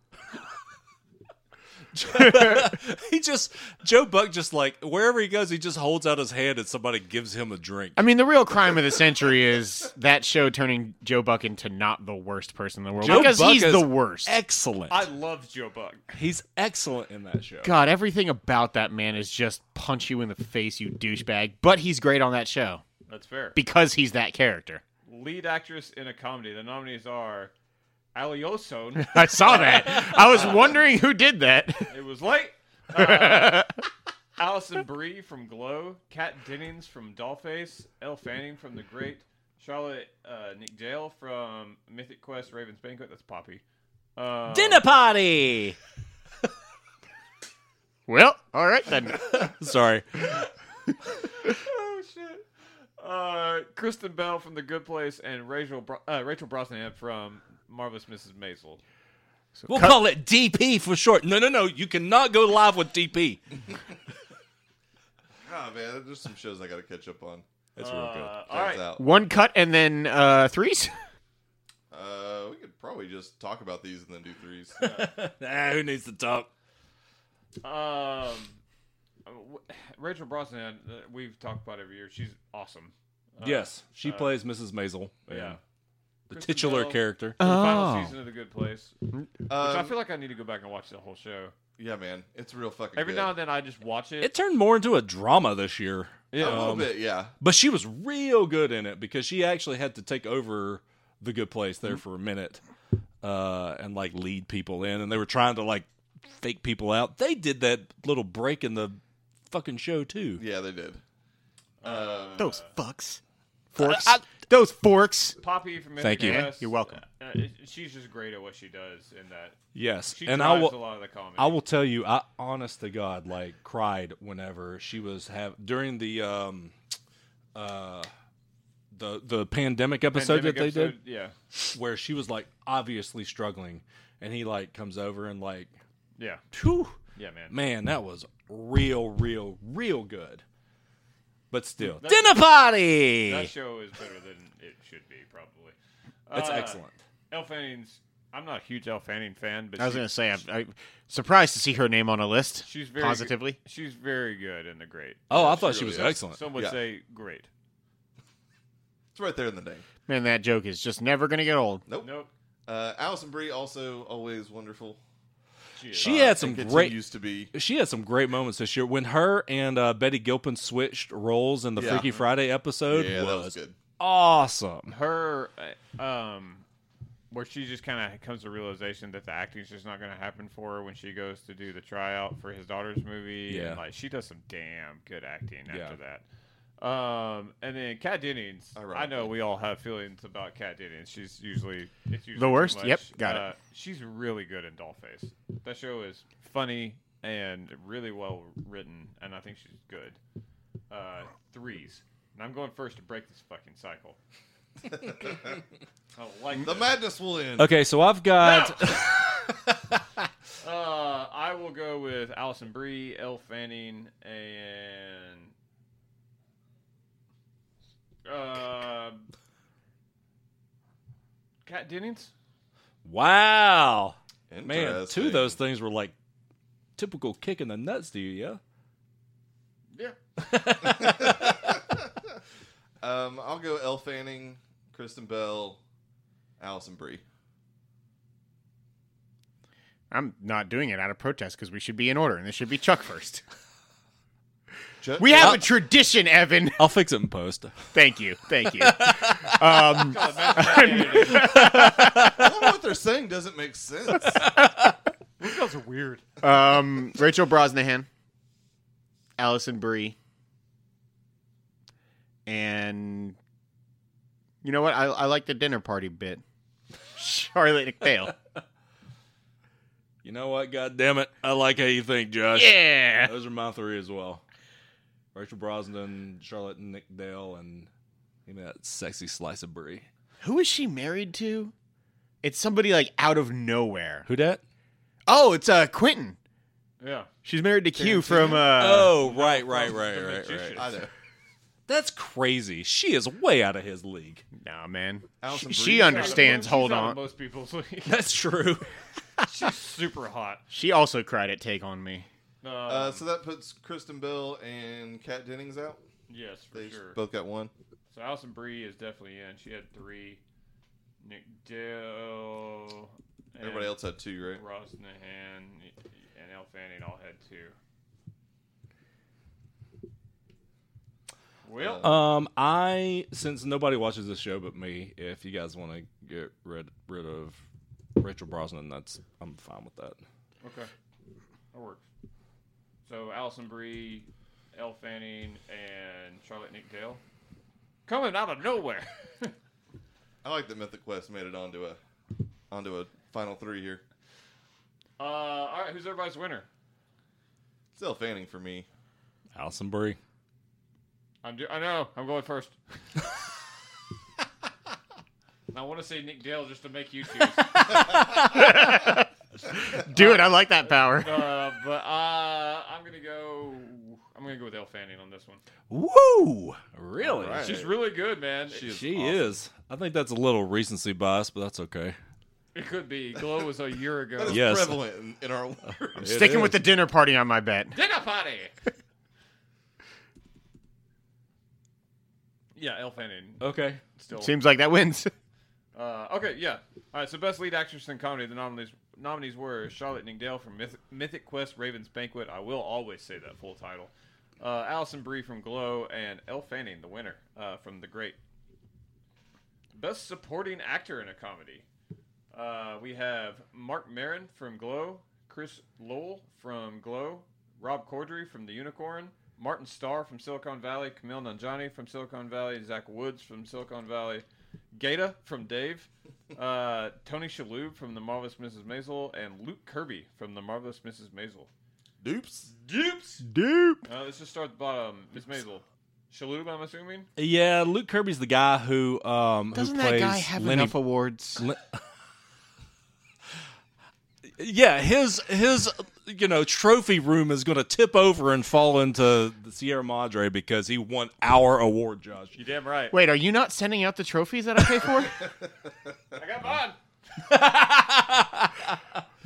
Speaker 2: he just Joe Buck just like wherever he goes, he just holds out his hand and somebody gives him a drink.
Speaker 3: I mean, the real crime of the century is that show turning Joe Buck into not the worst person in the world
Speaker 2: Joe
Speaker 3: because
Speaker 2: Buck
Speaker 3: he's
Speaker 2: is
Speaker 3: the worst.
Speaker 2: Excellent.
Speaker 1: I love Joe Buck.
Speaker 2: He's excellent in that show.
Speaker 3: God, everything about that man is just punch you in the face, you douchebag. But he's great on that show
Speaker 1: That's fair.
Speaker 3: because he's that character.
Speaker 1: lead actress in a comedy. The nominees are Alioson.
Speaker 3: I saw that. I was wondering who did that.
Speaker 1: it was late. Uh, Allison Brie from Glow, Kat Dennings from Dollface, Elle Fanning from The Great, Charlotte uh, Nick Dale from Mythic Quest Raven's Banquet. That's Poppy. Uh,
Speaker 2: Dinner party.
Speaker 3: Well, all right then.
Speaker 2: Sorry.
Speaker 1: Oh shit. Uh, Kristen Bell from The Good Place and Rachel Bro- uh, Rachel Brosnahan from Marvelous Mrs. Maisel.
Speaker 2: We'll call it DP for short. No, no, no. You cannot go live with DP.
Speaker 4: Ah, man, there's some shows I got to catch up on.
Speaker 2: That's real good.
Speaker 1: Uh, all
Speaker 4: Turns
Speaker 1: right,
Speaker 4: out.
Speaker 3: One cut and then uh, threes.
Speaker 4: Uh, we could probably just talk about these and then do threes.
Speaker 2: Nah, who needs to talk?
Speaker 1: Um, w- Rachel Brosnahan, uh, we've talked about every year. She's awesome. Uh,
Speaker 2: yes, she plays Mrs. Maisel,
Speaker 1: Yeah.
Speaker 2: yeah, the
Speaker 1: Kristen
Speaker 2: titular
Speaker 1: Bell,
Speaker 2: character.
Speaker 1: the
Speaker 3: Oh.
Speaker 1: Final season of The Good Place. Which I
Speaker 4: Um,
Speaker 1: feel like I need to go back and watch the whole show.
Speaker 4: yeah, man, it's real fucking.
Speaker 1: Every
Speaker 4: good.
Speaker 1: now and then I just watch it.
Speaker 2: It turned more into a drama this year.
Speaker 1: yeah.
Speaker 4: a little
Speaker 2: um,
Speaker 4: bit, yeah.
Speaker 2: But she was real good in it because she actually had to take over the good place
Speaker 1: Mm-hmm.
Speaker 2: there for a minute uh, and like lead people in. And they were trying to like fake people out. They did that little break in the fucking show too.
Speaker 4: Yeah, they did. Um,
Speaker 3: Those fucks. Forks.
Speaker 2: I-
Speaker 3: Those forks.
Speaker 1: Poppy from
Speaker 2: Thank you.
Speaker 1: NWS,
Speaker 3: You're welcome.
Speaker 1: Uh, it- she's just great at what she does in that.
Speaker 2: Yes.
Speaker 1: She
Speaker 2: and I
Speaker 1: drives a
Speaker 2: will.
Speaker 1: lot of the comedy.
Speaker 2: I will tell you, I honest to God, like cried whenever she was have during the um uh the the pandemic episode
Speaker 1: Pandemic
Speaker 2: that they
Speaker 1: episode, Yeah,
Speaker 2: did where she was like obviously struggling and he like comes over and like
Speaker 1: yeah,
Speaker 2: whew,
Speaker 1: yeah, man.
Speaker 2: man, that was real, real, real good. But still Dinner Party
Speaker 1: That
Speaker 2: That's,
Speaker 1: show is better than it should be, probably. Uh,
Speaker 2: excellent.
Speaker 1: Elle Fanning's. I'm not a huge Elle Fanning fan, but
Speaker 3: I was
Speaker 1: she-
Speaker 3: gonna say I'm, I'm surprised to see her name on a list.
Speaker 1: she's very
Speaker 3: positively.
Speaker 1: Good. She's very good in the great.
Speaker 2: Oh, I thought she
Speaker 4: really
Speaker 2: was
Speaker 4: is.
Speaker 2: excellent.
Speaker 1: Some would
Speaker 4: Yeah.
Speaker 1: say great.
Speaker 4: It's right there in the name.
Speaker 3: Man, that joke is just never gonna get old.
Speaker 4: Nope.
Speaker 1: Nope.
Speaker 4: Uh, Allison Brie also always wonderful.
Speaker 1: She is.
Speaker 2: she had some
Speaker 4: uh, And
Speaker 2: great
Speaker 4: Used to be.
Speaker 2: she had some great moments this year when her and uh, Betty Gilpin switched roles in the
Speaker 4: Yeah.
Speaker 2: Freaky Friday episode
Speaker 4: Yeah, that
Speaker 2: was,
Speaker 4: was good.
Speaker 2: awesome.
Speaker 1: her uh, um where she just kind of comes to realization that the acting's just not going to happen for her when she goes to do the tryout for his daughter's movie
Speaker 2: Yeah.
Speaker 1: and like she does some damn good acting
Speaker 2: Yeah.
Speaker 1: after that um and then Kat Dennings I know
Speaker 4: Ironically.
Speaker 1: we all have feelings about Kat Dennings she's usually it's usually
Speaker 3: The
Speaker 1: too
Speaker 3: worst?
Speaker 1: much.
Speaker 3: Yep, got it.
Speaker 1: uh, she's really good in Dollface that show is funny and really well written and I think she's good uh threes and I'm going first to break this fucking cycle I like
Speaker 4: The madness will end.
Speaker 2: Okay, so I've got
Speaker 1: Uh, I will go with Allison Brie, Elle Fanning, and uh, Kat Dennings.
Speaker 2: wow, man.
Speaker 4: Interesting.
Speaker 2: Two of those things were like typical kick in the nuts to you, yeah.
Speaker 1: Yeah,
Speaker 4: Um, I'll go Elle Fanning, Kristen Bell, Allison Brie.
Speaker 3: I'm not doing it out of protest because we should be in order, and this should be Chuck first.
Speaker 4: Chuck-
Speaker 3: We have a tradition, Evan.
Speaker 2: I'll fix it in post.
Speaker 3: Thank you, thank you. Um,
Speaker 4: I don't know what they're saying doesn't make sense.
Speaker 1: these guys are weird.
Speaker 3: um, Rachel Brosnahan, Allison Brie, and you know what? I, I like the dinner party bit. Charlotte McPhail.
Speaker 2: You know what? God damn it! I like how you think, Josh.
Speaker 3: Yeah.
Speaker 2: Those are my three as well. Rachel Brosnan, Charlotte Nickdale, and give me that sexy slice of brie.
Speaker 3: Who is she married to? It's somebody like out of nowhere.
Speaker 2: Who dat?
Speaker 3: Oh, it's uh Quentin.
Speaker 1: Yeah,
Speaker 3: She's married to Q from uh
Speaker 2: oh, right, right, right,
Speaker 1: the
Speaker 2: right, right.
Speaker 1: magician.
Speaker 4: I know.
Speaker 2: That's crazy. She is way out of his league.
Speaker 3: Nah, man.
Speaker 4: Allison
Speaker 3: She,
Speaker 4: Brie.
Speaker 3: she understands.
Speaker 1: She's
Speaker 3: Hold
Speaker 1: out of
Speaker 3: on.
Speaker 1: most people's league.
Speaker 2: That's true.
Speaker 1: she's super hot.
Speaker 3: She also cried at Take on Me.
Speaker 1: Um,
Speaker 4: Uh, so that puts Kristen Bell and Kat Dennings out.
Speaker 1: yes, for
Speaker 4: They
Speaker 1: sure.
Speaker 4: both got one.
Speaker 1: So Allison Brie is definitely in. She had three. Nick Dale. and-
Speaker 4: Everybody else had two, right?
Speaker 1: Rosnahan and El Fanning all had two. Well,
Speaker 4: Uh,
Speaker 2: Um, I since nobody watches this show but me, if you guys want to get rid rid of Rachel Brosnan, that's I'm fine with that.
Speaker 1: okay, that works. So Allison Brie, Elle Fanning, and Charlotte Nick Dale coming out of nowhere.
Speaker 4: I like that Mythic Quest made it onto a onto a final three here.
Speaker 1: uh, all right, who's everybody's winner?
Speaker 4: Still Fanning for me.
Speaker 2: Allison Brie.
Speaker 1: I'm do- I know. I'm going first. And I want to say Nick Dale just to make you choose.
Speaker 3: Do it. I like that power.
Speaker 1: Uh, but uh, I'm gonna go. I'm gonna go with Elle Fanning on this one.
Speaker 2: Woo! Really?
Speaker 4: All right.
Speaker 1: She's really good, man. She
Speaker 2: She is. I think that's a little recency bias, but that's okay.
Speaker 1: It could be. Glow was a year ago.
Speaker 4: That is
Speaker 2: Yes.
Speaker 4: prevalent in, in our world.
Speaker 3: Sticking with the dinner party on my bet.
Speaker 1: Dinner party. yeah, Elle Fanning.
Speaker 2: Okay.
Speaker 1: Still.
Speaker 3: Seems like that wins.
Speaker 1: Uh, okay, yeah. All right. So, best lead actress in comedy. The nominees nominees were Charlotte Ningdale from Myth- Mythic Quest: Raven's Banquet. I will always say that full title. Uh, Allison Brie from Glow and Elle Fanning, the winner uh, from The Great. Best supporting actor in a comedy. Uh, we have Mark Maron from Glow, Chris Lowell from Glow, Rob Corddry from The Unicorn, Martin Starr from Silicon Valley, Camille Nanjani from Silicon Valley, Zach Woods from Silicon Valley, Gata from Dave, uh, Tony Shalhoub from The Marvelous Mrs. Maisel, and Luke Kirby from The Marvelous Mrs. Maisel.
Speaker 4: Dupes.
Speaker 1: Dupes!
Speaker 3: Dupe.
Speaker 1: Uh, let's just start at the bottom. Miss Maisel. Shalhoub, I'm assuming?
Speaker 2: Yeah, Luke Kirby's the guy who um
Speaker 3: Doesn't
Speaker 2: who
Speaker 3: that
Speaker 2: plays
Speaker 3: guy have
Speaker 2: Lenny
Speaker 3: enough awards?
Speaker 2: Yeah, his his you know trophy room is going to tip over and fall into the Sierra Madre because he won our award, Josh.
Speaker 1: You damn right.
Speaker 3: Wait, are you not sending out the trophies that I pay for?
Speaker 1: I got mine!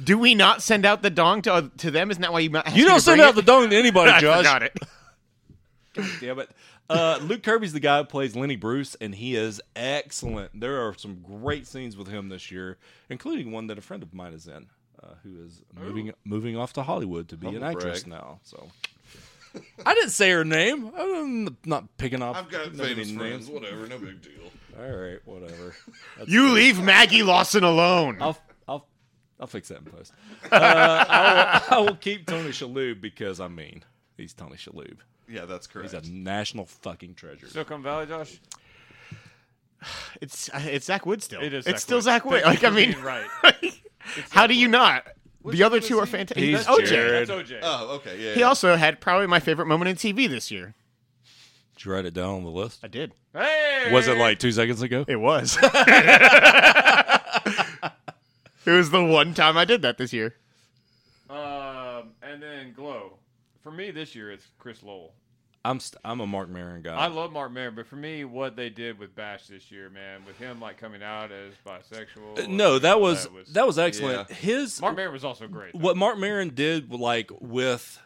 Speaker 3: Do we not send out the dong to, uh, to them? Isn't that why you?
Speaker 2: You don't send out the dong to anybody,
Speaker 3: I
Speaker 2: Josh.
Speaker 3: forgot it.
Speaker 2: Yeah, but uh, Luke Kirby's the guy who plays Lenny Bruce, and he is excellent. There are some great scenes with him this year, including one that a friend of mine is in, uh, who is moving moving off to Hollywood to be an
Speaker 4: Humble
Speaker 2: actress
Speaker 4: brag.
Speaker 2: now. So I didn't say her name. I'm not picking up.
Speaker 4: I've got
Speaker 2: nobody's
Speaker 4: famous
Speaker 2: names.
Speaker 4: friends. Whatever. No big deal.
Speaker 2: All right, whatever. That's
Speaker 3: You leave Maggie Lawson alone.
Speaker 2: I'll I'll I'll fix that in post. Uh, I, will, I will keep Tony Shalhoub because I mean he's Tony Shalhoub.
Speaker 4: Yeah, that's correct.
Speaker 2: He's a national fucking treasure.
Speaker 1: Silicon Valley, Josh?
Speaker 3: It's uh, it's Zach Wood still.
Speaker 1: It is Zach
Speaker 3: It's still
Speaker 1: Wood.
Speaker 3: Zach Wood.
Speaker 1: Thank
Speaker 3: Like
Speaker 1: you
Speaker 3: I
Speaker 1: for
Speaker 3: mean,
Speaker 1: being right.
Speaker 3: how do you not?
Speaker 4: Which
Speaker 3: The other
Speaker 4: one
Speaker 3: two
Speaker 4: is
Speaker 3: are
Speaker 4: he?
Speaker 3: fantastic.
Speaker 2: He's
Speaker 3: OJ.
Speaker 2: Jared.
Speaker 1: That's OJ.
Speaker 2: Uh.
Speaker 4: oh, okay. Yeah.
Speaker 3: He
Speaker 4: yeah.
Speaker 3: also had probably my favorite moment in TV this year.
Speaker 2: Did you write it down on the list?
Speaker 3: I did.
Speaker 1: Hey!
Speaker 2: Was it like two seconds ago?
Speaker 3: It was. it was the one time I did that this year.
Speaker 1: Um, and then Glow. For me this year, it's Chris Lowell.
Speaker 2: I'm st- I'm a Mark Maron guy.
Speaker 1: I love Mark Maron, but for me, what they did with Bash this year, man, with him like coming out as bisexual.
Speaker 2: Uh, no, that was
Speaker 1: that was-
Speaker 2: that was excellent.
Speaker 4: Yeah.
Speaker 2: His
Speaker 1: Mark Maron was also great. though.
Speaker 2: what Mark Maron did like with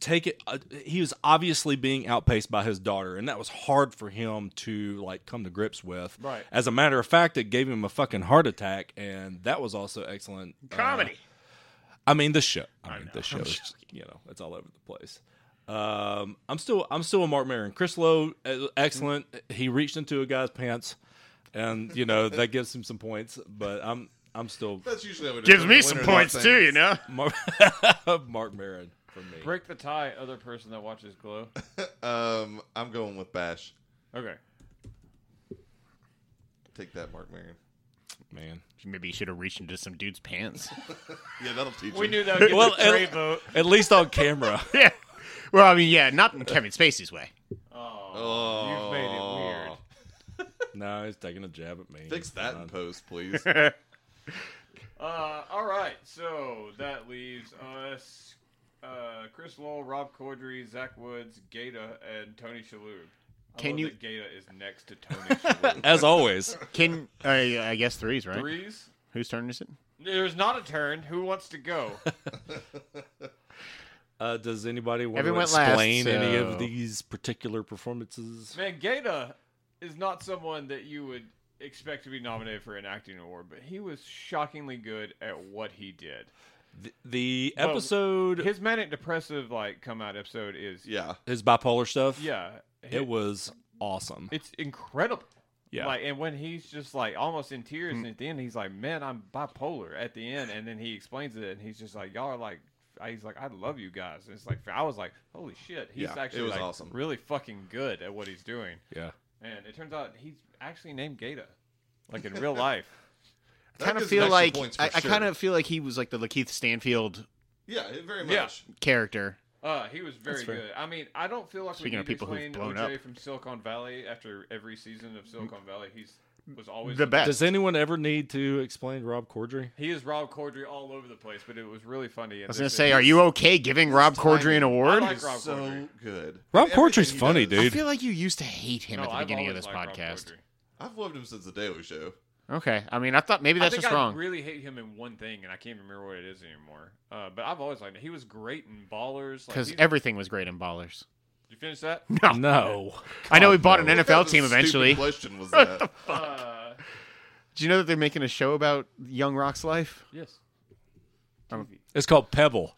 Speaker 2: take it uh, he was obviously being outpaced by his daughter and that was hard for him to like come to grips with
Speaker 1: Right.
Speaker 2: as a matter of fact it gave him a fucking heart attack and that was also excellent Uh, i mean this show i mean this show is you know it's all over the place um i'm still i'm still a mark maron chris lowe uh, excellent he reached into a guy's pants and you know that gives him some points but i'm i'm still
Speaker 4: That's usually how it
Speaker 3: Gives
Speaker 4: is.
Speaker 3: me
Speaker 4: The
Speaker 3: some
Speaker 4: winner
Speaker 3: points
Speaker 4: of
Speaker 3: too,
Speaker 4: things.
Speaker 3: you know.
Speaker 2: mark, mark maron for me
Speaker 1: Break the tie, other person that watches Glow.
Speaker 4: Um, I'm going with Bash.
Speaker 1: Okay.
Speaker 4: Take that, Mark Marion.
Speaker 2: man
Speaker 3: Maybe you should have reached into some dude's pants.
Speaker 4: Yeah, that'll teach
Speaker 1: We
Speaker 4: him.
Speaker 1: knew that would get
Speaker 2: Well,
Speaker 1: the trade
Speaker 2: and-
Speaker 1: vote.
Speaker 2: At least on camera.
Speaker 3: yeah. Well, I mean, yeah, not in Kevin Spacey's way.
Speaker 1: Oh, you've made it weird.
Speaker 2: no, he's taking a jab at me.
Speaker 4: Fix that in
Speaker 2: Uh,
Speaker 4: post, please.
Speaker 1: Uh, all right, so that leaves us uh, Chris Lowell, Rob Corddry, Zach Woods, Gata, and Tony Shalhoub. I
Speaker 3: Can
Speaker 1: love
Speaker 3: you-
Speaker 1: That Gata is next to Tony Shalhoub.
Speaker 2: As always.
Speaker 3: Can I I guess threes, right?
Speaker 1: Threes.
Speaker 3: Whose turn is it?
Speaker 1: There's not a turn. Who wants to go?
Speaker 2: Uh, does anybody want
Speaker 3: Everyone
Speaker 2: to
Speaker 3: went last,
Speaker 2: explain any
Speaker 3: so-
Speaker 2: of these particular performances?
Speaker 1: Man, Gata is not someone that you would expect to be nominated for an acting award, but he was shockingly good at what he did.
Speaker 2: The, the episode, his,
Speaker 1: His manic depressive like come out episode is
Speaker 4: yeah.
Speaker 2: bipolar stuff,
Speaker 1: yeah,
Speaker 2: it was awesome.
Speaker 1: it's incredible.
Speaker 2: Yeah.
Speaker 1: Like, and when he's just like almost in tears, and at the end he's like, "Man, I'm bipolar." At the end, and then he explains it, and he's just like, "Y'all are like," he's like, "I love you guys." And it's like I was like, "Holy shit!" He's
Speaker 4: Yeah, it
Speaker 1: actually
Speaker 4: was
Speaker 1: like
Speaker 4: awesome.
Speaker 1: really fucking good at what he's doing.
Speaker 2: yeah.
Speaker 1: And it turns out he's actually named Gata, like in real life.
Speaker 4: That
Speaker 3: kind of
Speaker 4: gives
Speaker 3: feel
Speaker 4: him extra
Speaker 3: like
Speaker 4: points for
Speaker 3: I, I
Speaker 4: sure.
Speaker 3: kind of feel like he was like the Lakeith Stanfield
Speaker 4: yeah, it very
Speaker 1: Yeah.
Speaker 4: much.
Speaker 3: character
Speaker 1: Uh, he was very
Speaker 2: fair.
Speaker 1: good. I mean, I don't feel like
Speaker 3: Speaking
Speaker 1: we
Speaker 3: of
Speaker 1: need
Speaker 3: people
Speaker 1: to
Speaker 3: who've
Speaker 1: explain
Speaker 3: blown
Speaker 1: OJ
Speaker 3: up.
Speaker 1: from Silicon Valley after every season of Silicon Valley. He's was always
Speaker 3: The best.
Speaker 2: Does anyone ever need to explain Rob Corddry?
Speaker 1: He is Rob Corddry all over the place, but it was really funny.
Speaker 3: I was gonna say, are you okay giving Rob Corddry an
Speaker 4: timing.
Speaker 3: award?
Speaker 1: I like
Speaker 4: He's
Speaker 1: Rob
Speaker 4: so
Speaker 1: Corddry.
Speaker 4: good.
Speaker 2: Rob
Speaker 4: And everything
Speaker 2: Corddry's
Speaker 4: he
Speaker 2: funny,
Speaker 3: I
Speaker 4: does.
Speaker 2: dude.
Speaker 3: feel like you used to hate him
Speaker 1: No,
Speaker 3: at the
Speaker 1: I've
Speaker 3: beginning of
Speaker 1: always
Speaker 3: this
Speaker 1: liked Rob
Speaker 3: podcast.
Speaker 1: Corddry.
Speaker 4: I've loved him since the Daily Show.
Speaker 3: Okay, I mean, I thought
Speaker 1: I
Speaker 3: maybe that's
Speaker 1: think
Speaker 3: just
Speaker 1: I
Speaker 3: wrong.
Speaker 1: really hate him in one thing, and I can't remember what it is anymore. Uh, but I've always liked him. He was great in Ballers. Like,
Speaker 3: because
Speaker 1: he-
Speaker 3: everything was great in Ballers.
Speaker 1: did you finish that?
Speaker 2: No.
Speaker 3: I know he bought
Speaker 2: no.
Speaker 3: an
Speaker 4: What kind
Speaker 3: NFL
Speaker 4: of
Speaker 3: team
Speaker 4: stupid
Speaker 3: eventually.
Speaker 4: Question was that?
Speaker 1: uh,
Speaker 3: Do you know that they're making a show about Young Rock's life?
Speaker 1: yes. TV.
Speaker 2: It's called Pebble.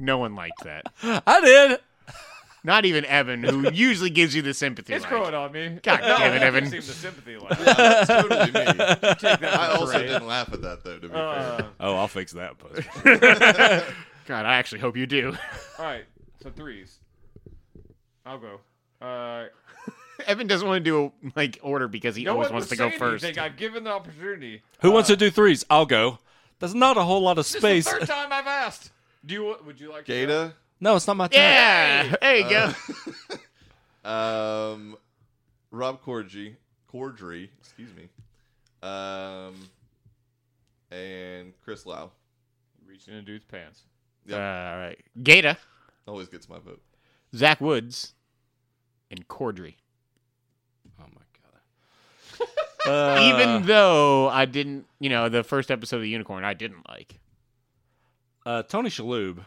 Speaker 3: No one liked that.
Speaker 2: I did.
Speaker 3: Not even Evan, who usually gives you the sympathy.
Speaker 1: It's
Speaker 3: like,
Speaker 1: growing on me. Oh,
Speaker 3: God damn it,
Speaker 1: I
Speaker 3: Evan.
Speaker 1: seem the sympathy line.
Speaker 4: That's totally me.
Speaker 1: Take that.
Speaker 4: I also
Speaker 1: Right.
Speaker 4: didn't laugh at that though. To be
Speaker 1: Uh,
Speaker 2: Oh, I'll fix that post.
Speaker 3: God, I actually hope you do.
Speaker 1: all right, so threes. I'll go. Uh,
Speaker 3: Evan doesn't want to do a, like order because he
Speaker 1: no
Speaker 3: always
Speaker 1: one
Speaker 3: wants to
Speaker 1: was
Speaker 3: go
Speaker 1: saying
Speaker 3: first.
Speaker 1: anything. I've given the opportunity.
Speaker 2: Who wants to do threes? I'll go. There's not a whole lot of
Speaker 1: This is
Speaker 2: space.
Speaker 1: the third time I've asked. Do you? Would you like to
Speaker 4: fair.
Speaker 1: go?
Speaker 4: Gata.
Speaker 2: No, it's not my time.
Speaker 3: Yeah, there you go.
Speaker 4: Um, Rob Corddry, Corddry, excuse me, um, and Chris Lau
Speaker 1: Reaching a dude's pants.
Speaker 4: yep.
Speaker 3: Uh, all right, Gata,
Speaker 4: always gets my vote.
Speaker 3: Zach Woods, and Cordry.
Speaker 2: Oh my god.
Speaker 3: Even though I didn't, you know, the first episode of the Unicorn, I didn't like.
Speaker 2: uh, Tony Shalhoub,
Speaker 3: No,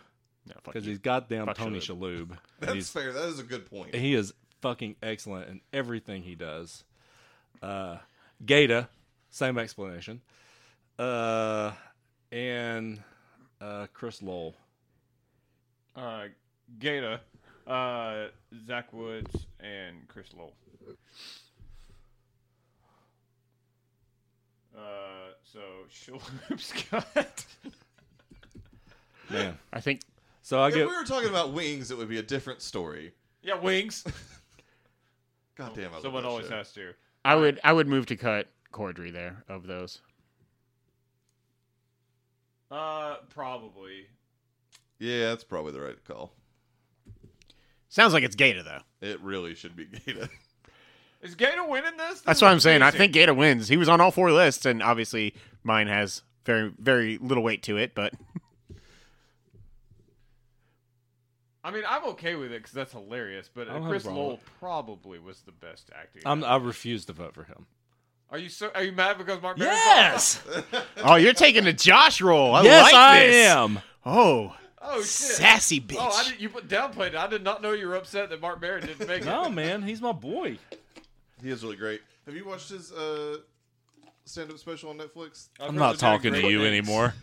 Speaker 3: fuck
Speaker 2: because
Speaker 3: you.
Speaker 2: he's goddamn
Speaker 3: Fuck
Speaker 2: Tony Shalhoub. and
Speaker 4: That's
Speaker 2: he's-
Speaker 4: fair. That is a good point.
Speaker 2: he is fucking excellent in everything he does. Uh, Gata, same explanation. Uh, and uh, Chris Lowell.
Speaker 1: Uh, Gata, uh, Zach Woods, and Chris Lowell. Uh, so Shalhoub Scott.
Speaker 2: Man.
Speaker 3: I think
Speaker 2: So I
Speaker 4: if
Speaker 2: get
Speaker 4: we were talking about wings, it would be a different story.
Speaker 1: yeah, wings.
Speaker 4: God damn, I love
Speaker 1: Someone
Speaker 4: that
Speaker 1: always
Speaker 4: show.
Speaker 1: has to.
Speaker 3: I would I would move to cut Cordry there of those.
Speaker 1: Uh, probably.
Speaker 4: Yeah, that's probably the right call.
Speaker 3: Sounds like it's Gata though.
Speaker 4: It really should be Gata.
Speaker 1: Is Gator winning this? This
Speaker 3: That's
Speaker 1: is
Speaker 3: what I'm saying. I
Speaker 1: amazing.
Speaker 3: think Gata wins. He was on all four lists, and obviously mine has very very little weight to it. But
Speaker 1: I mean, I'm okay with it because that's hilarious. But
Speaker 2: I don't have a
Speaker 1: Chris
Speaker 2: problem with Um,
Speaker 1: Lowell probably was the best acting.
Speaker 2: I'm, I refuse to vote for him.
Speaker 1: Are you so? Are you mad because Mark? Maron's
Speaker 2: Yes,
Speaker 3: oh, you're taking the Josh role. I
Speaker 2: yes,
Speaker 3: like
Speaker 2: I
Speaker 3: this.
Speaker 2: am.
Speaker 3: Oh,
Speaker 1: on? Oh shit!
Speaker 3: sassy bitch.
Speaker 1: Oh, I did, you put- downplayed it. I did not know you were upset that Mark Maron didn't make it.
Speaker 2: No, man, he's my boy.
Speaker 4: he is really great. Have you watched his uh, stand-up special on Netflix?
Speaker 1: I've
Speaker 2: I'm
Speaker 1: heard
Speaker 2: not
Speaker 1: they're doing
Speaker 2: talking to
Speaker 1: great
Speaker 2: you
Speaker 1: things.
Speaker 2: anymore.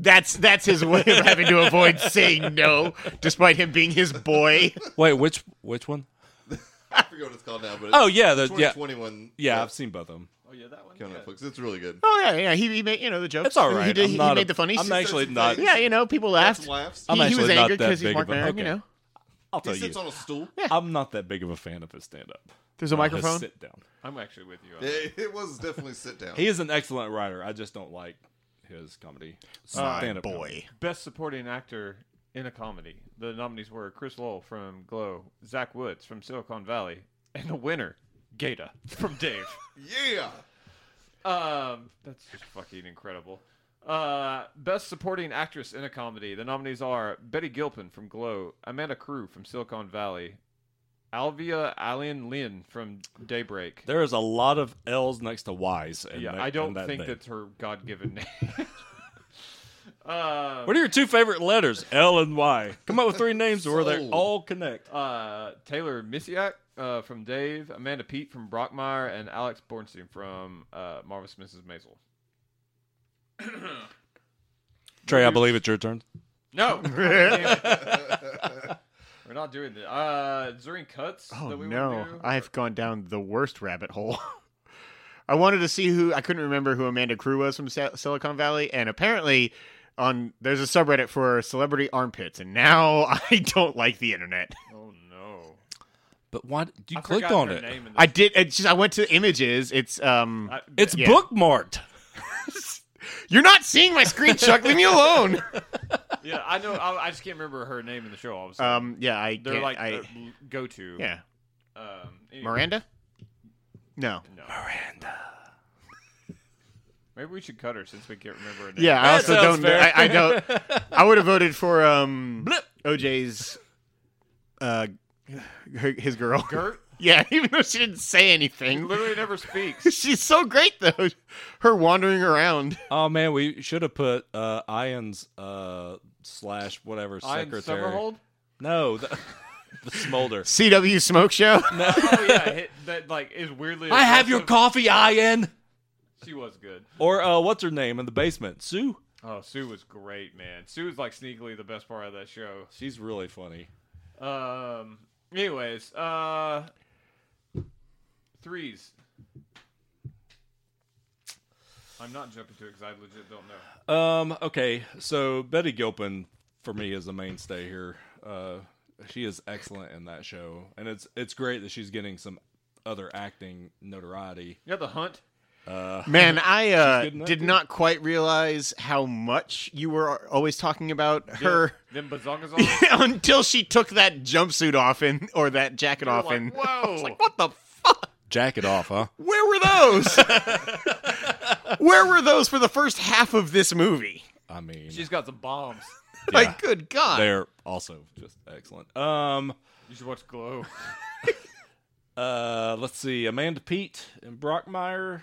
Speaker 3: that's that's his way of having to avoid saying no, despite him being his boy.
Speaker 2: Wait, which which one?
Speaker 4: I forget what it's called now, but it's
Speaker 2: Oh yeah, the, yeah,
Speaker 4: 2021.
Speaker 2: yeah. I've seen both of them.
Speaker 1: Oh yeah, that one.
Speaker 4: on
Speaker 1: yeah.
Speaker 4: Netflix. It's really good.
Speaker 3: Oh yeah, yeah. He, he made you know the jokes.
Speaker 2: It's all
Speaker 3: He-
Speaker 2: right.
Speaker 3: He, did,
Speaker 2: I'm
Speaker 3: he
Speaker 2: not a-
Speaker 3: made the funnies.
Speaker 2: I'm
Speaker 3: He-
Speaker 2: actually
Speaker 4: says
Speaker 2: not.
Speaker 4: he's
Speaker 3: yeah, you know, people laughed.
Speaker 4: Lots of laughs.
Speaker 2: I'm
Speaker 3: he, he
Speaker 2: actually
Speaker 3: was
Speaker 2: not
Speaker 3: angered
Speaker 2: that
Speaker 3: because he's
Speaker 2: big
Speaker 3: Mark
Speaker 2: of a-
Speaker 3: Maron. You
Speaker 2: okay.
Speaker 3: know,
Speaker 2: I'll
Speaker 4: He
Speaker 2: tell you,
Speaker 4: sits on a stool.
Speaker 2: I'm not that big of a fan of his stand up.
Speaker 3: there's a microphone.
Speaker 2: Sit down.
Speaker 1: I'm actually with you. On
Speaker 4: Yeah,
Speaker 1: that.
Speaker 4: it was definitely sit down.
Speaker 2: He is an excellent writer. I just don't like his comedy.
Speaker 3: My
Speaker 2: stand-up
Speaker 3: boy.
Speaker 2: comedy.
Speaker 1: Best supporting actor in a comedy. The nominees were Chris Lowell from Glow, Zach Woods from Silicon Valley, and the winner, Gata from Dave.
Speaker 4: yeah.
Speaker 1: Um, that's just fucking incredible. Uh, best supporting actress in a comedy. The nominees are Betty Gilpin from Glow, Amanda Crew from Silicon Valley, Alvia Allen Lynn from Daybreak.
Speaker 2: There is a lot of L's next to Y's. In
Speaker 1: yeah,
Speaker 2: that-
Speaker 1: I don't
Speaker 2: in that
Speaker 1: think
Speaker 2: name.
Speaker 1: that's her god-given name. uh,
Speaker 2: What are your two favorite letters? L and Y. Come up with three names where they
Speaker 4: Sold.
Speaker 2: all connect.
Speaker 1: uh, Taylor Misiak uh, from Dave, Amanda Pete from Brockmire, and Alex Bornstein from uh, Marvelous Mrs. Maisel.
Speaker 2: Trey, I believe it's your turn.
Speaker 1: No, God Oh, damn it. we're not doing that. Uh, during cuts.
Speaker 3: Oh
Speaker 1: that we
Speaker 3: no,
Speaker 1: Would do.
Speaker 3: I've gone down the worst rabbit hole. I wanted to see who I couldn't remember who Amanda Crew was from Sil- Silicon Valley, and apparently, on there's a subreddit for celebrity armpits, and now I don't like the internet.
Speaker 1: Oh no!
Speaker 2: But why d- you
Speaker 1: I
Speaker 2: clicked
Speaker 1: forgot
Speaker 2: on
Speaker 1: her
Speaker 2: it?
Speaker 1: name in the-
Speaker 3: I did. It's just I went to images. It's um.
Speaker 1: I-
Speaker 2: It's
Speaker 3: Yeah.
Speaker 2: bookmarked.
Speaker 3: You're not seeing my screen, Chuck. Leave me alone.
Speaker 1: yeah, I know. I, I just can't remember her name in the show. Obviously,
Speaker 3: Um, yeah, I.
Speaker 1: they're
Speaker 3: can't-
Speaker 1: like
Speaker 3: I,
Speaker 1: their go to.
Speaker 3: yeah,
Speaker 1: Um, anyway,
Speaker 3: Miranda. No.
Speaker 1: No.
Speaker 2: Miranda.
Speaker 1: Maybe we should cut her since we can't remember her name.
Speaker 3: Yeah, I
Speaker 2: That
Speaker 3: also
Speaker 2: sounds
Speaker 3: don't. know.
Speaker 2: fair.
Speaker 3: I, I don't. I would have voted for um
Speaker 2: Blip.
Speaker 3: OJ's, uh, her- his girl.
Speaker 1: Gert
Speaker 3: Yeah, even though she didn't say anything,
Speaker 1: literally never speaks.
Speaker 3: she's so great though. Her wandering around.
Speaker 2: Oh man, we should have put uh, Ian's uh, slash whatever
Speaker 1: Ian
Speaker 2: secretary.
Speaker 1: Summerhold.
Speaker 2: No, the, the smolder.
Speaker 3: CW smoke show.
Speaker 1: Oh yeah, hit, that like is weirdly.
Speaker 2: I have your
Speaker 1: aggressive.
Speaker 2: coffee, Ian.
Speaker 1: She was good.
Speaker 2: Or uh, what's her name in the basement? Sue.
Speaker 1: Oh, Sue was great, man. Sue was like sneakily the best part of that show.
Speaker 2: She's really funny.
Speaker 1: Um. Anyways, uh, threes. I'm not jumping to it because I legit don't know.
Speaker 2: Um. Okay. So Betty Gilpin for me is a mainstay here. Uh, she is excellent in that show, and it's it's great that she's getting some other acting notoriety.
Speaker 1: Yeah, the hunt.
Speaker 3: Man, I uh,
Speaker 2: good in that,
Speaker 3: did
Speaker 2: too.
Speaker 3: not quite realize how much you were always talking about her
Speaker 1: Yeah, them bazongas on.
Speaker 3: until she took that jumpsuit off and or that jacket off
Speaker 1: like,
Speaker 3: and I
Speaker 1: "Whoa."
Speaker 3: was like, what the fuck?
Speaker 2: Jacket off, huh?
Speaker 3: Where were those? Where were those for the first half of this movie?
Speaker 2: I mean,
Speaker 1: She's got some bombs.
Speaker 3: Like, good God.
Speaker 2: they're also just excellent. Um.
Speaker 1: You should watch Glow.
Speaker 2: Uh, let's see, Amanda Pete and Brockmeyer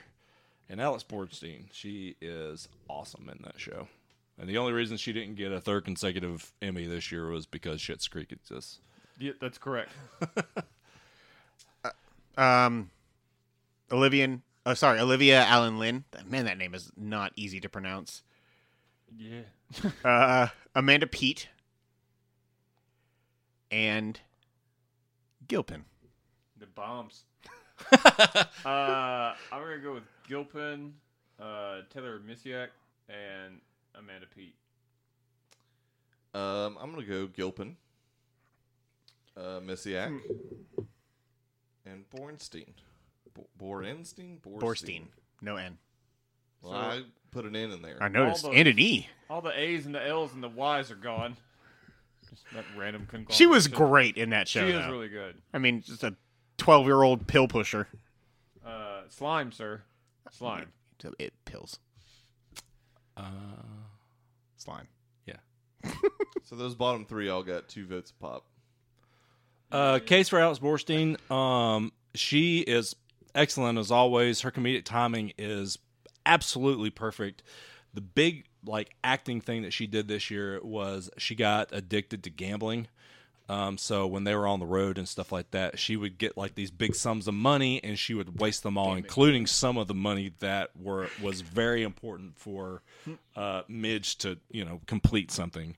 Speaker 2: and Alex Bornstein. She is awesome in that show. And the only reason she didn't get a third consecutive Emmy this year was because Shit's Creek exists.
Speaker 1: Yeah, that's correct.
Speaker 3: Um, Olivia, oh, sorry, Olivia Allen Lynn. Man, that name is not easy to pronounce.
Speaker 1: Yeah.
Speaker 3: Uh, Amanda Pete and Gilpin.
Speaker 1: The bombs. uh, I'm gonna go with Gilpin, uh, Taylor Misiak, and Amanda Pete.
Speaker 4: Um, I'm gonna go Gilpin, uh, Messiak, Hmm. and Bornstein. Bo- Borenstein?
Speaker 3: Borstein. No N.
Speaker 4: Well, I put an N in there.
Speaker 3: I noticed.
Speaker 1: All the-
Speaker 3: and an E.
Speaker 1: All the A's and the L's and the Y's are gone. Just that random conglomerate.
Speaker 3: She was
Speaker 1: shit.
Speaker 3: great in that
Speaker 1: She
Speaker 3: show.
Speaker 1: is
Speaker 3: though.
Speaker 1: really good.
Speaker 3: I mean, just a 12 year old pill pusher.
Speaker 1: Uh, slime, sir. Slime.
Speaker 3: So It pills.
Speaker 2: Uh,
Speaker 3: Slime.
Speaker 4: So those bottom three all got two votes a pop.
Speaker 2: uh, case for Alex Borstein. Um, she is excellent as always. Her comedic timing is absolutely perfect. The big like acting thing that she did this year was she got addicted to gambling. Um, so when they were on the road and stuff like that, she would get like these big sums of money and she would waste them all, including some of the money that were was very important for uh, Midge to you know complete something.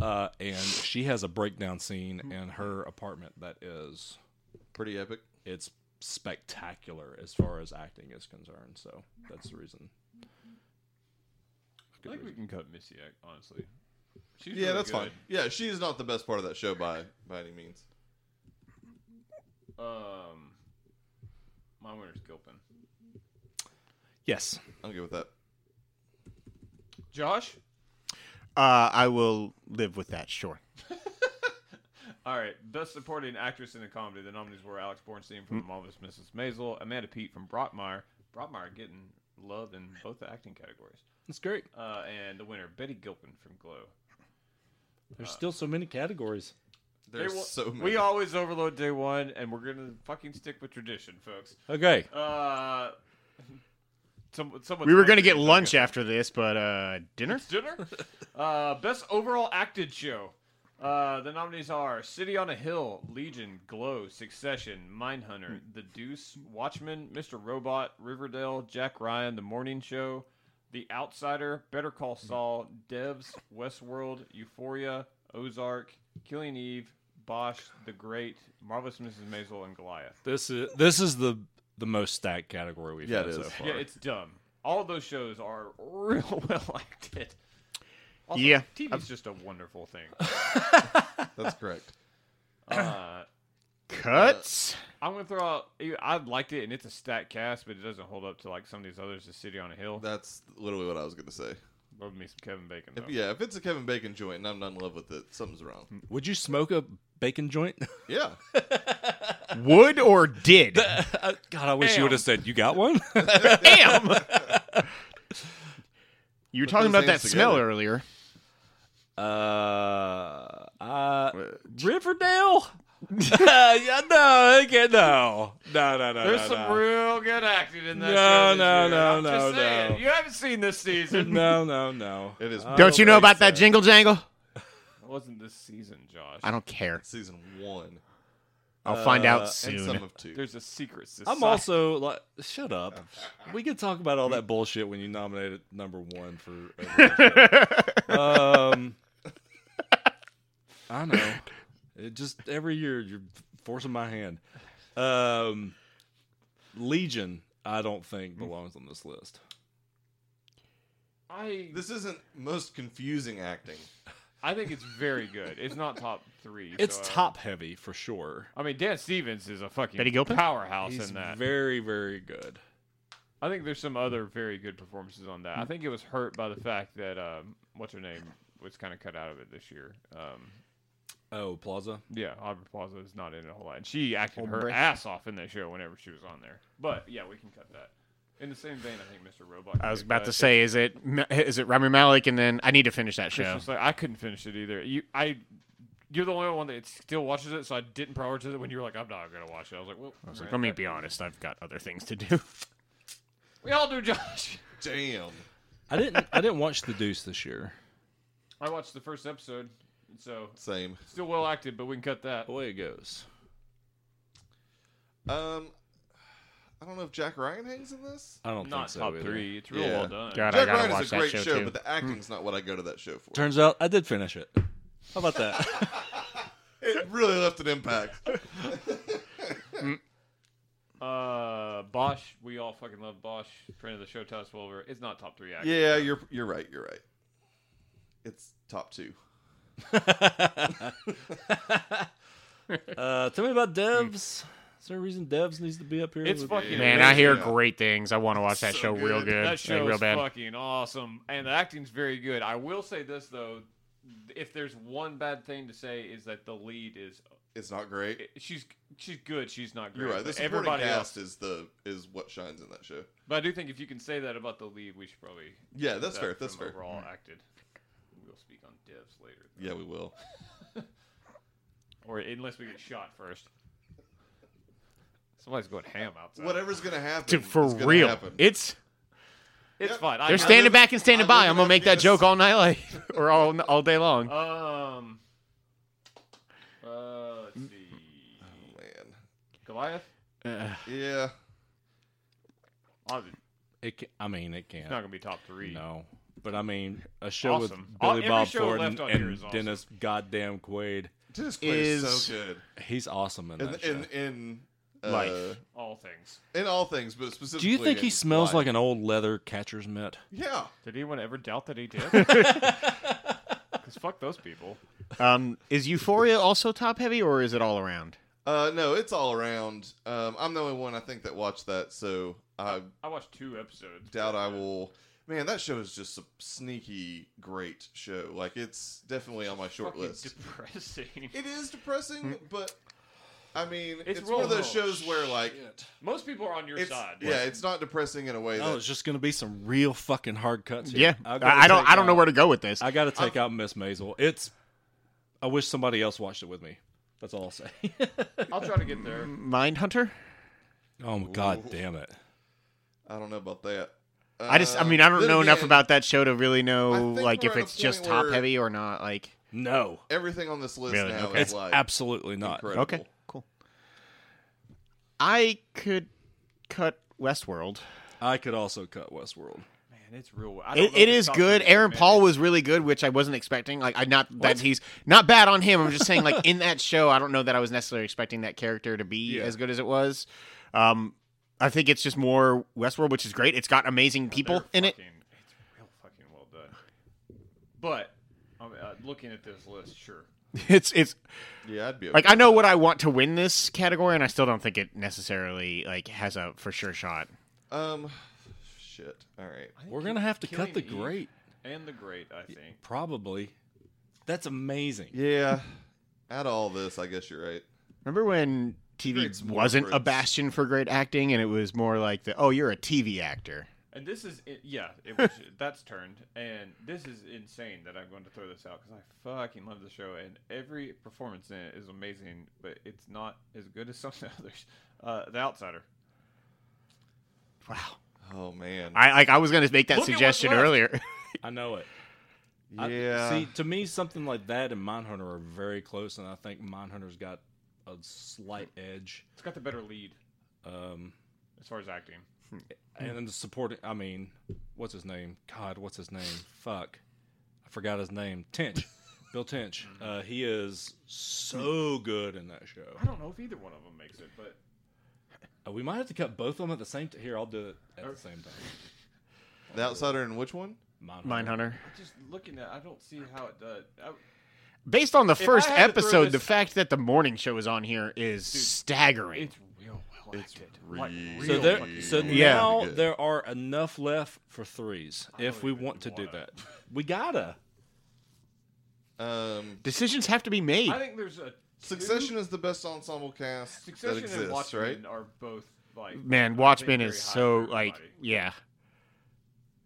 Speaker 2: Uh, and she has a breakdown scene in her apartment that is
Speaker 4: Pretty epic.
Speaker 2: it's spectacular as far as acting is concerned. So that's the reason.
Speaker 1: I think we can cut Misiak, honestly. She's
Speaker 4: Yeah,
Speaker 1: really
Speaker 4: that's
Speaker 1: good.
Speaker 4: fine. Yeah, she is not the best part of that show by by any means.
Speaker 1: Um, my winner's Gilpin.
Speaker 2: Yes.
Speaker 4: I'm good with that.
Speaker 1: Josh?
Speaker 3: Uh, I will live with that, sure.
Speaker 1: All right, best supporting actress in a comedy. The nominees were Alex Bornstein from The
Speaker 3: Hmm.
Speaker 1: Marvelous Mrs. Maisel, Amanda Pete from Brockmire. Brockmire getting love in both the acting categories,
Speaker 2: That's great.
Speaker 1: uh, and the winner Betty Gilpin from Glow.
Speaker 2: There's still so many categories.
Speaker 4: There's
Speaker 1: They will-
Speaker 4: so many.
Speaker 1: We always overload day one, and we're gonna fucking stick with tradition, folks.
Speaker 2: Okay.
Speaker 1: Uh, some, someone
Speaker 3: We were going to get lunch after this, but uh, dinner?
Speaker 1: dinner. Uh, best overall acted show. Uh, the nominees are City on a Hill, Legion, Glow, Succession, Mindhunter, The Deuce, Watchmen, Mr. Robot, Riverdale, Jack Ryan, The Morning Show, The Outsider, Better Call Saul, Devs, Westworld, Euphoria, Ozark, Killing Eve, Bosch, The Great, Marvelous Mrs. Maisel, and Goliath.
Speaker 2: This is this is the the most stacked category we've
Speaker 4: Yeah,
Speaker 2: had
Speaker 4: it
Speaker 2: so
Speaker 4: is.
Speaker 2: far.
Speaker 1: Yeah, it's dumb. All those shows are real well acted. Also,
Speaker 3: Yeah.
Speaker 1: TV's just a wonderful thing.
Speaker 4: That's correct.
Speaker 1: Uh,
Speaker 3: Cuts.
Speaker 1: I'm gonna throw out. I liked it, and it's a stat cast, but it doesn't hold up to like some of these others. The City on a Hill.
Speaker 4: That's literally what I was gonna say.
Speaker 1: Love me some Kevin Bacon.
Speaker 4: If-
Speaker 1: Though.
Speaker 4: yeah, if it's a Kevin Bacon joint and I'm not in love with it, something's wrong.
Speaker 2: Would you smoke a bacon joint?
Speaker 4: Yeah,
Speaker 3: Would or did?
Speaker 2: God, I wish
Speaker 1: Damn.
Speaker 2: you would have said you got one.
Speaker 3: Damn. you were talking
Speaker 4: Put those
Speaker 3: about that
Speaker 4: things
Speaker 3: smell
Speaker 4: together.
Speaker 3: earlier.
Speaker 2: uh, uh, Riverdale. yeah, no, okay, no, no, no, no.
Speaker 1: There's
Speaker 2: no,
Speaker 1: some
Speaker 2: no.
Speaker 1: real good acting in that.
Speaker 2: uh, No,
Speaker 1: show this year.
Speaker 2: no, no,
Speaker 1: I'm just
Speaker 2: no,
Speaker 1: saying,
Speaker 2: no.
Speaker 1: You haven't seen this season.
Speaker 2: No, no, no.
Speaker 4: it is.
Speaker 3: Don't you know about that
Speaker 4: Bacon.
Speaker 3: jingle jangle?
Speaker 1: It wasn't this season, Josh.
Speaker 3: I don't care.
Speaker 4: season one
Speaker 3: I'll find out
Speaker 4: uh, and some
Speaker 3: soon.
Speaker 4: of two?
Speaker 1: There's a secret society.
Speaker 2: I'm also like, shut up. Oh, We can talk about all that bullshit when you nominate it number one for. overall show. um, I know. It just every year you're forcing my hand. Um, Legion, I don't think belongs on this list.
Speaker 1: I
Speaker 4: This isn't most confusing acting.
Speaker 1: I think it's very good. It's not top three.
Speaker 2: It's
Speaker 1: so- uh,
Speaker 2: top heavy for sure.
Speaker 1: I mean, Dan Stevens is a fucking
Speaker 3: Betty Gilpin?
Speaker 1: powerhouse
Speaker 2: He's
Speaker 1: in that.
Speaker 2: very, very good.
Speaker 1: I think there's some other very good performances on that. I think it was hurt by the fact that um, what's her name was kind of cut out of it this year. Um,
Speaker 2: Oh, Plaza.
Speaker 1: yeah, Aubrey Plaza is not in it a whole lot, and she acted her
Speaker 3: Aubrey.
Speaker 1: ass off in that show whenever she was on there. But yeah, we can cut that. In the same vein, I think Mr. Robot. uh,
Speaker 3: I was about to say, is it is it Rami Malik? And then I need to finish that show.
Speaker 1: Christian's like, I couldn't finish it either. You, I, you're the only one that still watches it, so I didn't prioritize it when you were like, I'm not gonna watch it. I was like, well,
Speaker 3: I was
Speaker 1: all right.
Speaker 3: like, let me be honest. I've got other things to do.
Speaker 1: we all do, Josh.
Speaker 4: Damn.
Speaker 2: I didn't. I didn't watch The Deuce this year.
Speaker 1: I watched the first episode, so
Speaker 4: Same.
Speaker 1: still well acted, but we can cut that.
Speaker 2: Away it goes.
Speaker 4: Um, I don't know if Jack Ryan hangs in this.
Speaker 2: I don't
Speaker 1: Not
Speaker 2: think so.
Speaker 1: top
Speaker 2: either.
Speaker 1: three. It's real
Speaker 4: Yeah.
Speaker 1: well done.
Speaker 3: God, Oh, I
Speaker 4: Jack
Speaker 3: gotta
Speaker 4: Ryan
Speaker 3: watch
Speaker 4: is a
Speaker 3: that
Speaker 4: great
Speaker 3: show,
Speaker 4: show,
Speaker 3: too. Hmm.
Speaker 4: but the acting's not what I go to that show for.
Speaker 2: Turns out I did finish it. How about that?
Speaker 4: it really left an impact.
Speaker 1: Uh, Bosch, we all fucking love Bosch. Friend of the show, Todd Wilbur. It's not top three acting.
Speaker 4: yeah, you're you're right. You're right. It's top two.
Speaker 2: uh, tell me about Devs. Is there a reason Devs needs to be up here?
Speaker 1: It's
Speaker 2: with-
Speaker 1: fucking
Speaker 3: Man, I hear
Speaker 4: Yeah.
Speaker 3: great things. I want to watch that
Speaker 4: So
Speaker 3: show real
Speaker 4: good.
Speaker 3: good.
Speaker 1: That show
Speaker 3: like, real
Speaker 1: is
Speaker 3: bad.
Speaker 1: fucking awesome, and the acting's very good. I will say this though, if there's one bad thing to say is that the lead is
Speaker 4: It's not great.
Speaker 1: she's she's good, she's not great.
Speaker 4: You're right.
Speaker 1: but
Speaker 4: The supporting
Speaker 1: everybody else,
Speaker 4: cast is the is what shines in that show.
Speaker 1: but I do think if you can say that about the lead, we should probably
Speaker 4: Yeah, that's
Speaker 1: that
Speaker 4: fair. That's
Speaker 1: from
Speaker 4: fair. Mm-hmm.
Speaker 1: Overall acted. We'll speak on devs later, though.
Speaker 4: Yeah, we will.
Speaker 1: or unless we get shot first. Somebody's going ham outside.
Speaker 4: Whatever's gonna happen.
Speaker 3: Dude, for
Speaker 4: is gonna
Speaker 3: real,
Speaker 4: happen.
Speaker 3: it's
Speaker 1: It's
Speaker 4: Yep.
Speaker 1: fine. I
Speaker 3: they're
Speaker 1: got-
Speaker 3: standing
Speaker 4: live-
Speaker 3: back and standing
Speaker 4: I
Speaker 3: by.
Speaker 4: live
Speaker 3: I'm
Speaker 4: in
Speaker 3: gonna make that
Speaker 4: Afghanistan.
Speaker 3: joke all night, like, or all all day long.
Speaker 1: Um. Uh, let's see.
Speaker 4: man.
Speaker 1: Goliath.
Speaker 3: Uh,
Speaker 4: Yeah.
Speaker 1: Oh, It's
Speaker 2: It ca- I mean, it can't.
Speaker 1: not gonna be top three.
Speaker 2: No, but I mean, a show
Speaker 1: Awesome.
Speaker 2: with Billy
Speaker 1: Every
Speaker 2: Bob
Speaker 1: show
Speaker 2: Thornton
Speaker 1: left on here
Speaker 2: and
Speaker 1: is awesome.
Speaker 2: Dennis Goddamn Quaid.
Speaker 4: Dennis Quaid is,
Speaker 3: Is-
Speaker 4: so good.
Speaker 2: He's awesome in
Speaker 4: In
Speaker 2: that
Speaker 4: in
Speaker 2: show.
Speaker 4: in, uh,
Speaker 3: Life.
Speaker 1: All things.
Speaker 4: in all things, but specifically.
Speaker 2: Do you think he
Speaker 4: in
Speaker 2: smells
Speaker 4: life.
Speaker 2: like an old leather catcher's mitt?
Speaker 4: Yeah.
Speaker 1: Did anyone ever doubt that he did? Because fuck those people.
Speaker 3: um, is Euphoria also top heavy, or is it all around?
Speaker 4: Uh, no, it's all around. Um, I'm the only one I think that watched that, so I
Speaker 1: I watched two episodes.
Speaker 4: doubt I will. Man, that show is just a sneaky great show. Like it's definitely on my short
Speaker 1: Fucking
Speaker 4: list.
Speaker 1: depressing.
Speaker 4: it is depressing, but I mean,
Speaker 1: It's
Speaker 4: it's, one of
Speaker 1: real-
Speaker 4: those shows where like
Speaker 1: Most people are on your
Speaker 4: it's
Speaker 1: side.
Speaker 4: yeah, it's not depressing in a way
Speaker 2: Oh,
Speaker 4: that
Speaker 2: it's just gonna be some real fucking hard cuts. Here.
Speaker 3: Yeah, I,
Speaker 2: I've gotta
Speaker 3: I don't.
Speaker 2: take
Speaker 3: I don't know
Speaker 2: out-
Speaker 3: where to go with this.
Speaker 2: I got to take out Miss Maisel. It's. I wish somebody else watched it with me. That's all I'll say.
Speaker 1: I'll try to get there.
Speaker 3: Mindhunter.
Speaker 2: oh my god, damn it!
Speaker 4: I don't know about that.
Speaker 3: I just. I
Speaker 4: Uh,
Speaker 3: mean, I don't
Speaker 4: then
Speaker 3: know enough
Speaker 4: again,
Speaker 3: about that show to really
Speaker 4: I
Speaker 3: know
Speaker 4: think
Speaker 3: like
Speaker 4: we're
Speaker 3: if
Speaker 4: at a
Speaker 3: it's just
Speaker 4: point where-
Speaker 3: top heavy or not. Like,
Speaker 2: No,
Speaker 4: everything on this list
Speaker 3: Really?
Speaker 4: now.
Speaker 3: Okay.
Speaker 4: Is
Speaker 2: it's
Speaker 4: like
Speaker 2: absolutely not.
Speaker 4: incredible.
Speaker 3: okay, cool. I could cut Westworld.
Speaker 2: I could also cut Westworld.
Speaker 1: Man, it's real. I don't
Speaker 3: It,
Speaker 1: know
Speaker 3: it
Speaker 1: if it's
Speaker 3: is
Speaker 1: top
Speaker 3: good.
Speaker 1: three,
Speaker 3: Aaron
Speaker 1: man.
Speaker 3: Paul was really good, which I wasn't expecting. Like I not that he's not bad on him. I'm just saying, like in that show, I don't know that I was necessarily expecting that character to be
Speaker 2: Yeah.
Speaker 3: as good as it was. Um, I think it's just more Westworld, which is great. It's got amazing people
Speaker 1: They're
Speaker 3: in it.
Speaker 1: fucking- It's real fucking well done. But I mean, uh, looking at this list, sure,
Speaker 3: It's it's
Speaker 4: Yeah, I'd be okay.
Speaker 3: like I know what I want to win this category, and I still don't think it necessarily like has a for sure shot.
Speaker 4: um, shit. All right.
Speaker 2: We're gonna have to cut
Speaker 1: Killing
Speaker 2: the
Speaker 1: Eve
Speaker 2: great.
Speaker 1: and the great. I think
Speaker 2: Probably. That's amazing.
Speaker 4: Yeah. Out of all this, I guess you're right.
Speaker 3: Remember when
Speaker 4: Great
Speaker 3: TV wasn't a
Speaker 4: sports.
Speaker 3: bastion for great acting, and it was more like the oh you're a TV actor.
Speaker 1: And this is it, yeah, it was, that's turned, and this is insane that I'm going to throw this out because I fucking love the show, and every performance in it is amazing, but it's not as good as some of the others. Uh, the Outsider.
Speaker 3: Wow,
Speaker 4: Oh man.
Speaker 3: I like I was gonna make that
Speaker 1: Look at what's
Speaker 3: suggestion
Speaker 1: left.
Speaker 3: earlier.
Speaker 2: I know it. I-
Speaker 4: yeah.
Speaker 2: see, to me, something like that and Mindhunter are very close, and I think Mindhunter's got a slight edge.
Speaker 1: It's got the better lead
Speaker 2: Um,
Speaker 1: as far as acting.
Speaker 2: and then the supporting, I mean, what's his name? God, what's his name? Fuck. I forgot his name. Tinch. Bill Tinch.
Speaker 1: Mm-hmm.
Speaker 2: Uh, he is so good in that show.
Speaker 1: I don't know if either one of them makes it, but
Speaker 2: Uh, we might have to cut both of them at the same time. Here, I'll do it at the same time.
Speaker 4: the outsider and which one?
Speaker 2: Mindhunter.
Speaker 3: Mindhunter.
Speaker 1: just looking at, I don't see how it does. I,
Speaker 3: Based on the
Speaker 1: I
Speaker 3: first
Speaker 1: had to throw
Speaker 3: episode,
Speaker 1: this-
Speaker 3: the fact that the morning show is on here is staggering.
Speaker 1: it's real well acted. like,
Speaker 4: really
Speaker 2: So
Speaker 1: real
Speaker 2: there,
Speaker 1: fucking
Speaker 2: so
Speaker 1: well.
Speaker 3: Yeah.
Speaker 2: now
Speaker 4: Good.
Speaker 2: there are enough left for threes if we want to do
Speaker 1: wanna.
Speaker 2: that. We gotta.
Speaker 4: Um,
Speaker 3: Decisions have to be made.
Speaker 1: I think there's a
Speaker 4: Succession is the best ensemble cast
Speaker 1: two- Succession
Speaker 4: that
Speaker 1: and
Speaker 4: exists,
Speaker 1: Watchmen
Speaker 4: right?
Speaker 1: are both like I
Speaker 3: Man, Watchmen
Speaker 1: think
Speaker 3: is
Speaker 1: very high
Speaker 3: so
Speaker 1: for
Speaker 3: like
Speaker 1: everybody.
Speaker 3: yeah.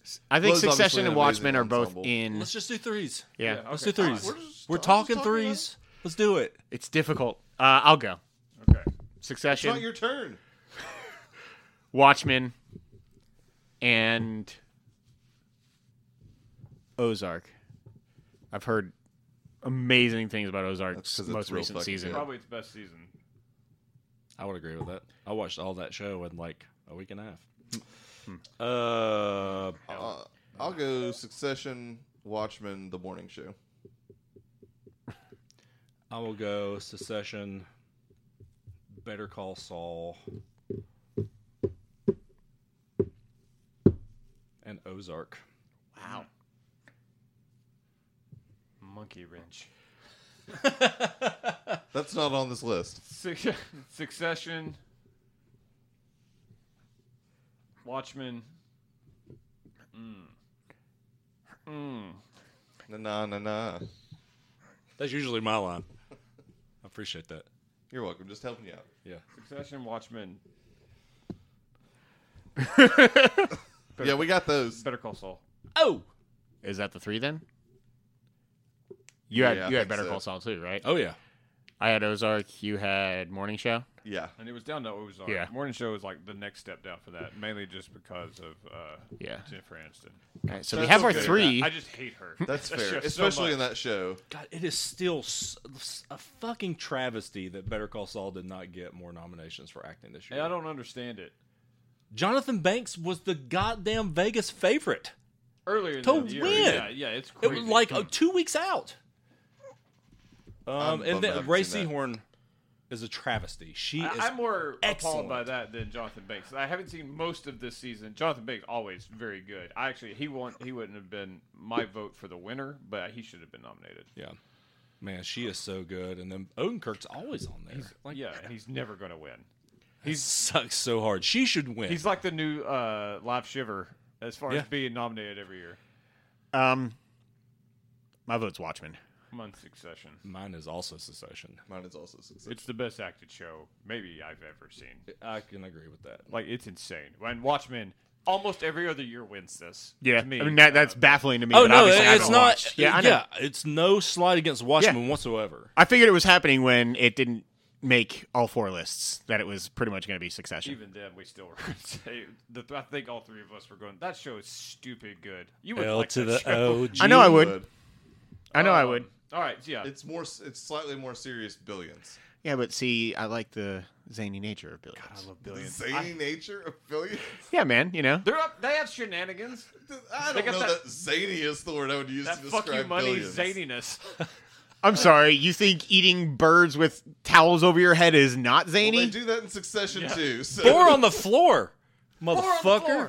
Speaker 3: S- I think
Speaker 4: Well, it's obviously
Speaker 3: Succession
Speaker 4: an
Speaker 3: and Watchmen are
Speaker 4: amazing
Speaker 3: both
Speaker 4: ensemble.
Speaker 3: in.
Speaker 2: Let's just do threes.
Speaker 3: Yeah,
Speaker 1: Yeah.
Speaker 2: Let's
Speaker 1: Okay.
Speaker 2: do threes.
Speaker 1: We're
Speaker 2: We're,
Speaker 4: just- I'm just
Speaker 2: talking
Speaker 4: talking
Speaker 2: threes. Let's do it.
Speaker 3: it's difficult. Uh, I'll go.
Speaker 1: okay.
Speaker 4: It's
Speaker 3: Succession,
Speaker 4: not your turn.
Speaker 3: Watchmen, and Ozark. I've heard amazing things about
Speaker 4: That's
Speaker 3: Ozark's
Speaker 4: 'cause it's
Speaker 3: most
Speaker 4: real
Speaker 3: recent
Speaker 4: fucking
Speaker 3: season.
Speaker 4: good.
Speaker 1: Probably its best season.
Speaker 2: I would agree with that. I watched all that show in like a week and a half. Uh,
Speaker 4: Uh, I'll go Succession, Watchmen, The Morning Show.
Speaker 2: I will go Secession, Better Call Saul, and Ozark.
Speaker 3: Wow.
Speaker 1: Monkey wrench.
Speaker 4: That's not on this list.
Speaker 1: Suc- Succession. Watchmen. Hmm. Mm.
Speaker 4: Na na na na.
Speaker 2: That's usually my line. I appreciate that.
Speaker 4: You're welcome. Just helping you out.
Speaker 2: Yeah.
Speaker 1: Succession, Watchmen,
Speaker 4: yeah, we got those.
Speaker 1: Better Call Saul.
Speaker 2: Oh.
Speaker 3: Is that the three then? You had
Speaker 4: Yeah, I
Speaker 3: you had
Speaker 4: think
Speaker 3: Better
Speaker 4: so.
Speaker 3: Call Saul too, right?
Speaker 2: Oh yeah.
Speaker 3: I had Ozark. You had Morning Show.
Speaker 4: Yeah.
Speaker 1: And it was down to Ozark.
Speaker 3: Yeah.
Speaker 1: Morning Show is like the next step down for that, mainly just because of uh,
Speaker 3: Yeah.
Speaker 1: Jennifer Aniston.
Speaker 3: All right, so we
Speaker 4: That's
Speaker 3: have our
Speaker 4: okay.
Speaker 3: three.
Speaker 1: I just hate her.
Speaker 4: That's
Speaker 1: That
Speaker 4: fair.
Speaker 1: show so
Speaker 4: Especially in
Speaker 1: much.
Speaker 4: that show.
Speaker 2: God, it is still s- s- a fucking travesty that Better Call Saul did not get more nominations for acting this year.
Speaker 1: And I don't understand it.
Speaker 2: Jonathan Banks was the goddamn Vegas favorite.
Speaker 1: Earlier in
Speaker 2: To
Speaker 1: the year,
Speaker 2: win!
Speaker 1: yeah, yeah, it's
Speaker 2: It
Speaker 1: crazy.
Speaker 2: was like uh, two weeks out. Um,
Speaker 4: bummed I
Speaker 2: and then
Speaker 4: haven't
Speaker 2: Ray
Speaker 4: seen that.
Speaker 2: Seahorn is a travesty. She is.
Speaker 1: I, am more
Speaker 2: excellent.
Speaker 1: appalled by that than Jonathan Banks. I haven't seen most of this season. Jonathan Banks always very good. I actually he won't he wouldn't have been my vote for the winner, but he should have been nominated.
Speaker 2: yeah. Man, she is so good. And then Odenkirk's always on there.
Speaker 1: yeah, and he's never going to win.
Speaker 2: He sucks so hard. She should win.
Speaker 1: He's like the new uh, live shiver as far as
Speaker 2: Yeah.
Speaker 1: being nominated every year.
Speaker 3: Um, my vote's Watchmen.
Speaker 1: I'm on Succession.
Speaker 2: Mine is also secession.
Speaker 4: Mine is also Succession.
Speaker 1: It's the best acted show maybe I've ever seen.
Speaker 2: I can agree with that.
Speaker 1: Like it's insane. When Watchmen almost every other year wins this.
Speaker 3: Yeah,
Speaker 1: to me.
Speaker 3: I mean that, that's baffling to me.
Speaker 2: Oh
Speaker 3: but
Speaker 2: no,
Speaker 3: obviously I
Speaker 2: it's
Speaker 3: haven't
Speaker 2: not.
Speaker 3: watched. Yeah, I know.
Speaker 2: yeah, it's no slide against Watchmen whatsoever.
Speaker 3: I figured it was happening when it didn't make all four lists. That it was pretty much going to be Succession.
Speaker 1: even then, we still were gonna say the, I think all three of us were going. That show is stupid good. You would
Speaker 2: L
Speaker 1: like
Speaker 2: to
Speaker 1: that
Speaker 2: the
Speaker 1: show.
Speaker 2: O.
Speaker 3: I know I
Speaker 4: You
Speaker 3: would. I know I
Speaker 1: Um,
Speaker 3: would.
Speaker 1: All right, yeah.
Speaker 4: It's more. s- It's slightly more serious. Billions.
Speaker 3: Yeah, but see, I like the zany nature of billions.
Speaker 1: I love
Speaker 4: The
Speaker 1: billions.
Speaker 4: zany nature of billions.
Speaker 3: yeah, man, you know.
Speaker 1: They're up. They have shenanigans.
Speaker 4: I
Speaker 1: They
Speaker 4: don't
Speaker 1: got
Speaker 4: know
Speaker 1: that-
Speaker 4: that, zany is the word I would use
Speaker 1: That
Speaker 4: to
Speaker 1: fuck
Speaker 4: describe
Speaker 1: you money
Speaker 4: billions.
Speaker 1: zaniness.
Speaker 3: I'm sorry. You think eating birds with towels over your head is not
Speaker 4: Well, they
Speaker 3: zany?
Speaker 4: do that in Succession too. So.
Speaker 2: Four on the floor,
Speaker 1: on the
Speaker 2: motherfucker.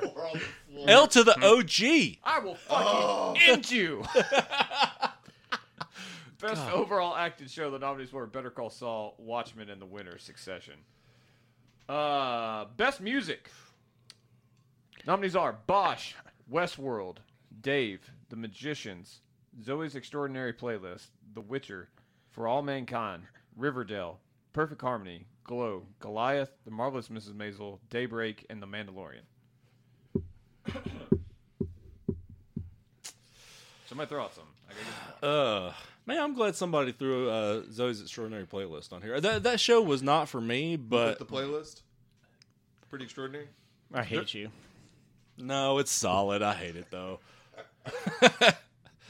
Speaker 1: floor.
Speaker 4: Four on the floor.
Speaker 2: L to the OG.
Speaker 4: Oh.
Speaker 1: Oh. I will fucking end you. Best overall acted show. The nominees were Better Call Saul, Watchmen, and The winner Succession. Uh, best music. Nominees are Bosch, Westworld, Dave, The Magicians, Zoe's Extraordinary Playlist, The Witcher, For All Mankind, Riverdale, Perfect Harmony, Glow, Goliath, The Marvelous Mrs. Maisel, Daybreak, and The Mandalorian. so my thoughts on. I guess
Speaker 2: Uh, man, I'm glad somebody threw uh, Zoe's extraordinary playlist on here. That that show was not for me, but
Speaker 4: the playlist. Pretty extraordinary.
Speaker 3: I hate you.
Speaker 2: no, it's solid. I hate it though.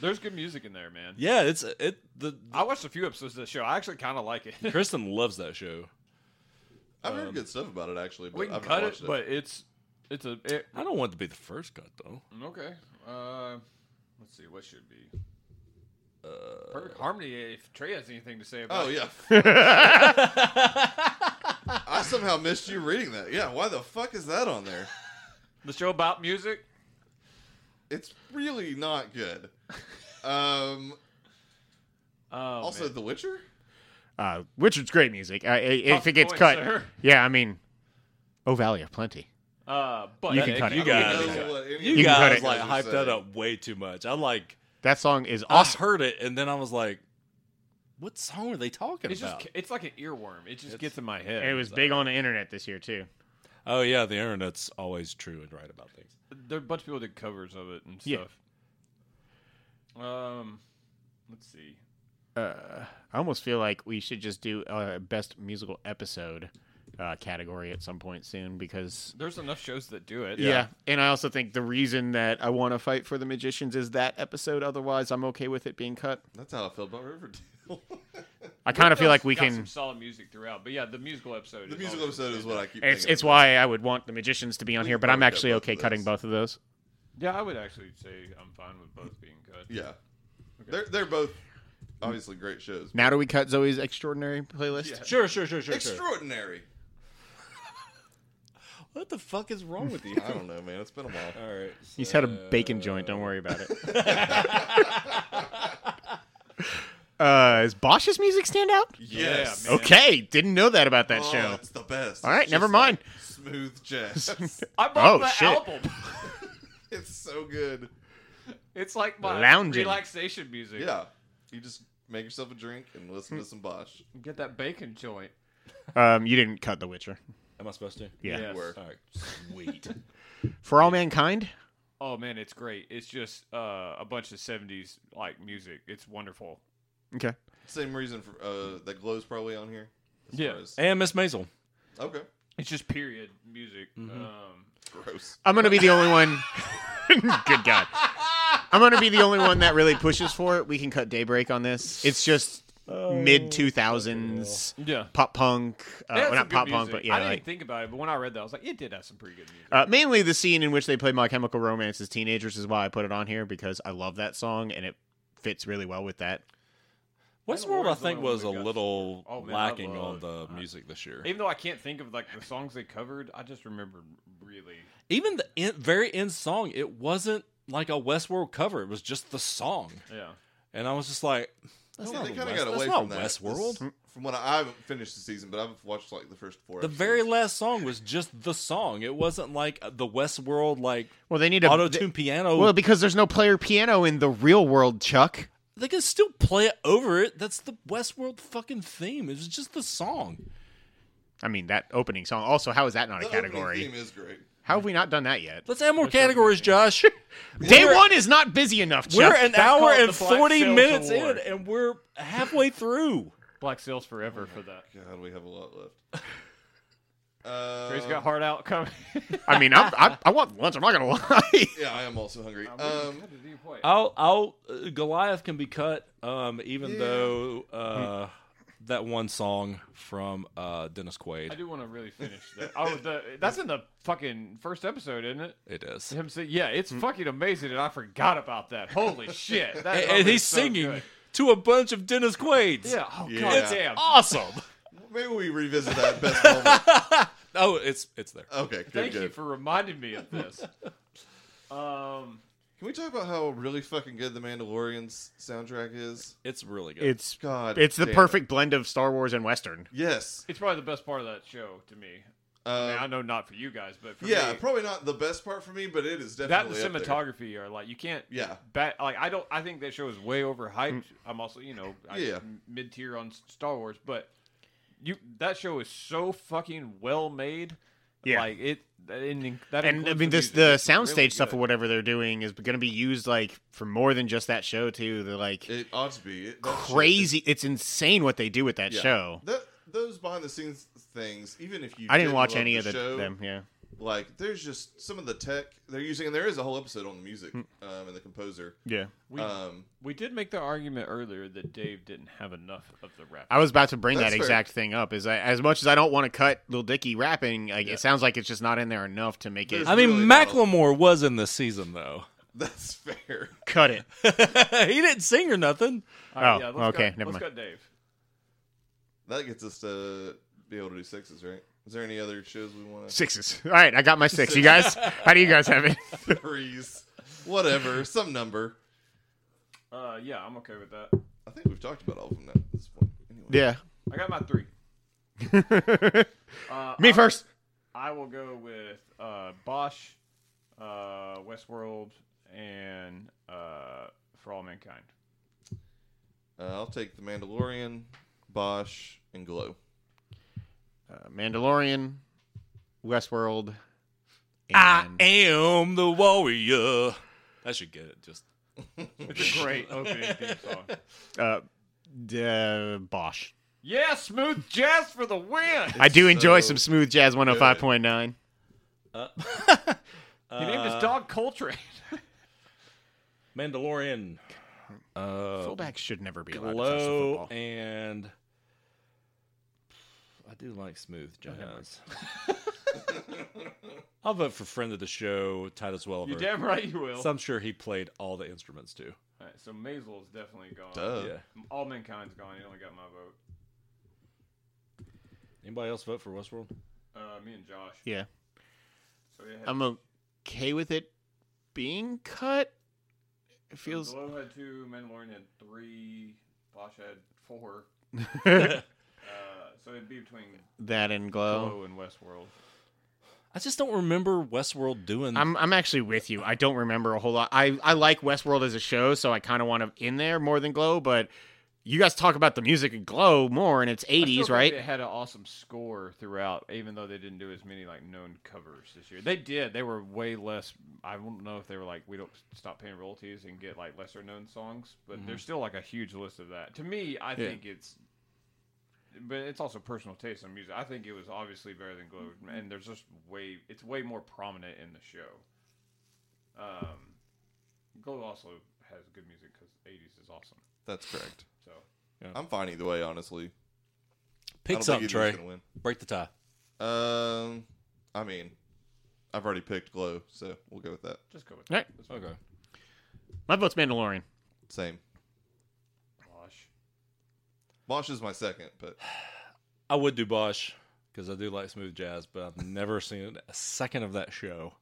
Speaker 1: there's good music in there, man.
Speaker 2: Yeah, it's it. The
Speaker 1: I watched a few episodes of the show. I actually kind of like it.
Speaker 2: Kristen loves that show.
Speaker 4: I've heard good stuff about it actually,
Speaker 1: um,
Speaker 4: but
Speaker 1: we can
Speaker 4: I've
Speaker 1: cut it, but it's it's a it,
Speaker 2: I don't want to be the first cut though.
Speaker 1: okay. Uh, let's see what should be. Perfect harmony. If Trey has anything to say about
Speaker 4: oh
Speaker 1: it,
Speaker 4: yeah. I somehow missed you reading that. Yeah, why the fuck is that on there?
Speaker 1: the show about music.
Speaker 4: It's really not good. Um,
Speaker 1: Oh,
Speaker 4: also,
Speaker 1: man.
Speaker 4: The Witcher.
Speaker 3: Uh, Richard's great music. I, I, if
Speaker 1: Tough
Speaker 3: it gets
Speaker 1: choice,
Speaker 3: cut,
Speaker 1: sir.
Speaker 3: yeah, I mean, Oh Valley of Plenty.
Speaker 1: uh, but
Speaker 3: You can cut
Speaker 2: You
Speaker 3: it.
Speaker 4: I
Speaker 2: guys,
Speaker 4: don't
Speaker 3: Yeah.
Speaker 4: know what any
Speaker 2: you
Speaker 4: of
Speaker 3: cut
Speaker 2: guys
Speaker 3: it.
Speaker 2: like
Speaker 4: are
Speaker 2: hyped that
Speaker 4: saying.
Speaker 2: up way too much. I like
Speaker 3: That song is
Speaker 2: I
Speaker 3: awesome.
Speaker 2: heard it and then I was like, what song are they talking
Speaker 1: It's
Speaker 2: about?
Speaker 1: just it's like an earworm. It just gets in my head.
Speaker 3: It was big on the internet this year too.
Speaker 2: oh yeah, the internet's always true and right about things.
Speaker 1: there are a bunch of people did covers of it and
Speaker 3: Yeah.
Speaker 1: stuff. Um, let's see.
Speaker 3: Uh, I almost feel like we should just do a best musical episode uh, category at some point soon because
Speaker 1: There's enough shows that do it.
Speaker 3: Yeah. And I also think the reason that I want to fight for the magicians is that episode. Otherwise, I'm okay with it being cut.
Speaker 4: That's how I felt about Riverdale.
Speaker 3: I kind of feel like we
Speaker 1: Got
Speaker 3: can.
Speaker 1: some solid music throughout. But yeah, the musical episode.
Speaker 4: the
Speaker 1: is
Speaker 4: musical
Speaker 1: always-
Speaker 4: episode is what I keep.
Speaker 3: It's
Speaker 4: thinking
Speaker 3: it's
Speaker 4: about.
Speaker 3: why I would want the magicians to be on
Speaker 4: We
Speaker 3: here,
Speaker 4: can
Speaker 3: but I'm
Speaker 4: probably cut
Speaker 3: actually
Speaker 4: both of
Speaker 3: okay cutting
Speaker 4: those.
Speaker 3: both of those.
Speaker 1: Yeah, I would actually say I'm fine with both being cut.
Speaker 4: Yeah, they're they're both obviously great shows.
Speaker 3: Now do we cut Zoe's extraordinary playlist?
Speaker 1: Yeah.
Speaker 2: Sure, sure, sure, sure, sure.
Speaker 4: Extraordinary.
Speaker 2: What the fuck is wrong with you?
Speaker 4: I don't know, man. It's been a while.
Speaker 2: All right.
Speaker 3: He's had a
Speaker 2: Uh,
Speaker 4: Uh,
Speaker 3: bacon joint. Don't worry about it. uh, is Bosch's music stand out?
Speaker 4: Yes.
Speaker 1: Yeah, man.
Speaker 3: Okay, didn't know that about that
Speaker 4: Oh,
Speaker 3: show.
Speaker 4: It's the best.
Speaker 3: All right,
Speaker 4: It's
Speaker 3: never
Speaker 4: just
Speaker 3: mind.
Speaker 4: like smooth jazz.
Speaker 1: I bought
Speaker 3: Oh,
Speaker 1: the
Speaker 3: shit.
Speaker 1: album.
Speaker 4: it's so good.
Speaker 1: It's like my
Speaker 3: Lounging.
Speaker 1: relaxation music.
Speaker 4: Yeah. You just make yourself a drink and listen to some Bosch.
Speaker 1: Get that bacon joint.
Speaker 4: Oh.
Speaker 3: Um, you didn't cut The Witcher.
Speaker 2: Am I supposed to?
Speaker 3: Yeah.
Speaker 1: Yes.
Speaker 4: Work.
Speaker 2: All right. Sweet.
Speaker 3: For All Mankind?
Speaker 1: Oh man, it's great. It's just uh, a bunch of '70s like music. It's wonderful.
Speaker 3: Okay.
Speaker 4: Same reason for uh, that glow's probably on here. as
Speaker 1: Yeah.
Speaker 4: far as-
Speaker 2: and Miss Maisel.
Speaker 4: okay.
Speaker 1: It's just period music. Um,
Speaker 4: Gross.
Speaker 3: I'm gonna be the only one. Good God, I'm gonna be the only one that really pushes for it. We can cut daybreak on this. It's just
Speaker 4: Oh.
Speaker 3: mid two thousands
Speaker 1: yeah.
Speaker 3: pop punk, uh,
Speaker 1: It had
Speaker 3: well,
Speaker 1: some
Speaker 3: not
Speaker 1: good
Speaker 3: pop punk,
Speaker 1: music.
Speaker 3: but yeah,
Speaker 1: I didn't
Speaker 3: like,
Speaker 1: think about it, but when I read that, I was like, it did have some pretty good music.
Speaker 3: uh, mainly the scene in which they play My Chemical Romance as teenagers is why I put it on here because I love that song and it fits really well with that.
Speaker 2: Westworld, I
Speaker 1: Mandalorian's the
Speaker 2: think,
Speaker 1: only one
Speaker 2: was a
Speaker 1: we got.
Speaker 2: little
Speaker 1: Oh, man, I
Speaker 2: lacking on
Speaker 1: love-
Speaker 2: the music this year.
Speaker 1: Even though I can't think of like the songs they covered, I just remember really.
Speaker 2: Even the in, very end song, it wasn't like a Westworld cover. It was just the song,
Speaker 1: Yeah.
Speaker 2: and I was just like, "That's
Speaker 4: Yeah,
Speaker 2: not,
Speaker 4: they
Speaker 2: the
Speaker 4: kind of
Speaker 2: West,
Speaker 4: got away
Speaker 2: that's not
Speaker 4: from that.
Speaker 2: Westworld."
Speaker 4: This- from what I, I haven't finished the season, but I've watched like the first four.
Speaker 2: the
Speaker 4: episodes.
Speaker 2: very last song was just the song. It wasn't like the Westworld like
Speaker 3: Well, they need a
Speaker 2: auto tune piano.
Speaker 3: Well, because there's no player piano in the real world, Chuck.
Speaker 2: they can still play it over it. That's the Westworld fucking theme. It was just the song.
Speaker 3: I mean, that opening song. Also, how is that not
Speaker 4: The
Speaker 3: a
Speaker 4: opening
Speaker 3: category?
Speaker 4: theme is great.
Speaker 3: How have we not done that yet?
Speaker 2: Let's add more categories, Josh.
Speaker 3: Day
Speaker 2: We're-
Speaker 3: one is not busy enough. Chuck.
Speaker 2: We're an hour
Speaker 1: called
Speaker 2: and
Speaker 1: the Black
Speaker 2: forty
Speaker 1: Sails
Speaker 2: minutes
Speaker 1: Award.
Speaker 2: in, and we're halfway through.
Speaker 1: Black Sails Forever for that.
Speaker 4: God, we have a lot left. Uh,
Speaker 1: Trey's got hard out coming.
Speaker 3: I mean, I'm, I, I want lunch. I'm not gonna lie.
Speaker 4: yeah, I am also hungry. Um,
Speaker 2: I'll, I'll uh, Goliath can be cut. Um, even though uh, that one song from uh Dennis
Speaker 1: I
Speaker 2: Quaid,
Speaker 1: do want to really finish that. Oh, the, that's in the fucking first episode, isn't it?
Speaker 2: it is.
Speaker 1: Him say, yeah, it's
Speaker 2: Hmm.
Speaker 1: fucking amazing, and I forgot about that. Holy shit! That
Speaker 2: And,
Speaker 1: cover
Speaker 2: and
Speaker 1: is
Speaker 2: he's
Speaker 1: so
Speaker 2: singing
Speaker 1: good.
Speaker 2: to a bunch of Dennis Quaid's.
Speaker 1: Yeah. Oh
Speaker 4: Yeah.
Speaker 1: god
Speaker 4: It's
Speaker 1: damn.
Speaker 2: Awesome.
Speaker 4: maybe we revisit that best moment.
Speaker 2: Oh, it's it's there.
Speaker 4: Okay, good,
Speaker 1: Thank
Speaker 4: good.
Speaker 1: you for reminding me of this. Um.
Speaker 4: Can Can we talk about how really fucking good the Mandalorian's soundtrack is?
Speaker 2: It's really good.
Speaker 3: It's
Speaker 4: God,
Speaker 3: it's the
Speaker 4: damn it.
Speaker 3: perfect blend of Star Wars and Western.
Speaker 4: Yes.
Speaker 1: It's probably the best part of that show to me. I,
Speaker 2: Uh,
Speaker 1: mean, I
Speaker 4: Um,
Speaker 1: know not for you guys, but for
Speaker 4: yeah,
Speaker 1: me,
Speaker 4: probably not the best part for me, but it is
Speaker 1: that and
Speaker 4: definitely
Speaker 1: the
Speaker 4: up there.
Speaker 1: cinematography are like you can't.
Speaker 4: Yeah. Mm.
Speaker 1: Bat, like I don't. I think that show is way overhyped. I'm also you know I-
Speaker 4: Yeah.
Speaker 1: mid tier on Star Wars, but you that show is so fucking well made.
Speaker 3: Yeah.
Speaker 1: Like it. And, that
Speaker 3: And I
Speaker 1: includes
Speaker 3: mean,
Speaker 1: the
Speaker 3: this
Speaker 1: music.
Speaker 3: the
Speaker 1: It's really
Speaker 3: soundstage stuff
Speaker 1: good.
Speaker 3: or whatever they're doing is going to be used like for more than just that show too. The like
Speaker 4: It ought to be It- that shit is-
Speaker 3: crazy. It's insane what they do with that
Speaker 4: yeah.
Speaker 3: show.
Speaker 4: That- those behind the scenes things, even if you
Speaker 3: I didn't watch
Speaker 4: love
Speaker 3: any
Speaker 4: the
Speaker 3: of the,
Speaker 4: show,
Speaker 3: them. Yeah,
Speaker 4: Like, there's just some of the tech they're using, and there is a whole episode on the music
Speaker 3: Hmm.
Speaker 4: um, and the composer.
Speaker 3: yeah.
Speaker 1: We,
Speaker 4: um,
Speaker 1: we did make the argument earlier that Dave didn't have enough of the rap.
Speaker 3: I was about to bring
Speaker 4: That's
Speaker 3: that
Speaker 4: fair.
Speaker 3: exact thing up. Is I, as much as I don't want to cut Lil Dicky rapping, like,
Speaker 4: Yeah.
Speaker 3: it sounds like it's just not in there enough to make it
Speaker 4: There's-
Speaker 2: I mean,
Speaker 4: really not a-
Speaker 2: Macklemore was in this season though.
Speaker 4: that's fair.
Speaker 3: cut it.
Speaker 2: he didn't sing or nothing.
Speaker 1: All right,
Speaker 3: Oh,
Speaker 1: yeah, let's
Speaker 3: okay,
Speaker 1: Go,
Speaker 3: never
Speaker 1: let's
Speaker 3: mind.
Speaker 1: go, Dave.
Speaker 4: That gets us to be able to do sixes, right? Is there any other shows we want to
Speaker 3: Sixes. All right, I got my six. You guys, how do you guys have it?
Speaker 4: threes, whatever, some number?
Speaker 1: Uh, yeah, I'm okay with that.
Speaker 4: I think we've talked about all of them at this point. Anyway.
Speaker 3: yeah,
Speaker 1: I got my three. Uh,
Speaker 3: me
Speaker 1: I-
Speaker 3: first.
Speaker 1: I will go with uh, Bosch, uh, Westworld, and uh, For All Mankind.
Speaker 4: Uh, I'll take the Mandalorian, Bosch, and Glow.
Speaker 3: Uh, Mandalorian, Westworld.
Speaker 2: I
Speaker 3: and-
Speaker 2: am the warrior. I should get it. Just
Speaker 1: It's a great opening theme song.
Speaker 3: uh, d- uh, Bosch.
Speaker 1: Yeah, smooth jazz for the win.
Speaker 3: I do enjoy
Speaker 4: so
Speaker 3: some smooth jazz
Speaker 1: He
Speaker 3: 105.9.
Speaker 1: named
Speaker 3: Uh,
Speaker 2: uh,
Speaker 1: his dog Coltrane.
Speaker 2: Mandalorian. Uh,
Speaker 3: Fullbacks should never be allowed to touch the
Speaker 2: Glow
Speaker 3: football.
Speaker 2: and I do like smooth jazz. I'll vote for friend of the show, Titus Welliver.
Speaker 1: You damn right you will.
Speaker 2: So I'm sure he played all the instruments too.
Speaker 1: All right, so Maisel's definitely gone.
Speaker 4: Duh.
Speaker 2: yeah.
Speaker 1: All Mankind's gone. He only got my vote.
Speaker 2: Anybody else vote for Westworld?
Speaker 1: Uh, me and Josh.
Speaker 3: Yeah,
Speaker 1: So yeah,
Speaker 3: I'm okay with it being cut. It feels
Speaker 1: Glow had two, Mandalorian had three, Bosch had four. Uh, so it'd be between
Speaker 3: that and glow.
Speaker 1: Glow and Westworld.
Speaker 2: I just don't remember Westworld doing.
Speaker 3: I'm I'm actually with you. I don't remember a whole lot. I I like Westworld as a show, so I kind of want to in there more than glow. But you guys talk about the music in glow more, and it's
Speaker 1: I still
Speaker 3: 80s,
Speaker 1: think They
Speaker 3: right?
Speaker 1: had an awesome score throughout, even though they didn't do as many like known covers this year. They did. They were way less. I don't know if they were like we don't stop paying royalties and get like lesser known songs, but there's still like a huge list of that. To me, I think it's. But it's also personal taste on music. I think it was obviously better than Glow, and there's just way it's way more prominent in the show. Um, Glow also has good music because '80s is awesome.
Speaker 4: That's correct.
Speaker 1: So
Speaker 4: I'm fine either way, honestly.
Speaker 2: Pick
Speaker 4: I don't
Speaker 2: something,
Speaker 4: think
Speaker 2: Trey.
Speaker 4: either one's
Speaker 2: Break the tie.
Speaker 4: gonna win. Um, I mean, I've already picked Glow, so we'll go with that.
Speaker 1: just go with
Speaker 3: All right.
Speaker 1: That's
Speaker 2: Okay.
Speaker 3: My vote's Mandalorian.
Speaker 4: Same.
Speaker 1: Bosh.
Speaker 4: Bosch is my second, but
Speaker 2: I would do Bosch because I do like smooth jazz, but I've never seen a second of that show.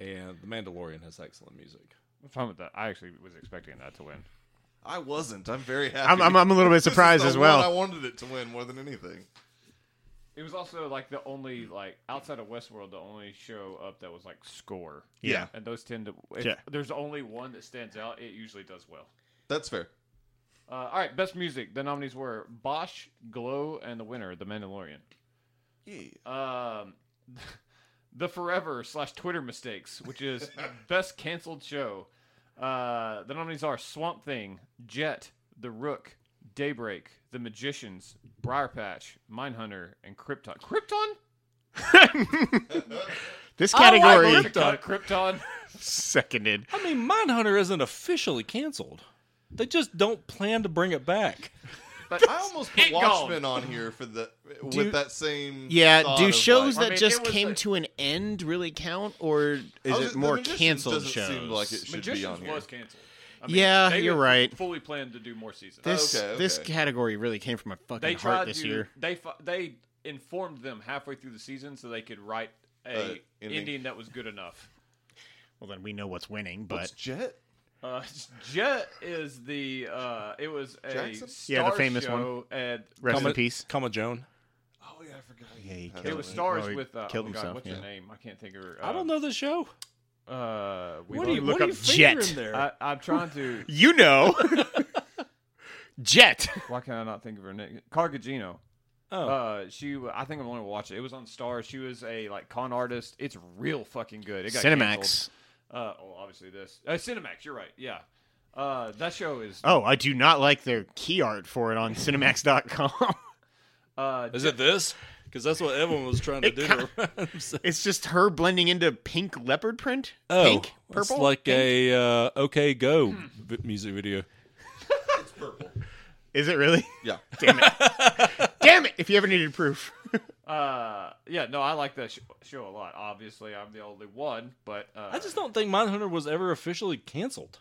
Speaker 2: And The Mandalorian has excellent music.
Speaker 1: I'm fine with that. I actually was expecting that to win.
Speaker 4: I wasn't. I'm very happy.
Speaker 3: I'm I'm, I'm a little bit
Speaker 4: This is
Speaker 3: surprised
Speaker 4: the
Speaker 3: as
Speaker 4: one I
Speaker 3: well.
Speaker 4: wanted it to win more than anything.
Speaker 1: It was also like the only like outside of Westworld, the only show up that was like score.
Speaker 4: Yeah.
Speaker 1: and those tend to. If
Speaker 3: Yeah.
Speaker 1: There's only one that stands out. It usually does well.
Speaker 4: That's fair.
Speaker 1: Uh, all right, best music. The nominees were Bosch, Glow, and the winner, The Mandalorian.
Speaker 4: Yeah.
Speaker 1: Um, the Forever slash Twitter mistakes, which is best canceled show. Uh, the nominees are Swamp Thing, Jet, The Rook, Daybreak, The Magicians, Briar Patch, Mindhunter, and Krypton. Krypton?
Speaker 3: This
Speaker 2: I like
Speaker 3: category
Speaker 2: Krypton.
Speaker 1: Cut Krypton.
Speaker 3: seconded.
Speaker 2: I mean, Mindhunter isn't officially canceled. They just don't plan to bring it back.
Speaker 4: I almost put
Speaker 1: Ain't gone.
Speaker 4: Watchmen on here for the with
Speaker 3: Do-
Speaker 4: that same.
Speaker 3: Yeah,
Speaker 4: thought
Speaker 3: do
Speaker 4: of,
Speaker 3: shows
Speaker 4: like,
Speaker 1: I
Speaker 3: that
Speaker 1: mean,
Speaker 3: just
Speaker 1: it was
Speaker 3: came
Speaker 1: like-
Speaker 3: to an end really count, or is
Speaker 4: I was-
Speaker 3: it
Speaker 4: The
Speaker 3: more
Speaker 4: Magicians
Speaker 3: canceled
Speaker 4: doesn't
Speaker 3: shows?
Speaker 4: Seem like it should be on
Speaker 1: Magicians
Speaker 4: here.
Speaker 1: was canceled. I
Speaker 3: Yeah,
Speaker 1: they
Speaker 3: you're
Speaker 1: had
Speaker 3: right.
Speaker 1: Fully planned to do more seasons.
Speaker 3: This
Speaker 4: Okay, okay.
Speaker 3: this category really came from my fucking
Speaker 1: they
Speaker 3: heart
Speaker 1: tried
Speaker 3: this
Speaker 1: to.
Speaker 3: year.
Speaker 1: They fu- they informed them halfway through the season so they could write a
Speaker 4: Uh, ending.
Speaker 1: ending. that was good enough.
Speaker 3: Well, then we know what's winning, but
Speaker 4: What's Jet?
Speaker 1: Uh, Jet is the uh, it was a
Speaker 4: Jackson?
Speaker 1: star
Speaker 3: Yeah, the famous
Speaker 1: show at
Speaker 3: rest
Speaker 2: Comma-
Speaker 3: in peace.
Speaker 2: Comma Joan.
Speaker 4: Oh yeah, I forgot.
Speaker 3: Yeah, he
Speaker 4: Has
Speaker 3: killed
Speaker 1: it
Speaker 4: that
Speaker 1: was
Speaker 3: him.
Speaker 4: name.
Speaker 1: stars
Speaker 3: Oh, he
Speaker 1: with uh,
Speaker 3: killed
Speaker 1: oh my God,
Speaker 3: himself,
Speaker 1: what's
Speaker 3: yeah.
Speaker 1: her name? I can't think of her.
Speaker 2: I don't know the show.
Speaker 1: know. Uh, we
Speaker 2: What are you,
Speaker 1: love-
Speaker 2: what are you
Speaker 3: up Jet.
Speaker 2: fingering there?
Speaker 1: I, I'm trying to.
Speaker 3: You know, Jet.
Speaker 1: Why can I not think of her name? Carcagino.
Speaker 2: oh,
Speaker 1: Uh, she. I think I'm going to watch it. It was on Star. She was a like con artist. It's real fucking good. It got canceled.
Speaker 3: Cinemax.
Speaker 1: Uh, well, obviously this. Uh, Cinemax. You're right. Yeah. Uh, that show is.
Speaker 3: Oh, I do not like their key art for it on Cinemax.com.
Speaker 1: Uh,
Speaker 2: is it this? Because that's what Evan was trying to
Speaker 3: It
Speaker 2: do.
Speaker 3: kinda-
Speaker 2: to
Speaker 3: it's just her blending into pink leopard print.
Speaker 2: oh,
Speaker 3: pink, purple.
Speaker 2: it's like a uh, OK Go v- music video.
Speaker 4: It's purple.
Speaker 3: Is it really?
Speaker 4: Yeah.
Speaker 3: Damn it! Damn it! If you ever needed proof,
Speaker 1: Uh, yeah. No, I like that sh- show a lot. Obviously, I'm the only one, but uh,
Speaker 2: I just don't think Mindhunter was ever officially canceled.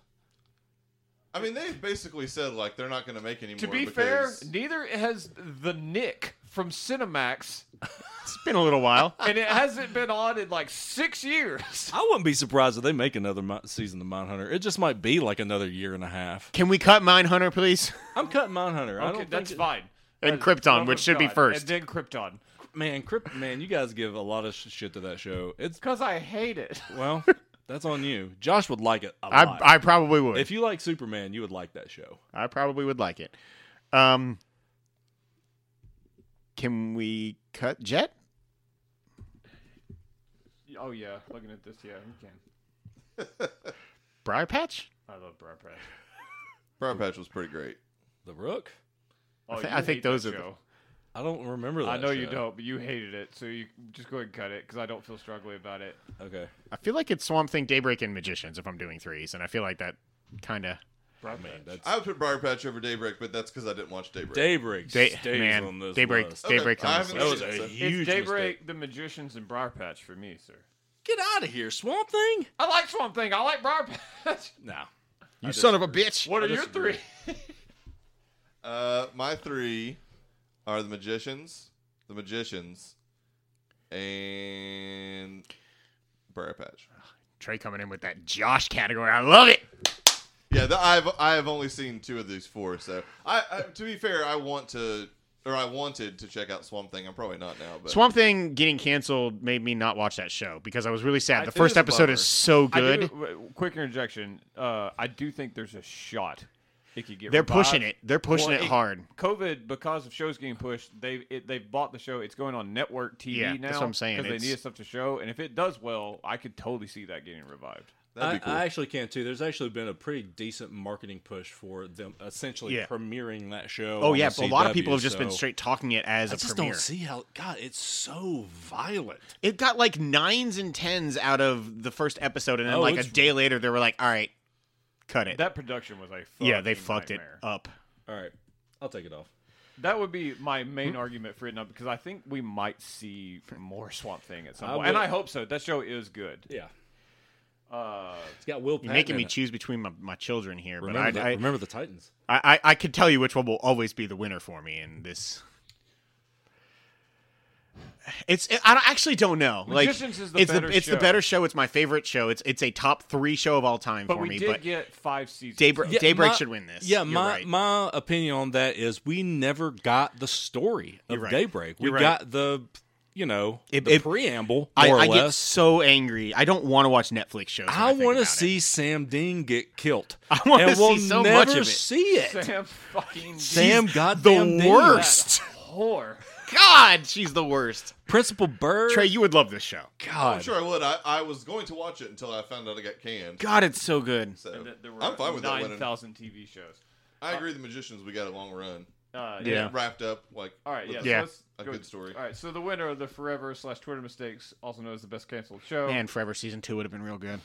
Speaker 4: I mean, they basically said like they're not going to make any
Speaker 1: To
Speaker 4: more.
Speaker 1: be fair,
Speaker 4: because-
Speaker 1: neither has the Nick from Cinemax,
Speaker 3: it's been a little while.
Speaker 1: and it hasn't been on in like six years.
Speaker 2: I wouldn't be surprised if they make another mi- season of Mindhunter. It just might be like another year and a half.
Speaker 3: Can we cut Mindhunter, please?
Speaker 2: I'm cutting Mindhunter. I don't
Speaker 1: Okay,
Speaker 2: think
Speaker 1: that's
Speaker 2: it-
Speaker 1: fine.
Speaker 3: And
Speaker 1: That's-
Speaker 3: Krypton,
Speaker 1: oh,
Speaker 3: which should be
Speaker 1: Krypton,
Speaker 3: first.
Speaker 1: and then Krypton,
Speaker 2: Man, Crypt, man, you guys give a lot of sh- shit to that show. It's
Speaker 1: because I hate it.
Speaker 2: well, that's on you. Josh would like it a
Speaker 3: I
Speaker 2: lot.
Speaker 3: I probably would.
Speaker 2: if you like Superman, you would like that show.
Speaker 3: I probably would like it. Um, can we cut Jet?
Speaker 1: Oh yeah, looking at this, yeah, we can.
Speaker 3: Briar Patch?
Speaker 1: I love Brad Pitt.
Speaker 4: Briar Patch was pretty great.
Speaker 2: The Rook.
Speaker 1: Oh,
Speaker 3: thi-
Speaker 1: you
Speaker 3: I think
Speaker 1: hate
Speaker 3: those
Speaker 1: that
Speaker 3: are the-
Speaker 1: show.
Speaker 2: I don't remember that.
Speaker 1: I know you
Speaker 2: show.
Speaker 1: don't, but you hated it, so you just go ahead and cut it because I don't feel strongly about it.
Speaker 2: Okay.
Speaker 3: I feel like it's Swamp Thing, Daybreak, and Magicians if I'm doing threes, and I feel like that kind of.
Speaker 1: Brad Pitt.
Speaker 2: That's
Speaker 4: I would put Briar Patch over Daybreak, but that's because I didn't watch Daybreak.
Speaker 2: Daybreak.
Speaker 3: Day-
Speaker 2: stays on
Speaker 3: man,
Speaker 2: this
Speaker 3: Daybreak,
Speaker 2: list.
Speaker 4: Okay,
Speaker 3: Daybreak.
Speaker 4: I
Speaker 3: on this
Speaker 4: haven't
Speaker 2: That
Speaker 3: list.
Speaker 2: was a
Speaker 4: It's
Speaker 2: huge
Speaker 1: it's Daybreak,
Speaker 2: mistake.
Speaker 1: The Magicians, and Briar Patch for me, sir.
Speaker 2: Get out of here, Swamp Thing.
Speaker 1: I like Swamp Thing. I like Briar Patch.
Speaker 2: No.
Speaker 3: You son of a bitch!
Speaker 1: What are your
Speaker 2: disagree.
Speaker 1: three?
Speaker 4: Uh, my three are the Magicians, the Magicians, and Briar Patch.
Speaker 3: Trey coming in with that Josh category. I love it.
Speaker 4: Yeah, the, I've I have only seen two of these four. So I, I to be fair, I want to or I wanted to check out Swamp Thing. I'm probably not now, but
Speaker 3: Swamp Thing getting canceled made me not watch that show because I was really sad.
Speaker 4: I-
Speaker 3: The
Speaker 4: it
Speaker 3: first
Speaker 4: is a
Speaker 3: episode
Speaker 4: bummer.
Speaker 3: is so
Speaker 1: I do-
Speaker 3: good.
Speaker 1: w- quick interjection. Uh, I do think there's a shot it could get.
Speaker 3: They're
Speaker 1: revived.
Speaker 3: pushing it. They're pushing
Speaker 1: Well,
Speaker 3: it hard.
Speaker 1: COVID because of shows getting pushed. They it, they've bought the show. It's going on network TV
Speaker 3: Yeah,
Speaker 1: now.
Speaker 3: that's what I'm saying.
Speaker 1: Because
Speaker 3: It's-
Speaker 1: they needed stuff to show, and if it does well, I could totally see that getting revived.
Speaker 4: that'd
Speaker 2: I,
Speaker 4: be cool.
Speaker 2: I actually can too. There's actually been a pretty decent marketing push for them essentially
Speaker 3: Yeah.
Speaker 2: premiering that show.
Speaker 3: Oh
Speaker 2: on
Speaker 3: yeah,
Speaker 2: the
Speaker 3: but a lot of
Speaker 2: CW,
Speaker 3: people have just been
Speaker 2: so-
Speaker 3: straight talking it as
Speaker 2: I
Speaker 3: a
Speaker 2: just
Speaker 3: premiere.
Speaker 2: don't see how. God, it's so violent.
Speaker 3: It got like nines and tens out of the first episode, and then
Speaker 2: Oh,
Speaker 3: like a
Speaker 2: it's-
Speaker 3: day later, they were like, "All right, cut it."
Speaker 1: That production was a fucking
Speaker 3: yeah, they fucked
Speaker 1: nightmare.
Speaker 3: it up.
Speaker 2: All right, I'll take it off.
Speaker 1: That would be my main argument for it now because I think we might see more Swamp Thing at some
Speaker 2: I
Speaker 1: point, and
Speaker 2: would-
Speaker 1: I hope so. That show is good.
Speaker 2: Yeah,
Speaker 1: Uh,
Speaker 2: it's got Will.
Speaker 3: You're making me choose between my, my children here,
Speaker 2: Remember,
Speaker 3: but
Speaker 2: the,
Speaker 3: I I,
Speaker 2: remember the Titans.
Speaker 3: I I I could tell you which one will always be the winner for me in this. It's I don't- actually don't know. Like
Speaker 1: Magicians is the
Speaker 3: it's
Speaker 1: better
Speaker 3: the it's
Speaker 1: show.
Speaker 3: the better show. It's my favorite show. It's it's a top three show of all time
Speaker 1: but
Speaker 3: for
Speaker 1: we
Speaker 3: me.
Speaker 1: did
Speaker 3: But
Speaker 1: get five seasons.
Speaker 3: Daybreak
Speaker 2: Yeah,
Speaker 3: Daybreak
Speaker 2: my-
Speaker 3: should win this.
Speaker 2: Yeah,
Speaker 3: You're
Speaker 2: my
Speaker 3: right.
Speaker 2: my opinion on that is we never got the story of
Speaker 3: You're right.
Speaker 2: Daybreak. We
Speaker 3: You're right.
Speaker 2: got the you know
Speaker 3: It-
Speaker 2: the
Speaker 3: it-
Speaker 2: preamble
Speaker 3: I,
Speaker 2: more or
Speaker 3: I get
Speaker 2: less.
Speaker 3: so angry. I don't want to watch Netflix shows. when
Speaker 2: I
Speaker 3: think
Speaker 2: want
Speaker 3: about
Speaker 2: to
Speaker 3: it.
Speaker 2: see Sam Dean get killed.
Speaker 3: I wanna
Speaker 2: And we'll
Speaker 3: see so
Speaker 2: never
Speaker 3: much of it.
Speaker 2: see it.
Speaker 1: Sam fucking
Speaker 2: Sam,
Speaker 3: the
Speaker 2: goddamn Dean.
Speaker 3: worst.
Speaker 1: whore.
Speaker 3: God, she's the worst.
Speaker 2: Principal Bird.
Speaker 3: Trey, you would love this show.
Speaker 2: God,
Speaker 4: I'm sure I would. I, I was going to watch it until I found out I got canned.
Speaker 3: God, it's so good.
Speaker 4: So
Speaker 1: And that there were
Speaker 4: I'm fine with that
Speaker 1: nine
Speaker 4: winning.
Speaker 1: thousand TV shows.
Speaker 4: I agree. The Magicians, we got a long run.
Speaker 1: Uh,
Speaker 3: Yeah.
Speaker 4: wrapped up like
Speaker 1: All right. Yeah.
Speaker 4: with
Speaker 1: so
Speaker 3: Yeah.
Speaker 1: let's
Speaker 4: a
Speaker 1: go-
Speaker 4: good story.
Speaker 1: All right. So the winner of the Forever slash Twitter mistakes, also known as the best canceled show,
Speaker 3: Man, Forever season two would have been real good.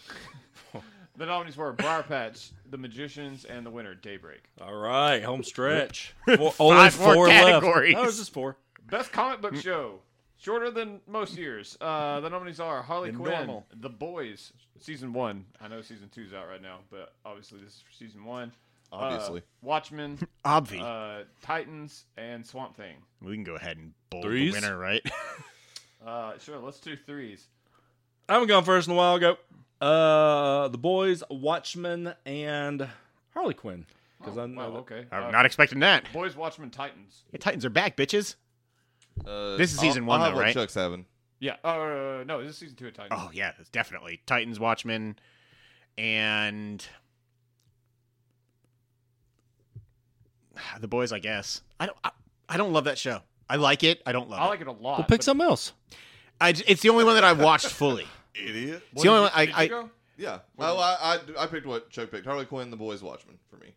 Speaker 1: the nominees were Briar Patch, The Magicians, and the winner Daybreak.
Speaker 2: All right, home stretch. Four, only
Speaker 3: Five more
Speaker 2: four left.
Speaker 3: categories.
Speaker 2: No, it's just four.
Speaker 1: Best comic
Speaker 3: Mm.
Speaker 1: book show. Shorter than most years. Uh, the nominees are Harley Quinn,
Speaker 2: normal.
Speaker 1: The Boys, season one. I know season two's out right now, but obviously this is for season one. Uh,
Speaker 4: Obviously.
Speaker 1: Watchmen,
Speaker 3: Obvi.
Speaker 1: uh, Titans, and Swamp Thing.
Speaker 3: we can go ahead and bowl
Speaker 2: Threes?
Speaker 3: the winner, right?
Speaker 1: Uh, sure, let's do threes.
Speaker 2: I haven't gone first in a while. Go. Uh, The Boys, Watchmen, and Harley Quinn. Because I know
Speaker 1: Wow,
Speaker 2: that-
Speaker 1: okay.
Speaker 3: I'm
Speaker 1: Uh,
Speaker 3: not expecting that.
Speaker 1: Boys, Watchmen, Titans.
Speaker 3: The Titans are back, bitches.
Speaker 4: Uh,
Speaker 3: This is season
Speaker 4: I'll,
Speaker 3: one,
Speaker 4: I'll have
Speaker 3: though,
Speaker 4: what
Speaker 3: right?
Speaker 4: Chuck's having.
Speaker 1: Yeah. Uh, no, this is season two of Titans.
Speaker 3: Oh yeah, that's definitely Titans, Watchmen, and the boys. I guess I don't. I, I don't love that show. I like it. I don't love
Speaker 1: I
Speaker 3: it.
Speaker 1: like it a lot.
Speaker 2: Well, pick
Speaker 1: but-
Speaker 2: something else.
Speaker 3: I j- it's the only one that I watched fully.
Speaker 4: Idiot.
Speaker 3: It's the only one
Speaker 1: Did you
Speaker 3: I, I
Speaker 1: go?
Speaker 4: Yeah. Well, I, I I picked what Chuck picked. Harley Quinn, The Boys, Watchmen for me.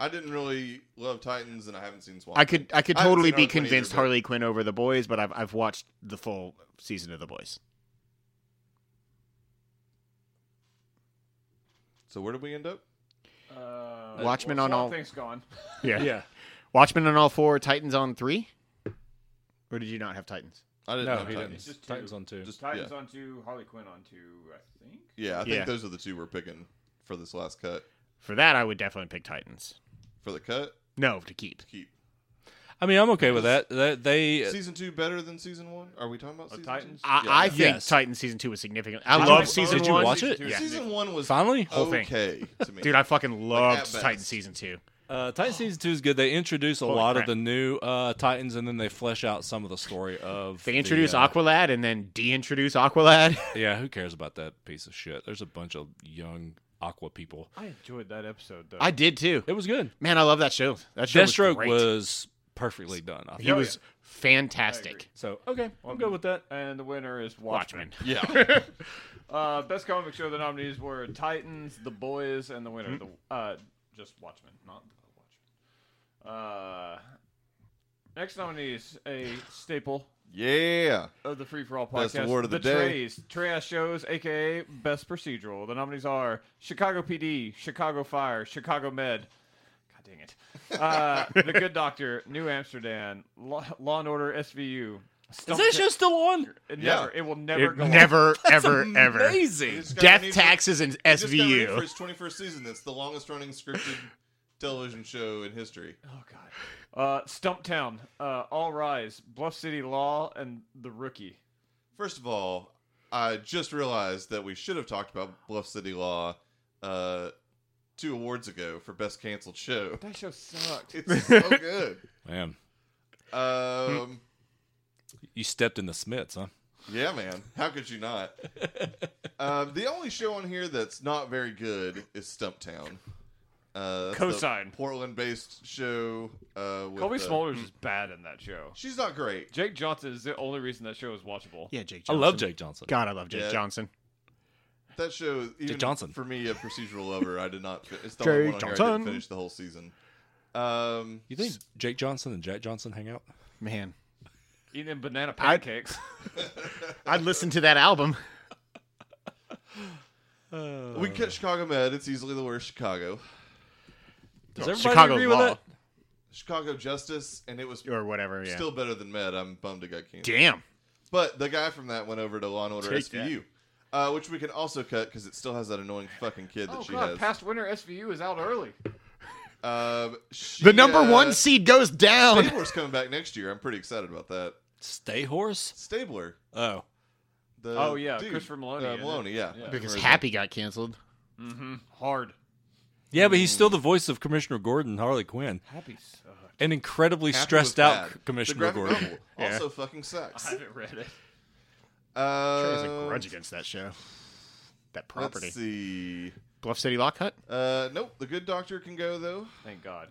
Speaker 4: I didn't really love Titans, and I haven't seen Swamp.
Speaker 3: I could I could
Speaker 4: I haven't
Speaker 3: totally
Speaker 4: seen
Speaker 3: be
Speaker 4: Harley Quinn either,
Speaker 3: convinced
Speaker 4: but-
Speaker 3: Harley Quinn over the boys, but I've I've watched the full season of the boys.
Speaker 4: So where did we end up?
Speaker 1: Uh,
Speaker 3: Watchmen
Speaker 1: well,
Speaker 3: on
Speaker 1: Swamp
Speaker 3: all-
Speaker 1: Thing's gone.
Speaker 2: Yeah.
Speaker 3: Watchmen on all four, Titans on three. Or did you not have Titans?
Speaker 4: I didn't
Speaker 2: No,
Speaker 4: have
Speaker 2: he
Speaker 4: Titans.
Speaker 2: didn't.
Speaker 1: Just two.
Speaker 2: Titans on two.
Speaker 4: Just yeah.
Speaker 1: Titans on two, Harley Quinn on two, I think.
Speaker 4: Yeah, I think
Speaker 3: Yeah.
Speaker 4: those are the two we're picking for this last cut.
Speaker 3: For that, I would definitely pick Titans.
Speaker 4: For the cut,
Speaker 3: No, to keep.
Speaker 4: keep
Speaker 2: I mean, I'm okay with that. That they.
Speaker 4: season two better than season one. Are we talking about
Speaker 1: Uh,
Speaker 4: season
Speaker 1: Titans.
Speaker 4: Two?
Speaker 3: I,
Speaker 4: Yeah.
Speaker 3: I think
Speaker 2: Yes.
Speaker 3: Titans season two was significant. I,
Speaker 1: I
Speaker 3: love
Speaker 1: like
Speaker 3: season
Speaker 1: both.
Speaker 2: Did you
Speaker 3: one.
Speaker 2: watch
Speaker 1: Season
Speaker 2: it?
Speaker 1: two is
Speaker 3: Yeah.
Speaker 4: Season one was
Speaker 2: Finally?
Speaker 4: okay
Speaker 2: Whole
Speaker 3: thing.
Speaker 4: to me.
Speaker 3: Dude, I fucking
Speaker 4: at
Speaker 3: loved
Speaker 4: best.
Speaker 3: Titans season two.
Speaker 2: Uh, Titans season two is good. They introduce a
Speaker 3: Holy
Speaker 2: lot
Speaker 3: crap.
Speaker 2: of the new uh, Titans, and then they flesh out some of the story of.
Speaker 3: They
Speaker 2: the,
Speaker 3: introduce
Speaker 2: uh,
Speaker 3: Aqualad and then de-introduce Aqualad.
Speaker 2: Yeah, who cares about that piece of shit? There's a bunch of young Aqua people.
Speaker 1: I enjoyed that episode though.
Speaker 3: I did too.
Speaker 2: It was good.
Speaker 3: Man, I love that show. That show
Speaker 2: Deathstroke
Speaker 3: was,
Speaker 2: was,
Speaker 3: great.
Speaker 2: perfectly done. I
Speaker 3: he
Speaker 2: thought.
Speaker 3: was fantastic.
Speaker 2: so okay. I'm good with that.
Speaker 1: and the winner is Watchmen.
Speaker 3: Watchmen.
Speaker 4: yeah,
Speaker 1: Uh, best comic show. The nominees were Titans, The Boys, and the winner,
Speaker 4: Hmm.
Speaker 1: the uh, just Watchmen, not the Watchmen. Uh, next nominee is a staple
Speaker 4: yeah.
Speaker 1: of the Free for All podcast.
Speaker 4: Best award of the day.
Speaker 1: Trays, Trash shows, aka best procedural. The nominees are Chicago PD, Chicago Fire, Chicago Med. God dang it. Uh, the Good Doctor, New Amsterdam, Law, Law and Order, SVU.
Speaker 2: Is
Speaker 1: Stump
Speaker 2: that show still on?
Speaker 1: It
Speaker 4: Yeah.
Speaker 1: never. It will never
Speaker 3: It
Speaker 1: go. on.
Speaker 3: never,
Speaker 2: That's
Speaker 3: ever, ever.
Speaker 2: amazing.
Speaker 4: It's got
Speaker 3: Death
Speaker 4: renewed for-
Speaker 3: taxes and
Speaker 4: it just got renewed for
Speaker 3: SVU.
Speaker 4: its 21st season. That's the longest running scripted television show in history.
Speaker 1: Oh God. Uh, Stumptown, uh, All Rise, Bluff City Law, and The Rookie.
Speaker 4: First of all, I just realized that we should have talked about Bluff City Law uh, two awards ago for best canceled show.
Speaker 1: That show sucked.
Speaker 4: It's so good.
Speaker 2: Man,
Speaker 4: Um,
Speaker 2: you stepped in the Smiths, huh?
Speaker 4: yeah, man. How could you not? Um, the only show on here that's not very good is Stumptown. Uh, that's the
Speaker 1: Cosine.
Speaker 4: Portland-based show. Uh, with,
Speaker 1: Colby
Speaker 4: uh,
Speaker 1: Smulders is bad in that show.
Speaker 4: She's not great.
Speaker 1: Jake Johnson is the only reason that show is watchable.
Speaker 3: Yeah, Jake.
Speaker 2: I
Speaker 3: Johnson.
Speaker 2: love Jake Johnson.
Speaker 3: God, I love Jake
Speaker 4: Yeah.
Speaker 3: Johnson.
Speaker 4: That show, even
Speaker 2: Johnson.
Speaker 4: for me, a procedural lover, I did not. fi- It's the
Speaker 3: Jay
Speaker 4: only one on here I
Speaker 3: Johnson.
Speaker 4: didn't finish the whole season. Um,
Speaker 2: You think Jake Johnson and Jack Johnson hang out?
Speaker 3: Man,
Speaker 1: Eating banana pancakes.
Speaker 3: I'd listen to that album.
Speaker 4: we cut Chicago Med. It's easily the worst Chicago.
Speaker 2: Does
Speaker 3: Well,
Speaker 2: everybody
Speaker 3: Chicago
Speaker 2: agree
Speaker 3: Law.
Speaker 2: with that?
Speaker 4: Chicago Justice, and it was
Speaker 3: or whatever. Yeah.
Speaker 4: still better than Med. I'm bummed it got canceled.
Speaker 3: Damn.
Speaker 4: But the guy from that went over to Law and Order
Speaker 3: Take
Speaker 4: SVU, uh, which we can also cut because it still has that annoying fucking kid that
Speaker 1: oh
Speaker 4: she
Speaker 1: God!
Speaker 4: has.
Speaker 1: Past winner SVU is out early.
Speaker 4: Um, she,
Speaker 3: The number
Speaker 4: uh,
Speaker 3: one seed goes down.
Speaker 4: Stabler's coming back next year. I'm pretty excited about that.
Speaker 2: Stay horse.
Speaker 4: Stabler.
Speaker 2: Oh,
Speaker 4: The
Speaker 1: Oh, yeah,
Speaker 4: dude,
Speaker 1: Christopher Maloney,
Speaker 4: Uh,
Speaker 1: isn't it?
Speaker 4: Maloney, yeah.
Speaker 1: Yeah.
Speaker 3: Because
Speaker 4: Or-
Speaker 3: Happy got canceled.
Speaker 1: Mm-hmm. Hard.
Speaker 2: yeah, but he's still the voice of Commissioner Gordon, Harley Quinn,
Speaker 1: Happy sucked.
Speaker 2: an incredibly
Speaker 4: Happy
Speaker 2: stressed
Speaker 4: was
Speaker 2: out
Speaker 4: bad.
Speaker 2: C-
Speaker 4: The
Speaker 2: Commissioner
Speaker 4: graphic
Speaker 2: Gordon.
Speaker 4: novel also fucking
Speaker 1: I
Speaker 4: sucks.
Speaker 1: haven't read it.
Speaker 3: There's a
Speaker 4: Uh,
Speaker 3: grudge against that show. That property.
Speaker 4: let's see.
Speaker 3: Bluff City Lock Hut?
Speaker 4: Uh, nope, the good doctor can go though.
Speaker 1: Thank God.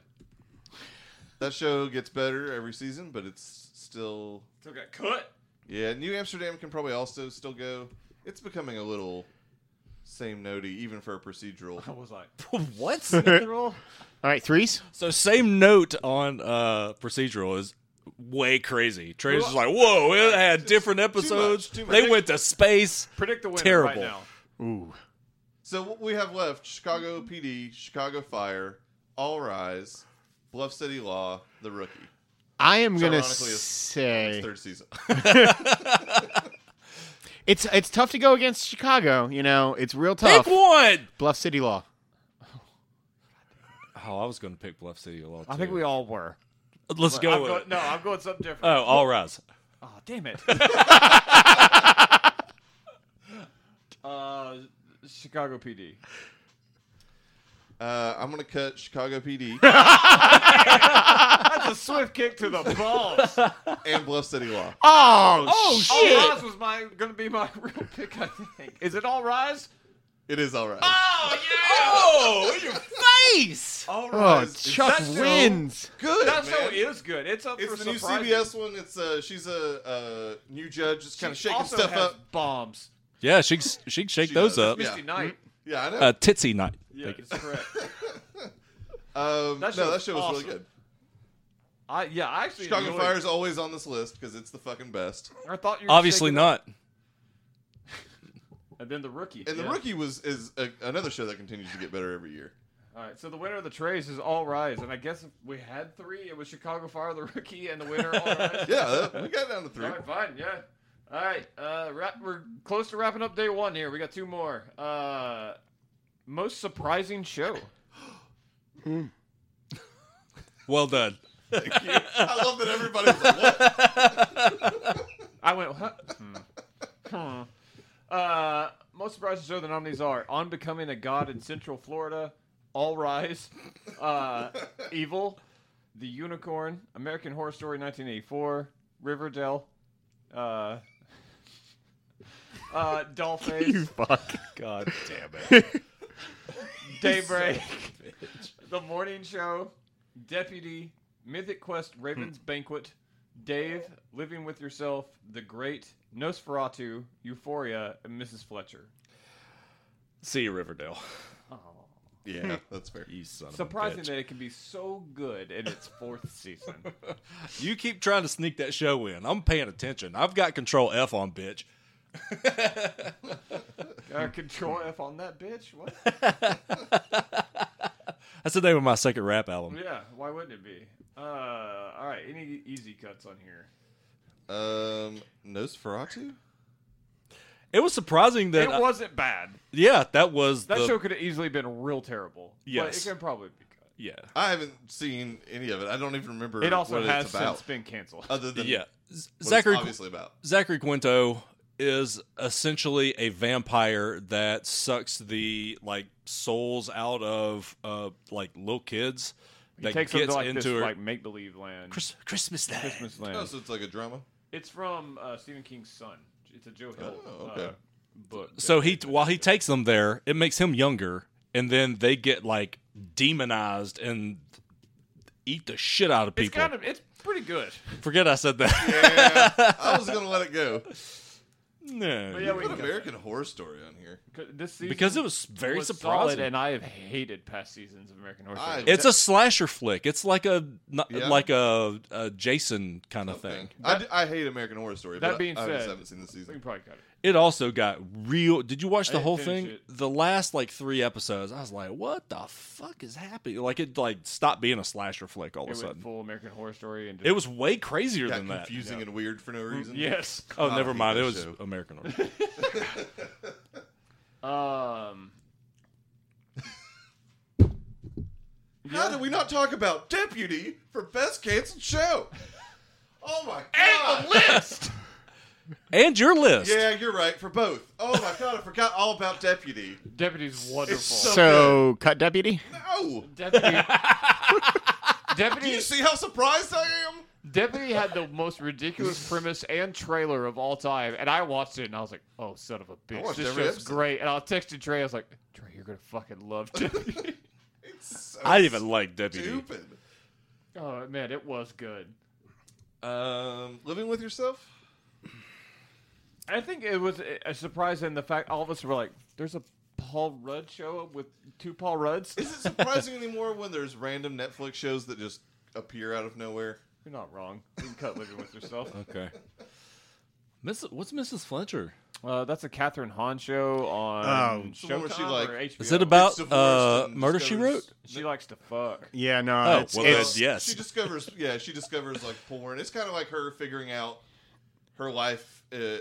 Speaker 4: That show gets better every season, but it's still
Speaker 1: Still got cut.
Speaker 4: yeah. New Amsterdam can probably also still go. It's becoming a little same notey even for a procedural.
Speaker 1: I was like,
Speaker 2: what?
Speaker 1: literal.
Speaker 3: All right, threes?
Speaker 2: so same note on uh procedural is way crazy. Trey's just like, whoa, it had different episodes.
Speaker 4: too much.
Speaker 2: They went to space.
Speaker 1: Predict the winner right
Speaker 2: Terrible.
Speaker 1: now.
Speaker 3: Ooh.
Speaker 4: So what we have left: Chicago PD, Chicago Fire, All Rise, Bluff City Law, The Rookie.
Speaker 3: I am going to
Speaker 4: ironically, it's-
Speaker 3: say
Speaker 4: Third season.
Speaker 3: it's it's tough to go against Chicago, you know. It's real
Speaker 2: Pick
Speaker 3: tough.
Speaker 2: one.
Speaker 3: Bluff City Law.
Speaker 2: Oh, I was going to pick Bluff City Law.
Speaker 1: I think we all were.
Speaker 2: Let's go.
Speaker 1: I'm
Speaker 2: with
Speaker 1: going,
Speaker 2: it.
Speaker 1: no, I'm going something different.
Speaker 2: Oh, all rise.
Speaker 1: Oh, damn it. uh, Chicago PD.
Speaker 4: Uh, I'm gonna cut Chicago PD
Speaker 1: That's a swift kick to the balls.
Speaker 4: and Bluff City Law.
Speaker 3: Oh,
Speaker 1: oh,
Speaker 3: shit!
Speaker 1: All Rise was my going to be my real pick, I think. Is it All Rise?
Speaker 4: It is all right.
Speaker 2: Oh, in your face!
Speaker 1: All
Speaker 3: Oh,
Speaker 1: Rise. Is
Speaker 3: Chuck
Speaker 1: that show-
Speaker 3: wins.
Speaker 4: Good.
Speaker 1: That show
Speaker 4: man.
Speaker 1: is good. It's up
Speaker 4: It's
Speaker 1: for
Speaker 4: the new
Speaker 1: surprising.
Speaker 4: CBS one. It's uh, she's a uh, new judge, just kind of
Speaker 1: She
Speaker 4: shaking
Speaker 1: also
Speaker 4: stuff
Speaker 1: has
Speaker 4: up.
Speaker 1: bombs.
Speaker 2: Yeah, she she can shake
Speaker 4: She
Speaker 2: those
Speaker 4: does.
Speaker 2: up.
Speaker 4: Yeah. Hmm?
Speaker 1: Misty Knight.
Speaker 4: Yeah, I know.
Speaker 2: Uh, titsy night.
Speaker 1: Yeah, that's correct. that
Speaker 4: um, no, that
Speaker 1: show's
Speaker 4: show was
Speaker 1: awesome.
Speaker 4: really good.
Speaker 1: I yeah, I actually
Speaker 4: Chicago
Speaker 1: enjoyed-
Speaker 4: Fire is always on this list because it's the fucking best.
Speaker 1: I thought you were
Speaker 2: Obviously
Speaker 1: shaking up.
Speaker 2: not.
Speaker 1: And then the rookie.
Speaker 4: And the
Speaker 1: yeah.
Speaker 4: rookie was is a, another show that continues to get better every year.
Speaker 1: All right, so the winner of the trays is All Rise, and I guess if we had three, it was Chicago Fire, the rookie, and the winner. All Rise.
Speaker 4: Yeah, that, we got down to three.
Speaker 1: All right, fine. Yeah. All right. Uh, wrap, we're close to wrapping up day one here. We got two more. Uh, most surprising show.
Speaker 2: Well done.
Speaker 4: I love that everybody was like, "What?"
Speaker 1: I went. Huh? Hmm. Hmm. Uh, most surprising show. The nominees are On Becoming a God in Central Florida, All Rise, uh, Evil, The Unicorn, American Horror Story 1984, Riverdale, uh, uh, Dollface.
Speaker 3: You fuck.
Speaker 2: God damn it.
Speaker 1: Daybreak, The Morning Show, Deputy, Mythic Quest, Raven's Banquet, Dave, Living with Yourself, The Great, Nosferatu, Euphoria, and Mrs. Fletcher.
Speaker 2: See you, Riverdale.
Speaker 4: Yeah, that's fair.
Speaker 2: You son
Speaker 1: Surprising
Speaker 2: of a bitch.
Speaker 1: that it can be so good in its fourth season.
Speaker 2: You keep trying to sneak that show in. I'm paying attention. I've got control F on bitch.
Speaker 1: Uh, control F on that bitch? What?
Speaker 2: That's the name of my second rap album.
Speaker 1: Yeah, why wouldn't it be? Uh, all right, any easy cuts on here?
Speaker 4: Um, Nosferatu.
Speaker 2: It was surprising that
Speaker 1: it
Speaker 2: I-
Speaker 1: wasn't bad.
Speaker 2: yeah, that was
Speaker 1: That
Speaker 2: the,
Speaker 1: show could have easily been real terrible.
Speaker 2: Yes.
Speaker 1: But it can probably be cut.
Speaker 2: yeah.
Speaker 4: I haven't seen any of it. I don't even remember.
Speaker 1: It also
Speaker 4: what
Speaker 1: has
Speaker 4: it's about,
Speaker 1: since been canceled.
Speaker 4: other than
Speaker 2: Yeah.
Speaker 4: what
Speaker 2: Z-
Speaker 4: it's
Speaker 2: Zachary
Speaker 4: obviously about.
Speaker 2: Zachary Quinto is essentially a vampire that sucks the like souls out of uh like little kids that
Speaker 1: takes them
Speaker 2: gets
Speaker 1: to like
Speaker 2: into
Speaker 1: this
Speaker 2: her-
Speaker 1: like make believe land.
Speaker 2: Chris- Christmas Day.
Speaker 1: Christmas land.
Speaker 4: Oh, so it's like a drama.
Speaker 1: It's from uh, Stephen King's son. It's a Joe Hill
Speaker 4: Oh, okay.
Speaker 1: uh, book.
Speaker 2: So he while he takes them there, it makes him younger, and then they get like demonized and eat the shit out of
Speaker 1: it's
Speaker 2: people.
Speaker 1: kind of it's pretty good.
Speaker 2: Forget I said that.
Speaker 4: Yeah, I was gonna let it go.
Speaker 2: no,
Speaker 1: But yeah,
Speaker 4: We
Speaker 1: we
Speaker 4: Put American Horror Story on here.
Speaker 1: this season
Speaker 2: because it was very
Speaker 1: was solid,
Speaker 2: surprising.
Speaker 1: and I have hated past seasons of American Horror
Speaker 4: I-
Speaker 1: Story.
Speaker 2: it's a slasher flick. It's like a not,
Speaker 4: Yeah.
Speaker 2: like a, a Jason kind of thing.
Speaker 4: I, d- I hate American Horror Story.
Speaker 1: that
Speaker 4: but
Speaker 1: being
Speaker 4: I, I
Speaker 1: said-
Speaker 4: just haven't seen the
Speaker 1: we
Speaker 4: season.
Speaker 1: can probably cut it.
Speaker 2: It also got real. Did you watch
Speaker 1: I
Speaker 2: the
Speaker 1: didn't
Speaker 2: whole
Speaker 1: finish
Speaker 2: thing?
Speaker 1: it.
Speaker 2: The last like three episodes, I was like, "What the fuck is happening?" Like it like stopped being a slasher flick
Speaker 1: It
Speaker 2: all of a
Speaker 1: was
Speaker 2: sudden.
Speaker 1: full American Horror Story, and
Speaker 2: It was way crazier
Speaker 4: Got
Speaker 2: than that.
Speaker 4: confusing and weird for no reason.
Speaker 1: yes.
Speaker 2: Oh,
Speaker 4: I
Speaker 2: never
Speaker 4: hate
Speaker 2: mind.
Speaker 4: that
Speaker 2: It was
Speaker 4: show.
Speaker 2: American Horror.
Speaker 1: Um,
Speaker 4: How did we not talk about Deputy for best canceled show? Oh my
Speaker 1: and
Speaker 4: god!
Speaker 1: the list.
Speaker 2: and your list.
Speaker 4: Yeah, you're right for both. Oh my god, I forgot all about Deputy.
Speaker 1: Deputy's wonderful.
Speaker 4: so-
Speaker 3: So, cut deputy.
Speaker 4: No,
Speaker 1: Deputy.
Speaker 4: do you
Speaker 1: Deputy
Speaker 4: see how surprised I am?
Speaker 1: Deputy had the most ridiculous premise and trailer of all time, and I watched it and I was like, "Oh, son of a bitch,
Speaker 4: watched
Speaker 1: this
Speaker 4: every
Speaker 1: show's
Speaker 4: episode.
Speaker 1: great." And I texted Trey, I was like, "Trey, you're gonna fucking love Deputy."
Speaker 4: It's so
Speaker 2: I even like Deputy.
Speaker 4: stupid.
Speaker 1: oh man, it was good.
Speaker 4: Um, living with yourself.
Speaker 1: I think it was a- a surprise in the fact all of us were like, "There's a Paul Rudd show with two Paul Rudds."
Speaker 4: Is it surprising anymore when there's random Netflix shows that just appear out of nowhere?
Speaker 1: You're not wrong. You can cut living with yourself.
Speaker 2: Okay. Miss, what's Mrs. Fletcher?
Speaker 1: Uh, that's a Catherine Hahn show on
Speaker 3: Oh.
Speaker 4: The one where
Speaker 1: Showtime
Speaker 4: she, like-
Speaker 1: or HBO.
Speaker 2: Is it about
Speaker 4: Gets divorced
Speaker 2: uh,
Speaker 4: and
Speaker 2: murder she wrote?
Speaker 4: discovers-
Speaker 1: She likes to fuck.
Speaker 3: Yeah, no.
Speaker 2: Oh,
Speaker 3: it's,
Speaker 2: well,
Speaker 4: Well,
Speaker 3: it's-
Speaker 2: then, yes.
Speaker 4: She discovers, yeah, she discovers like porn. It's kind of like her figuring out her life. Uh,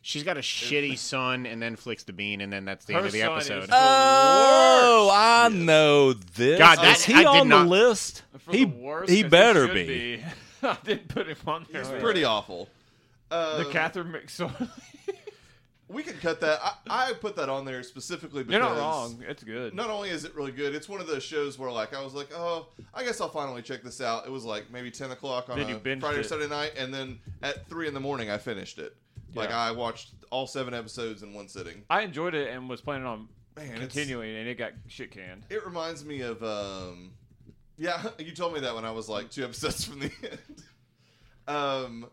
Speaker 3: she's got a shitty son, and then flicks the bean, and then that's the end
Speaker 1: Her
Speaker 3: of the
Speaker 1: son
Speaker 3: episode.
Speaker 1: is-
Speaker 2: Oh, I know this.
Speaker 3: God, that-
Speaker 2: is he
Speaker 3: I did
Speaker 2: on the
Speaker 3: not-
Speaker 2: list?
Speaker 1: For
Speaker 2: Oh, He
Speaker 1: the worst,
Speaker 2: he
Speaker 1: 'cause
Speaker 2: better
Speaker 1: should
Speaker 2: be.
Speaker 1: I
Speaker 4: Oh,
Speaker 1: didn't put him on there.
Speaker 4: it's pretty awful. Uh,
Speaker 1: The Catherine McSorley.
Speaker 4: we can cut that. I, I put that on there specifically because
Speaker 1: You're not wrong. It's good.
Speaker 4: Not only is it really good, it's one of those shows where like I was like, oh, I guess I'll finally check this out. It was like maybe ten o'clock on
Speaker 1: Then you
Speaker 4: a
Speaker 1: binged
Speaker 4: Friday or
Speaker 1: it.
Speaker 4: Saturday night, and then at three in the morning I finished it. Like
Speaker 1: Yeah.
Speaker 4: I watched all seven episodes in one sitting.
Speaker 1: I enjoyed it and was planning on
Speaker 4: Man, it's-
Speaker 1: continuing, and it got shit canned.
Speaker 4: It reminds me of um yeah, you told me that when I was like two episodes from the end. Um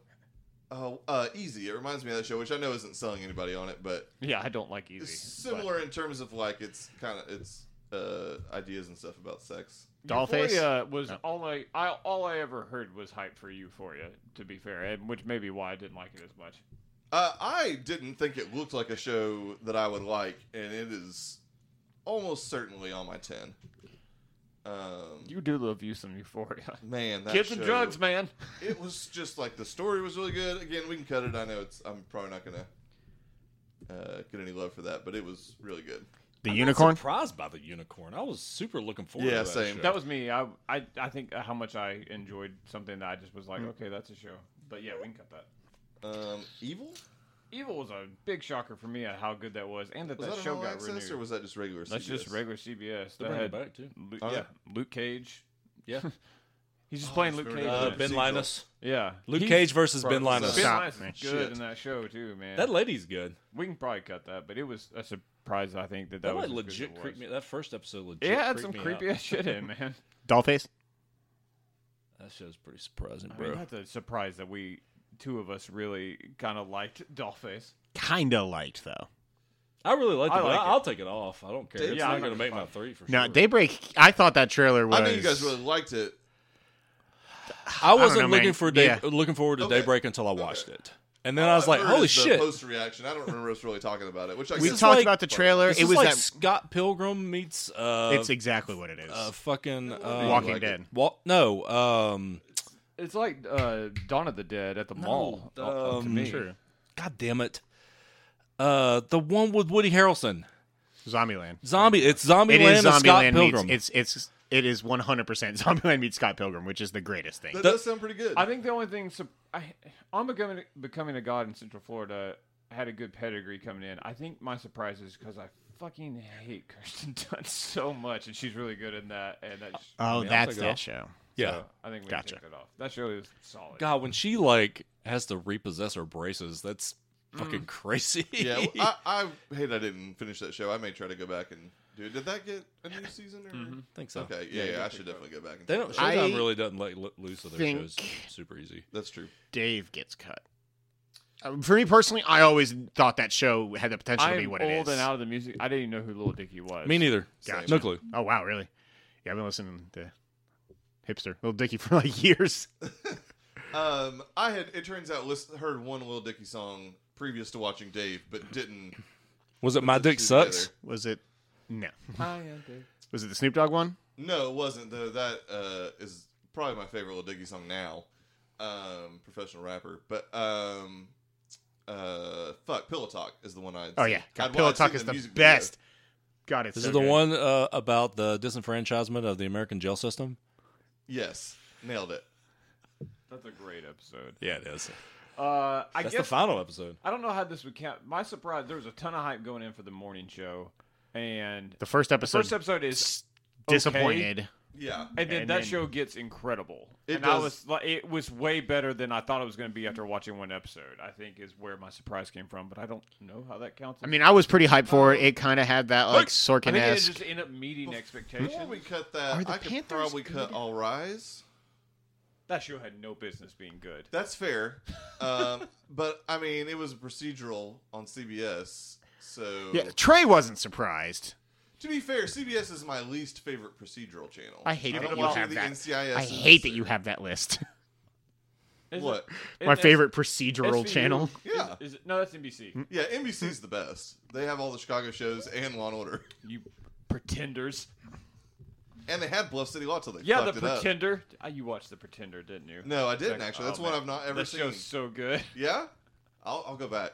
Speaker 4: oh, uh Easy. It reminds me of that show, which I know isn't selling anybody on it, but
Speaker 1: Yeah, I don't like easy.
Speaker 4: it's similar in terms of like it's kind of it's uh ideas and stuff about sex.
Speaker 3: Dollface?
Speaker 1: Euphoria was all I, I all I ever heard was hype for Euphoria. To be fair, and which may be why I didn't like it as much.
Speaker 4: Uh, I didn't think it looked like a show that I would like, and it is almost certainly on my ten. Um,
Speaker 1: You do love you some Euphoria.
Speaker 4: man, that
Speaker 1: Kids and
Speaker 4: show-
Speaker 1: drugs, man.
Speaker 4: It was just like the story was really good. Again, we can cut it. I know it's. I'm probably not gonna uh, get any love for that, but it was really good.
Speaker 3: The
Speaker 2: I'm not
Speaker 3: unicorn.
Speaker 2: surprised by the unicorn. I was super looking forward.
Speaker 4: Yeah,
Speaker 2: to that
Speaker 4: same.
Speaker 2: show.
Speaker 1: That was me. I, I I think how much I enjoyed something that I just was like, okay, that's a show. But yeah, we can cut that.
Speaker 4: Um, Evil
Speaker 1: Evil was a big shocker for me at how good that was, and that
Speaker 4: was
Speaker 1: that,
Speaker 4: that,
Speaker 1: show
Speaker 4: on all
Speaker 1: got
Speaker 4: access
Speaker 1: renewed.
Speaker 4: or was that just regular?
Speaker 1: That's just
Speaker 4: CBS?
Speaker 1: regular CBS.
Speaker 2: They
Speaker 1: That
Speaker 2: bring it
Speaker 1: had
Speaker 2: back too.
Speaker 1: Lu-
Speaker 4: Oh,
Speaker 1: yeah,
Speaker 4: yeah. Luke
Speaker 1: Luke Cage.
Speaker 2: Yeah,
Speaker 1: He's just
Speaker 4: Oh,
Speaker 1: playing
Speaker 4: I
Speaker 1: Luke
Speaker 4: just
Speaker 1: Cage.
Speaker 4: remembered
Speaker 2: uh,
Speaker 4: that.
Speaker 2: Ben
Speaker 4: Sequel.
Speaker 2: Linus.
Speaker 1: yeah,
Speaker 2: Luke
Speaker 1: He's-
Speaker 2: Cage versus Ben
Speaker 4: Bro,
Speaker 2: Linus.
Speaker 1: Ben
Speaker 4: this
Speaker 3: Stop,
Speaker 1: Linus
Speaker 3: man.
Speaker 1: is good
Speaker 4: Shit.
Speaker 1: in that show too, man.
Speaker 2: That lady's good.
Speaker 1: we can probably cut that, but it was a surprise. I think that that,
Speaker 2: That,
Speaker 1: was as good as
Speaker 2: like legit
Speaker 1: it
Speaker 2: creeped
Speaker 1: was.
Speaker 2: me. That first episode legit.
Speaker 1: It had
Speaker 2: creeped
Speaker 1: some
Speaker 2: me
Speaker 1: creepy
Speaker 2: Out.
Speaker 1: ass shit in, man.
Speaker 3: Dollface?
Speaker 2: That show's pretty surprising,
Speaker 1: I
Speaker 2: bro.
Speaker 1: mean, that's a surprise that we two of us really kind of liked Dollface.
Speaker 3: Kinda liked though.
Speaker 2: I really like it.
Speaker 1: I
Speaker 2: but
Speaker 1: like
Speaker 2: I- I'll take it off. I don't care.
Speaker 4: Yeah,
Speaker 2: It's
Speaker 1: I'm
Speaker 2: not
Speaker 1: not
Speaker 2: going to make my
Speaker 1: gonna-
Speaker 2: three for sure.
Speaker 3: Now Daybreak I thought that trailer was
Speaker 4: I know you guys really liked it.
Speaker 2: I wasn't
Speaker 3: know, man.
Speaker 2: looking for day,
Speaker 3: Yeah.
Speaker 2: looking forward to
Speaker 4: Okay.
Speaker 2: Daybreak until I watched it, and then
Speaker 4: All
Speaker 2: I was like,
Speaker 4: heard
Speaker 2: "Holy
Speaker 4: is the
Speaker 2: shit!"
Speaker 4: Post reaction. I don't remember us really talking about it, which I
Speaker 3: We
Speaker 4: guess
Speaker 3: talked
Speaker 2: like-
Speaker 3: about the trailer.
Speaker 2: This
Speaker 3: It
Speaker 2: is
Speaker 3: was
Speaker 2: like
Speaker 3: that
Speaker 2: Scott Pilgrim meets uh,
Speaker 3: it's exactly what it is.
Speaker 2: uh fucking uh,
Speaker 3: Walking
Speaker 4: like it.
Speaker 3: Dead.
Speaker 2: wa- no um
Speaker 1: It's like uh, Dawn of the Dead at the mall. uh, uh, to
Speaker 2: um,
Speaker 1: me.
Speaker 3: True.
Speaker 2: god damn it uh the one with Woody Harrelson
Speaker 3: Zombieland.
Speaker 2: zombie it's Zombie
Speaker 3: It is
Speaker 2: Land and Scott
Speaker 3: Zombieland meets
Speaker 2: Pilgrim
Speaker 3: it's it's it is 100% Zombieland meets Scott Pilgrim, which is the greatest thing.
Speaker 4: that
Speaker 2: the-
Speaker 4: does sound pretty good.
Speaker 1: I think the only thing sup- I, on becoming becoming a god in Central Florida had a good pedigree coming in. I think my surprise is because I fucking hate Kirsten Dunst so much, and she's really good in that. And
Speaker 2: Uh,
Speaker 1: that,
Speaker 3: oh,
Speaker 2: Yeah, I'll
Speaker 3: that's
Speaker 2: take it
Speaker 3: that
Speaker 2: off.
Speaker 3: show.
Speaker 2: yeah
Speaker 1: so I think we
Speaker 3: Gotcha.
Speaker 1: can take that off. That show is solid.
Speaker 2: god when she like has to repossess her braces that's fucking crazy
Speaker 4: yeah, well, I, I hate I didn't finish that show. I may try to go back and do it. Did that get a new season? Or?
Speaker 2: think so
Speaker 4: Okay, yeah, yeah, I should definitely go back. And
Speaker 2: they don't
Speaker 4: check that out.
Speaker 2: Showtime
Speaker 3: I
Speaker 2: really doesn't let lo- loose of their
Speaker 3: think-
Speaker 2: shows super easy
Speaker 4: That's true.
Speaker 3: Dave gets cut. Um, for me personally, I always thought that show had the potential to
Speaker 1: I'm
Speaker 3: be what
Speaker 1: old
Speaker 3: it is.
Speaker 1: and out of the music. I didn't even know who Little Dicky was.
Speaker 2: me neither
Speaker 3: Gotcha.
Speaker 2: no clue
Speaker 3: Oh wow, really? Yeah, I've been listening to hipster little Dicky for like years.
Speaker 4: Um, I had it turns out list, heard one Little Dicky song previous to watching Dave, but didn't.
Speaker 2: was it My Dick
Speaker 4: two
Speaker 2: Sucks
Speaker 4: together.
Speaker 3: Was it? No.
Speaker 1: I am Dick.
Speaker 3: Was it the Snoop Dogg one?
Speaker 4: No, it wasn't though. That uh, is probably my favorite Little Dicky song now. Um, professional rapper, but um, uh, fuck, Pillow Talk is the one I.
Speaker 3: Oh yeah, God, Pillow Talk is the best. God, it's
Speaker 2: This
Speaker 3: so
Speaker 2: is the
Speaker 3: good.
Speaker 2: one uh, about the disenfranchisement of the American jail system.
Speaker 4: Yes, nailed it.
Speaker 1: That's a great episode.
Speaker 2: Yeah, it is.
Speaker 1: Uh, I
Speaker 2: That's the
Speaker 1: guess
Speaker 2: final episode.
Speaker 1: I don't know how this would count. My surprise, there was a ton of hype going in for the morning show, and
Speaker 3: The first episode.
Speaker 1: first episode is
Speaker 3: disappointed.
Speaker 4: Yeah,
Speaker 1: and then
Speaker 3: And
Speaker 1: that
Speaker 3: then-
Speaker 1: show gets incredible.
Speaker 4: It
Speaker 1: and I
Speaker 4: does.
Speaker 1: was like, it was way better than I thought it was going to be after watching one episode. I think is where my surprise came from, but I don't know how that counts.
Speaker 3: I mean, I was pretty hyped for it. It kind of had that like
Speaker 1: I
Speaker 3: Sorkin
Speaker 1: think it
Speaker 3: esque.
Speaker 1: just ended up meeting
Speaker 4: before
Speaker 1: expectations.
Speaker 4: we cut that,
Speaker 3: Are the
Speaker 4: I could
Speaker 3: Panthers
Speaker 4: probably
Speaker 3: good
Speaker 4: cut
Speaker 3: at-
Speaker 4: All Rise.
Speaker 1: That show had no business being good.
Speaker 4: That's fair, um, but I mean, it was a procedural on CBS, so
Speaker 3: Yeah, Trey wasn't surprised.
Speaker 4: To be fair, CBS is my least favorite procedural channel.
Speaker 3: I hate
Speaker 4: I'm
Speaker 3: that you
Speaker 4: watching
Speaker 3: have
Speaker 4: the
Speaker 3: that.
Speaker 4: NCIS
Speaker 3: I
Speaker 4: is-
Speaker 3: hate that you have that list.
Speaker 1: Is it-
Speaker 4: What?
Speaker 1: it-
Speaker 3: My
Speaker 1: it's-
Speaker 3: favorite procedural
Speaker 1: SVU.
Speaker 3: channel.
Speaker 4: Yeah.
Speaker 1: Is, is it, no, that's NBC.
Speaker 4: Yeah, NBC's the best. They have all the Chicago shows and Law and Order,
Speaker 1: You pretenders.
Speaker 4: and they had Bluff City Law till they
Speaker 1: Yeah,
Speaker 4: fucked
Speaker 1: the
Speaker 4: it up.
Speaker 1: Pretender. Uh, You watched the Pretender, didn't you?
Speaker 4: No, I didn't
Speaker 1: Like,
Speaker 4: actually.
Speaker 1: oh,
Speaker 4: That's one
Speaker 1: man.
Speaker 4: I've not ever
Speaker 1: That
Speaker 4: seen.
Speaker 1: show's so good.
Speaker 4: Yeah, I'll, I'll go back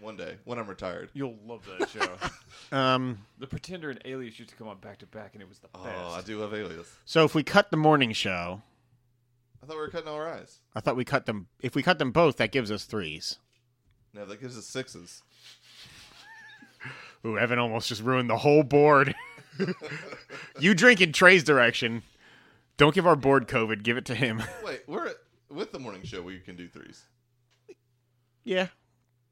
Speaker 4: one day when I'm retired.
Speaker 1: You'll love that show.
Speaker 3: Um,
Speaker 1: the Pretender and Alias used to come on back to back, and it was the best.
Speaker 4: Oh, I do love Alias.
Speaker 3: so if we cut the morning show,
Speaker 4: I thought we were cutting all our eyes.
Speaker 3: I thought we cut them. If we cut them both, that gives us threes.
Speaker 4: No, that gives us sixes.
Speaker 3: Ooh, Evan almost just ruined the whole board. you drink in Trey's direction. Don't give our board COVID. Give it to him.
Speaker 4: Wait, we're at, with the morning show. We can do threes.
Speaker 3: yeah,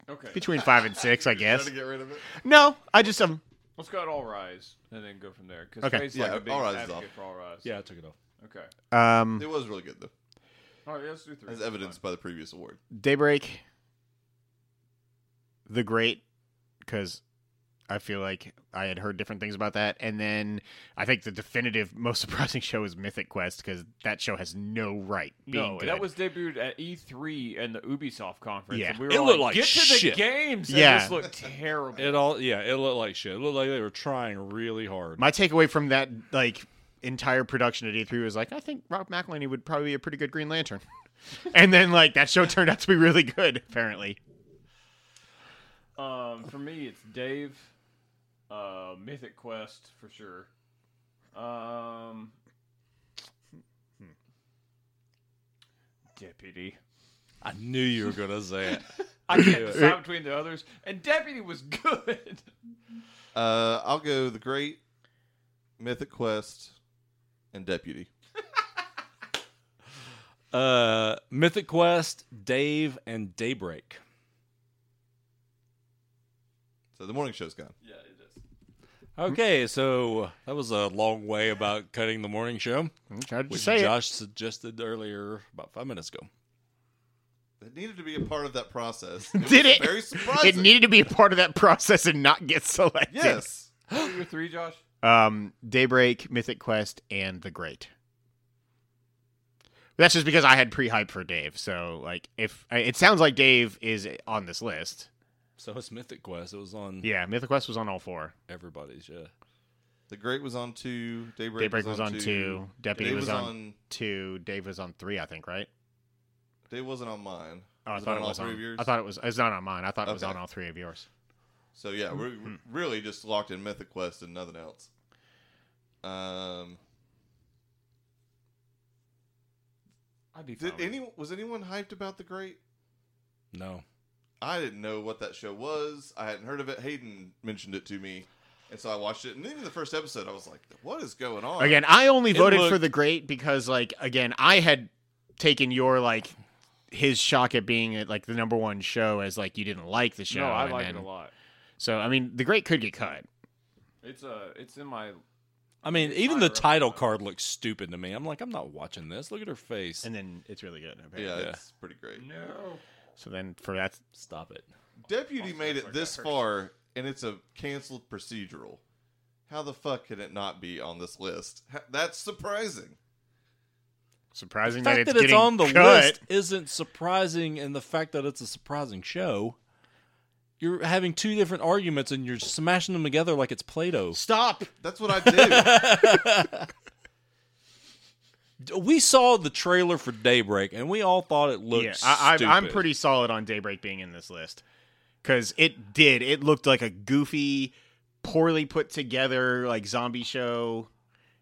Speaker 1: Okay.
Speaker 3: between five and six, I
Speaker 4: Trying
Speaker 3: guess.
Speaker 4: to get rid of it.
Speaker 3: No, I just um.
Speaker 1: Let's go at all rise and then go from there. Because
Speaker 3: Okay.
Speaker 1: Trey's
Speaker 4: Yeah,
Speaker 1: like a big
Speaker 4: all rise is
Speaker 1: advocate
Speaker 4: off.
Speaker 1: for all rise.
Speaker 2: Yeah, I took it off.
Speaker 1: Okay.
Speaker 3: Um,
Speaker 4: It was really good though,
Speaker 1: All right, let's do three.
Speaker 4: as evidenced by the previous award.
Speaker 3: Daybreak, The Great, because I feel like I had heard different things about that. And then I think the definitive, most surprising show is Mythic Quest, because that show has no right being
Speaker 1: No,
Speaker 3: good.
Speaker 1: that was debuted at E3 and the Ubisoft conference.
Speaker 3: Yeah.
Speaker 1: and we were
Speaker 2: It
Speaker 1: all
Speaker 2: looked like
Speaker 1: get to the
Speaker 2: shit."
Speaker 1: games. And
Speaker 3: Yeah.
Speaker 1: this looked terrible.
Speaker 2: It all, yeah, it looked like shit. It looked like they were trying really hard.
Speaker 3: my takeaway from that like entire production at E3 was like, I think Rob McElhenney would probably be a pretty good Green Lantern. and then like that show turned out to be really good, apparently.
Speaker 1: Um, for me, it's Dave, uh, Mythic Quest for sure. Um, Deputy.
Speaker 2: I knew you were gonna say it.
Speaker 1: I can't decide between the others, and Deputy was good.
Speaker 4: Uh, I'll go the Great, Mythic Quest, and Deputy.
Speaker 2: Uh, Mythic Quest, Dave, and Daybreak.
Speaker 4: So the morning show's gone.
Speaker 1: yeah, it is.
Speaker 2: Okay, so that was a long way about cutting the morning show,
Speaker 3: I'm trying to
Speaker 2: which
Speaker 3: say it.
Speaker 2: Josh suggested earlier about five minutes ago.
Speaker 4: That needed to be a part of that process.
Speaker 3: Did
Speaker 4: was
Speaker 3: it?
Speaker 4: Very surprising.
Speaker 3: It needed to be a part of that process and not get selected.
Speaker 4: Yes.
Speaker 1: What were your three, Josh?
Speaker 3: um, Daybreak, Mythic Quest, and The Great. That's just because I had pre-hype for Dave. So like, if I- it sounds like Dave is on this list,
Speaker 2: So it's Mythic Quest. It was on
Speaker 3: yeah, Mythic Quest was on all four.
Speaker 2: everybody's. Yeah.
Speaker 4: The Great was on two. Daybreak,
Speaker 3: Daybreak was on two. Deputy
Speaker 4: Dave
Speaker 3: was on,
Speaker 4: on.
Speaker 3: two. Dave was on three, I think, right?
Speaker 4: Dave wasn't on mine.
Speaker 3: Oh, I
Speaker 4: Was
Speaker 3: thought
Speaker 4: on
Speaker 3: it
Speaker 4: all
Speaker 3: was
Speaker 4: three
Speaker 3: on.
Speaker 4: of yours?
Speaker 3: I thought it was. It's not on mine. I thought it was
Speaker 4: Okay.
Speaker 3: on all three of yours.
Speaker 4: So
Speaker 3: Hmm.
Speaker 4: yeah, we're we're really just locked in Mythic Quest and nothing else. Um,
Speaker 1: I'd be
Speaker 4: did
Speaker 1: fine.
Speaker 4: any was anyone hyped about the Great?
Speaker 2: No.
Speaker 4: I didn't know what that show was. I hadn't heard of it. Hayden mentioned it to me, and so I watched it. And even the first episode, I was like, "What is going on?"
Speaker 3: Again, I only
Speaker 2: It
Speaker 3: voted for
Speaker 2: looked-
Speaker 3: the great because, like, again, I had taken your like his shock at being like the number one show as like you didn't like the show.
Speaker 1: No, I
Speaker 3: and
Speaker 1: like it
Speaker 3: then-
Speaker 1: a lot.
Speaker 3: So I mean, the great could get cut.
Speaker 1: It's uh, it's in my.
Speaker 2: I mean, even
Speaker 1: I
Speaker 2: the
Speaker 1: wrote
Speaker 2: title
Speaker 1: that.
Speaker 2: card looks stupid to me. I'm like, I'm not watching this. Look at her face.
Speaker 3: and then it's really good. apparently.
Speaker 4: yeah,
Speaker 2: Yeah.
Speaker 4: it's pretty great.
Speaker 1: No.
Speaker 3: So then for that,
Speaker 2: Stop it.
Speaker 4: Deputy
Speaker 1: Oh,
Speaker 4: made
Speaker 1: sorry,
Speaker 4: it this
Speaker 1: that hurts.
Speaker 4: far, and it's a canceled procedural. How the fuck can it not be on this list? Ha- That's surprising.
Speaker 2: The
Speaker 3: surprising
Speaker 2: fact
Speaker 3: that it's,
Speaker 2: that it's
Speaker 3: getting
Speaker 2: on the
Speaker 3: cut,
Speaker 2: list isn't surprising, and the fact that it's a surprising show. You're having two different arguments, and you're smashing them together like it's Play-Doh.
Speaker 3: Stop.
Speaker 4: That's what I do.
Speaker 2: We saw the trailer for Daybreak, and we all thought it looked.
Speaker 3: Yeah, I, I, I'm
Speaker 2: stupid.
Speaker 3: pretty solid on Daybreak being in this list because it did. It looked like a goofy, poorly put together like zombie show,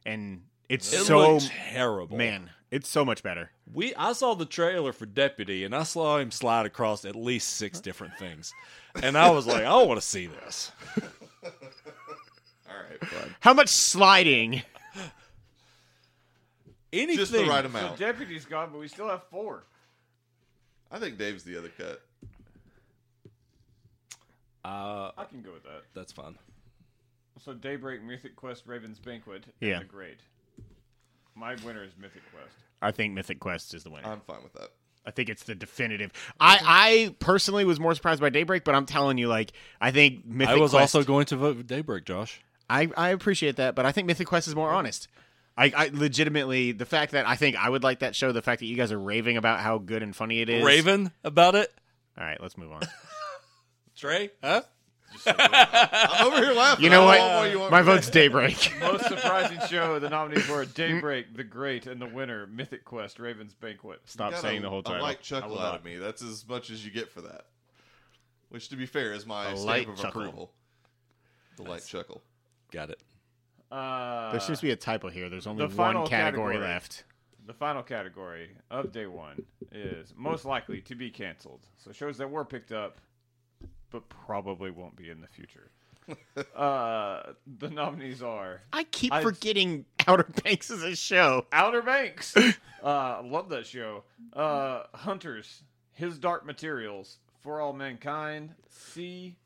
Speaker 3: and it's
Speaker 2: It
Speaker 3: so
Speaker 2: looked terrible,
Speaker 3: man, it's so much better.
Speaker 2: We I saw the trailer for Deputy, and I saw him slide across at least six different things, and I was like, I want to see this.
Speaker 4: All right, fine.
Speaker 3: How much sliding?
Speaker 2: Anything.
Speaker 4: Just the right
Speaker 1: So
Speaker 4: amount.
Speaker 1: Deputy's gone, but we still have four.
Speaker 4: I think Dave's the other cut.
Speaker 2: Uh,
Speaker 1: I can go with that.
Speaker 2: that's fine.
Speaker 1: So Daybreak, Mythic Quest, Raven's Banquet, and
Speaker 3: Yeah.
Speaker 1: the Great. My winner is Mythic Quest.
Speaker 3: I think Mythic Quest is the
Speaker 2: Um,
Speaker 3: winner.
Speaker 4: I'm fine with that.
Speaker 3: I think it's the definitive. I, I personally was more surprised by Daybreak, but I'm telling you, like, I think Mythic
Speaker 2: I was
Speaker 3: Quest-
Speaker 2: also going to vote for Daybreak, Josh.
Speaker 3: I, I appreciate that, but I think Mythic Quest is more honest. I, I legitimately the fact that I think I would like that show, the fact that you guys are raving about how good and funny it is.
Speaker 2: Raven about it,
Speaker 3: All right, let's move on.
Speaker 2: Trey? Huh?
Speaker 4: I'm over here laughing.
Speaker 3: You know
Speaker 4: I don't know what Oh, you
Speaker 3: what?
Speaker 4: want
Speaker 3: My
Speaker 4: from me.
Speaker 3: vote's Daybreak.
Speaker 1: Most surprising show, the nominees were Daybreak, The Great, and the winner, Mythic Quest, Raven's Banquet.
Speaker 3: Stop
Speaker 4: Got
Speaker 3: saying
Speaker 4: a-
Speaker 3: the whole
Speaker 4: A
Speaker 3: title.
Speaker 4: light
Speaker 3: I will
Speaker 4: chuckle
Speaker 3: not.
Speaker 4: out of me. That's as much as you get for that. Which, to be fair, is my
Speaker 3: A
Speaker 4: stamp
Speaker 3: light
Speaker 4: of
Speaker 3: chuckle.
Speaker 4: approval. The light chuckle.
Speaker 2: Got it.
Speaker 1: Uh,
Speaker 3: There seems to be a typo here. There's only
Speaker 1: the
Speaker 3: one
Speaker 1: final
Speaker 3: category,
Speaker 1: category.
Speaker 3: left.
Speaker 1: the final category of day one is most likely to be canceled. So shows that were picked up, but probably won't be in the future. Uh, the nominees are
Speaker 3: I keep
Speaker 1: I-
Speaker 3: forgetting Outer Banks is a show.
Speaker 1: Outer Banks. Uh, love that show. Uh, Hunters, His Dark Materials, For All Mankind, Sea,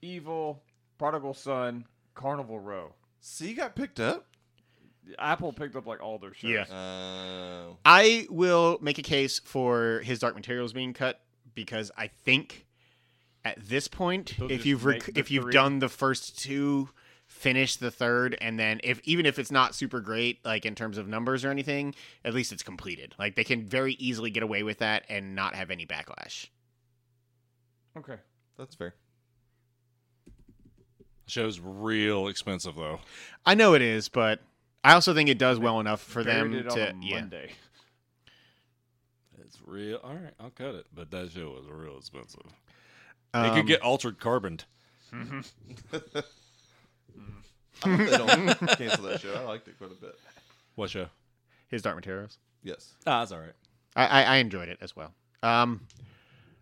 Speaker 1: Evil, Prodigal Son, Carnival Row.
Speaker 4: See, got picked up.
Speaker 1: Apple picked up like all their shows.
Speaker 3: Yeah.
Speaker 4: Uh,
Speaker 3: I will make a case for his Dark Materials being cut because I think at this point,
Speaker 1: They'll
Speaker 3: if
Speaker 1: just
Speaker 3: you've
Speaker 1: make
Speaker 3: rec-
Speaker 1: the
Speaker 3: if you've
Speaker 1: three.
Speaker 3: done the first two, finish the third, and then if even if it's not super great, like in terms of numbers or anything, at least it's completed. Like they can very easily get away with that and not have any backlash.
Speaker 1: Okay.
Speaker 4: that's fair.
Speaker 2: Show's real expensive though.
Speaker 3: I know it is, but I also think it does well enough for
Speaker 1: Buried
Speaker 3: them
Speaker 1: it on
Speaker 3: to
Speaker 1: a
Speaker 3: yeah.
Speaker 1: Monday.
Speaker 2: It's real. All right, I'll cut it. But that show was real expensive.
Speaker 3: Um,
Speaker 2: it could get altered carboned.
Speaker 4: I hope they don't cancel that show. I liked it quite a bit.
Speaker 2: What show?
Speaker 3: his Dark Materials.
Speaker 4: Yes.
Speaker 2: Ah, that's all right.
Speaker 3: I, I, I enjoyed it as well. Um,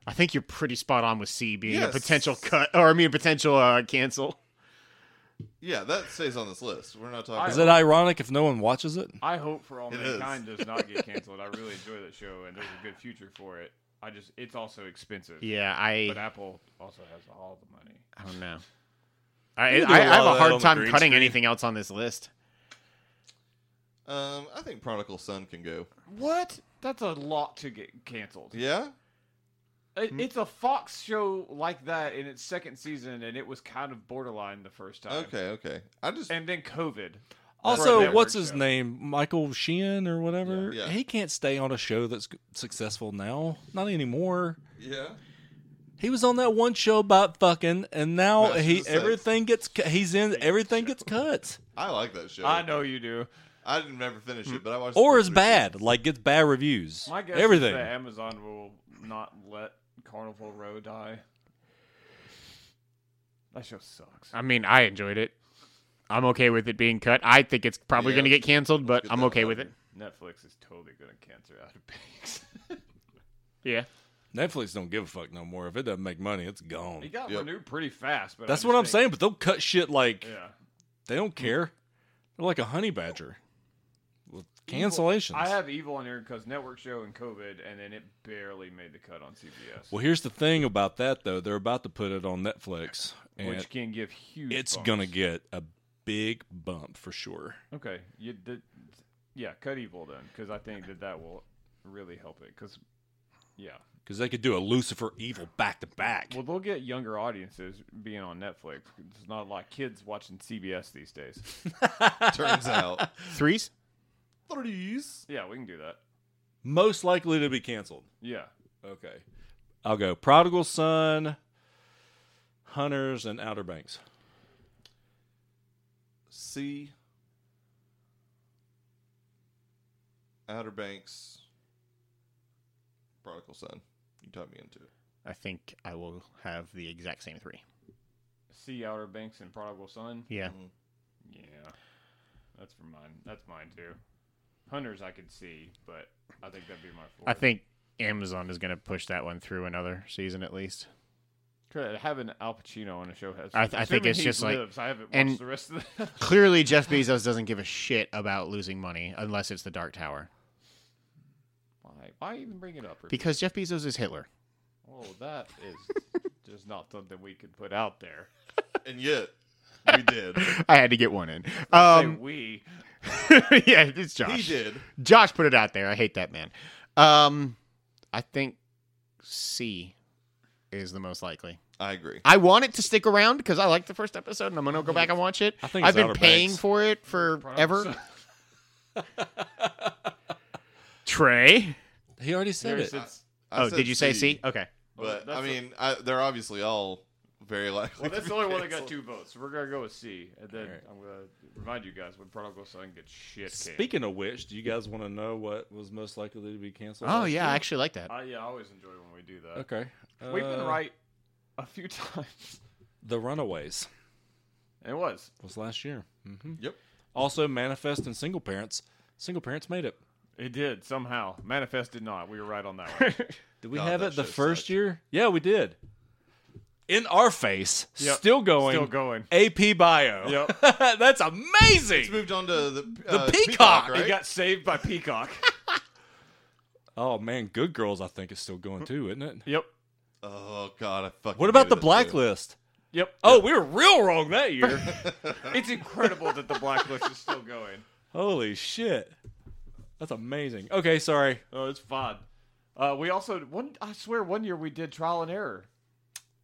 Speaker 3: I think you're pretty spot on with C being
Speaker 4: Yes.
Speaker 3: a potential cut, or I mean, a potential uh, cancel.
Speaker 4: Yeah, that stays on this list. We're not
Speaker 1: I-
Speaker 4: talking.
Speaker 2: Is it ironic if no one watches it?
Speaker 1: I hope For All
Speaker 4: It
Speaker 1: Mankind does not get canceled. I really enjoy that show, and there's a good future for it. I just, it's also expensive.
Speaker 3: Yeah,
Speaker 1: But
Speaker 3: I,
Speaker 1: Apple also has all the money.
Speaker 3: I don't know. I, I,
Speaker 2: You can do
Speaker 3: I
Speaker 2: a lot
Speaker 3: have
Speaker 2: of that
Speaker 3: a
Speaker 2: on
Speaker 3: hard
Speaker 2: the
Speaker 3: time
Speaker 2: green
Speaker 3: cutting
Speaker 2: screen.
Speaker 3: anything else on this list.
Speaker 4: um, I think Prodigal Son can go.
Speaker 1: What? That's a lot to get canceled.
Speaker 4: Yeah.
Speaker 1: It, it's a Fox show like that in its second season, and it was kind of borderline the first time.
Speaker 4: Okay. Okay. I just
Speaker 1: And then COVID.
Speaker 2: Also,
Speaker 1: Right.
Speaker 2: what's
Speaker 1: Network
Speaker 2: his
Speaker 1: show.
Speaker 2: name? Michael Sheehan or whatever.
Speaker 4: Yeah. Yeah.
Speaker 2: He can't stay on a show that's successful now. Not anymore.
Speaker 4: yeah.
Speaker 2: He was on that one show about fucking, and now he
Speaker 4: Massachusetts.
Speaker 2: everything gets cu- he's in everything gets cut
Speaker 4: I like that show.
Speaker 1: I know you do.
Speaker 4: I didn't ever finish it, but I watched. the
Speaker 2: or
Speaker 4: first
Speaker 2: is
Speaker 4: three
Speaker 2: bad like gets bad reviews.
Speaker 1: My guess
Speaker 2: everything.
Speaker 1: is that Amazon will not let Carnival Row die. That show sucks.
Speaker 3: I mean, I enjoyed it. I'm okay with it being cut. I think it's probably
Speaker 4: Yeah,
Speaker 3: going to get canceled, but
Speaker 4: get
Speaker 3: I'm
Speaker 4: that
Speaker 3: okay
Speaker 4: out
Speaker 3: with
Speaker 4: there.
Speaker 3: it.
Speaker 1: Netflix is totally going to cancel out of banks.
Speaker 3: Yeah.
Speaker 2: Netflix don't give a fuck no more. If it doesn't make money, it's gone.
Speaker 1: it got
Speaker 4: Yep.
Speaker 1: renewed pretty fast, but I
Speaker 2: That's
Speaker 1: just
Speaker 2: what I'm
Speaker 1: think-
Speaker 2: saying. But they'll cut shit like
Speaker 1: Yeah.
Speaker 2: they don't care. They're like a honey badger with cancellations.
Speaker 1: I have Evil on here because network show and COVID, and then it barely made the cut on CBS,
Speaker 2: well, here's the thing about that though. They're about to put it on Netflix, and
Speaker 1: which can give huge.
Speaker 2: it's
Speaker 1: bumps.
Speaker 2: gonna get a big bump for sure.
Speaker 1: Okay, you did. Yeah, cut evil then, because I think that that will really help it. Because yeah,
Speaker 2: Because they could do a Lucifer Evil back to back.
Speaker 1: well, they'll get younger audiences being on Netflix. It's not like kids watching CBS these days.
Speaker 4: Turns out
Speaker 3: Threes?
Speaker 4: threes.
Speaker 1: Yeah, we can do that.
Speaker 2: Most likely to be canceled.
Speaker 1: Yeah,
Speaker 2: Okay. I'll go Prodigal Son, Hunters, and Outer Banks.
Speaker 4: C. Outer Banks. Prodigal Son. You taught me into it.
Speaker 3: I think I will have the exact same three.
Speaker 1: see Outer Banks and Prodigal Son.
Speaker 3: Yeah.
Speaker 1: Yeah, that's for mine. That's mine too. Hunters, I could see, but I think that'd be my. Fourth.
Speaker 3: I think Amazon is going to push that one through another season at least.
Speaker 1: Could have an Al Pacino on a show has.
Speaker 3: I th- I think
Speaker 1: assuming
Speaker 3: it's
Speaker 1: he
Speaker 3: just like-
Speaker 1: lives, I haven't watched
Speaker 3: and-
Speaker 1: the rest of the.
Speaker 3: Clearly, Jeff Bezos doesn't give a shit about losing money unless it's the Dark Tower.
Speaker 1: Why? Why even bring it up? Ruby?
Speaker 3: Because Jeff Bezos is Hitler.
Speaker 1: Oh, that is just not something we could put out there.
Speaker 4: And yet, we did.
Speaker 3: I had to get one in.
Speaker 1: Say
Speaker 3: Um,
Speaker 1: we.
Speaker 3: yeah, it's
Speaker 4: He
Speaker 3: Josh.
Speaker 4: did.
Speaker 3: Josh put it out there. I hate that man. Um, I think C is the most likely.
Speaker 4: I agree.
Speaker 3: I want it to stick around because I like the first episode and I'm gonna go back and watch it.
Speaker 2: I think
Speaker 3: I've
Speaker 2: it's
Speaker 3: been
Speaker 2: Outer
Speaker 3: paying
Speaker 2: Banks.
Speaker 3: for it forever. Trey.
Speaker 2: He already said
Speaker 1: There's
Speaker 2: it.
Speaker 1: it's-
Speaker 4: I
Speaker 3: oh,
Speaker 4: said
Speaker 3: did you say C? Okay.
Speaker 4: But
Speaker 1: That's
Speaker 4: I
Speaker 1: a-
Speaker 4: mean, I, they're obviously all very likely.
Speaker 1: well,
Speaker 4: to
Speaker 1: that's
Speaker 4: be
Speaker 1: the only one that got
Speaker 4: canceled.
Speaker 1: two votes. We're gonna go with C, and then
Speaker 2: Alright.
Speaker 1: I'm gonna remind you guys when Prodigal Son gets shit. canned.
Speaker 2: Speaking of which, do you guys want to know what was most likely to be canceled?
Speaker 3: Oh yeah, I actually like that.
Speaker 1: I, yeah, I always enjoy when we do that.
Speaker 2: Okay.
Speaker 1: We've been
Speaker 2: Uh,
Speaker 1: right a few times.
Speaker 2: The Runaways
Speaker 1: It was.
Speaker 2: was last year. hmm
Speaker 4: Yep.
Speaker 2: Also, Manifest and Single Parents. Single Parents made it.
Speaker 1: It did somehow. Manifest did not. We were right on that one.
Speaker 2: Did we
Speaker 4: God,
Speaker 2: have
Speaker 4: that
Speaker 2: it the
Speaker 4: show
Speaker 2: first
Speaker 4: sucked.
Speaker 2: year? Yeah, we did. in our face,
Speaker 3: Yep.
Speaker 2: still going,
Speaker 3: Still going.
Speaker 2: AP Bio.
Speaker 3: Yep.
Speaker 2: That's amazing.
Speaker 4: It's moved on to the
Speaker 2: The
Speaker 4: uh,
Speaker 2: Peacock!
Speaker 4: right?
Speaker 3: It got saved by Peacock.
Speaker 2: Oh man, Good Girls, I think is still going too, isn't it?
Speaker 3: yep.
Speaker 4: oh god, I fucking.
Speaker 2: What about
Speaker 4: hated
Speaker 2: the
Speaker 4: that too.
Speaker 2: Blacklist?
Speaker 3: Yep.
Speaker 2: Oh, we were real wrong that year.
Speaker 1: It's incredible that the blacklist is still going.
Speaker 2: Holy shit, that's amazing. Okay, sorry.
Speaker 1: Oh, it's fun. Uh, we also one. I swear, one year we did trial and error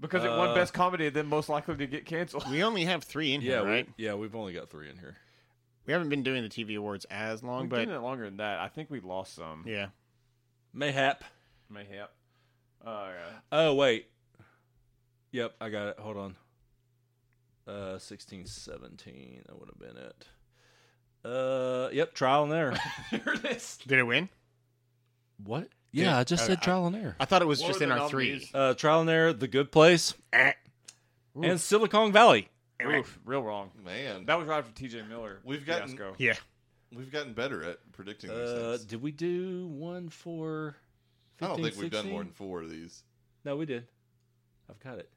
Speaker 1: because it
Speaker 2: Uh,
Speaker 1: won best comedy, then most likely to get canceled.
Speaker 3: We only have three in
Speaker 2: Yeah,
Speaker 3: here, right?
Speaker 2: we, yeah, we've only got three in here.
Speaker 3: We haven't been doing the TV awards as long,
Speaker 1: We've
Speaker 3: but
Speaker 1: been it longer than that. I think we lost some.
Speaker 3: yeah.
Speaker 2: Mayhap.
Speaker 1: Mayhap. Uh, yeah.
Speaker 2: Oh wait. Yep, I got it. Hold on. Uh, sixteen, seventeen. That would have been it. Uh, yep, trial and error.
Speaker 1: there it is.
Speaker 3: Did it win?
Speaker 2: what?
Speaker 3: Yeah,
Speaker 2: Yeah, I just
Speaker 3: I-
Speaker 2: said
Speaker 3: I-
Speaker 2: trial and error.
Speaker 3: I thought it was
Speaker 1: What
Speaker 3: just
Speaker 1: were
Speaker 3: in
Speaker 1: the
Speaker 3: our
Speaker 1: nominees?
Speaker 3: three.
Speaker 2: Uh, trial and error, The Good Place,
Speaker 3: Eh.
Speaker 2: and Silicon Valley.
Speaker 1: Oof, real wrong.
Speaker 4: Man,
Speaker 1: That was right after T.J. Miller.
Speaker 4: We've gotten-
Speaker 1: fiasco.
Speaker 3: Yeah.
Speaker 4: we've gotten better at predicting these
Speaker 2: Uh,
Speaker 4: things.
Speaker 2: did we do one for? 15,
Speaker 4: I don't think we've done
Speaker 2: 16?
Speaker 4: more than four of these.
Speaker 2: No, we did. I've got it.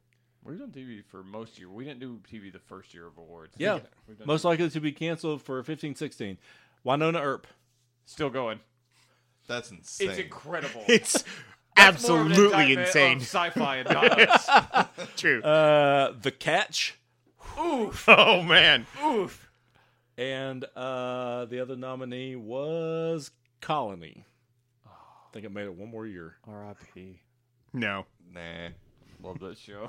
Speaker 1: We've done TV for most year. We didn't do TV the first year of awards.
Speaker 2: Yeah,
Speaker 1: We've done
Speaker 2: most likely to be canceled for fifteen, sixteen. Winona Earp.
Speaker 1: still going.
Speaker 4: That's insane.
Speaker 1: It's incredible.
Speaker 3: It's
Speaker 1: That's more of an Oh, indictment
Speaker 3: absolutely
Speaker 1: of
Speaker 3: insane.
Speaker 1: Sci-fi and not us.
Speaker 3: True.
Speaker 2: Uh, The Catch.
Speaker 3: oh man.
Speaker 1: Oof.
Speaker 2: And uh, the other nominee was Colony. I think it made it one more year.
Speaker 1: R.I.P.
Speaker 3: No.
Speaker 4: nah.
Speaker 1: Love that show.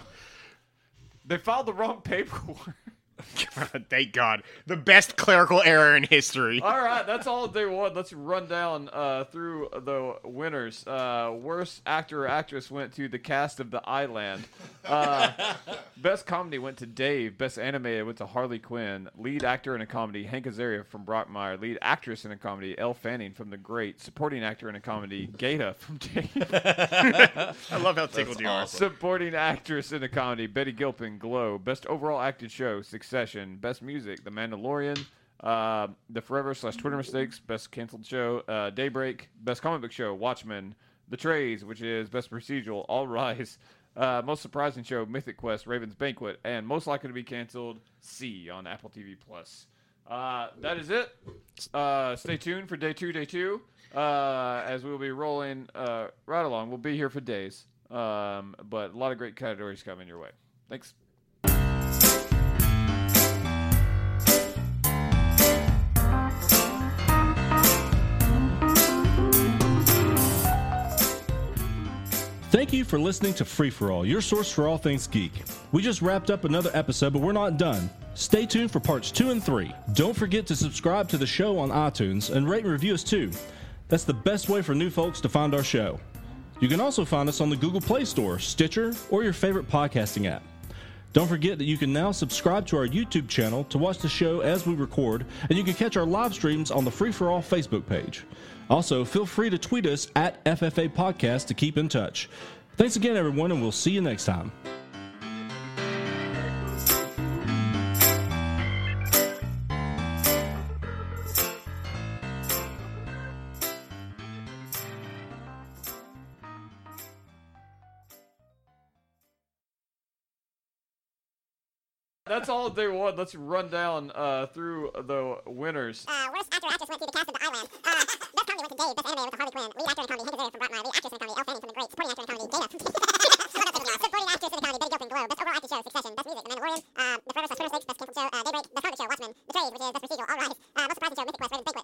Speaker 1: They filed the wrong paperwork.
Speaker 3: Thank God. The best clerical error in history.
Speaker 1: all right, that's all day one. Let's run down uh, through the winners. Uh, worst actor or actress went to the cast of The Island. Uh, best comedy went to Dave. Best animated went to Harley Quinn. Lead actor in a comedy, Hank Azaria from Brockmire. Lead actress in a comedy, Elle Fanning from The Great. Supporting actor in a comedy, Gata from Dave.
Speaker 3: I love how tickled
Speaker 4: That's
Speaker 3: you are.
Speaker 4: awesome.
Speaker 1: Supporting actress in a comedy: Betty Gilpin, Glow. Best overall acted show: Succession. Best music: The Mandalorian. Uh, the Forever slash Twitter Mistakes. Best canceled show: uh, Daybreak. Best comic book show: Watchmen. The Trays, which is best procedural: All Rise. Uh, most surprising show: Mythic Quest, Raven's Banquet, and most likely to be canceled: C on Apple TV Plus. Uh, that is it. Uh, stay tuned for day two, day two, uh, as we will be rolling uh, right along. We'll be here for days, um, but a lot of great categories coming your way. Thanks.
Speaker 5: Thank you for listening to Free For All, your source for all things geek. We just wrapped up another episode, but we're not done. Stay tuned for parts two and three. Don't forget to subscribe to the show on iTunes and rate and review us too. That's the best way for new folks to find our show. You can also find us on the Google Play Store, Stitcher, or your favorite podcasting app. Don't forget that you can now subscribe to our YouTube channel to watch the show as we record, and you can catch our live streams on the Free For All Facebook page. Also, feel free to tweet us at FFA Podcast to keep in touch. Thanks again, everyone, and we'll see you next time.
Speaker 1: That's all day one. Let's run down uh, through the winners.
Speaker 6: Uh, worst actor or actress went to the cast of The Island. Uh, best comedy went to Dave. Best animated went to Harley Quinn. Lead actor in a comedy, Hank Azaria from Brockmire. Lead actress in a comedy, Elle Fanning from The Great. Supporting actor in a comedy, Dana from Supporting actress in a comedy, Betty Gilpin, Glow. Best overall acted show, Succession. Best music, The Mandalorian. Uh, the Forever Slash Twitter Stakes. Best canceled show, uh, Daybreak. Best comedy show, Watchmen. The Trays, which is best procedural, All Rise. Uh, most surprising show, Mythic Quest, Raven's Banquet.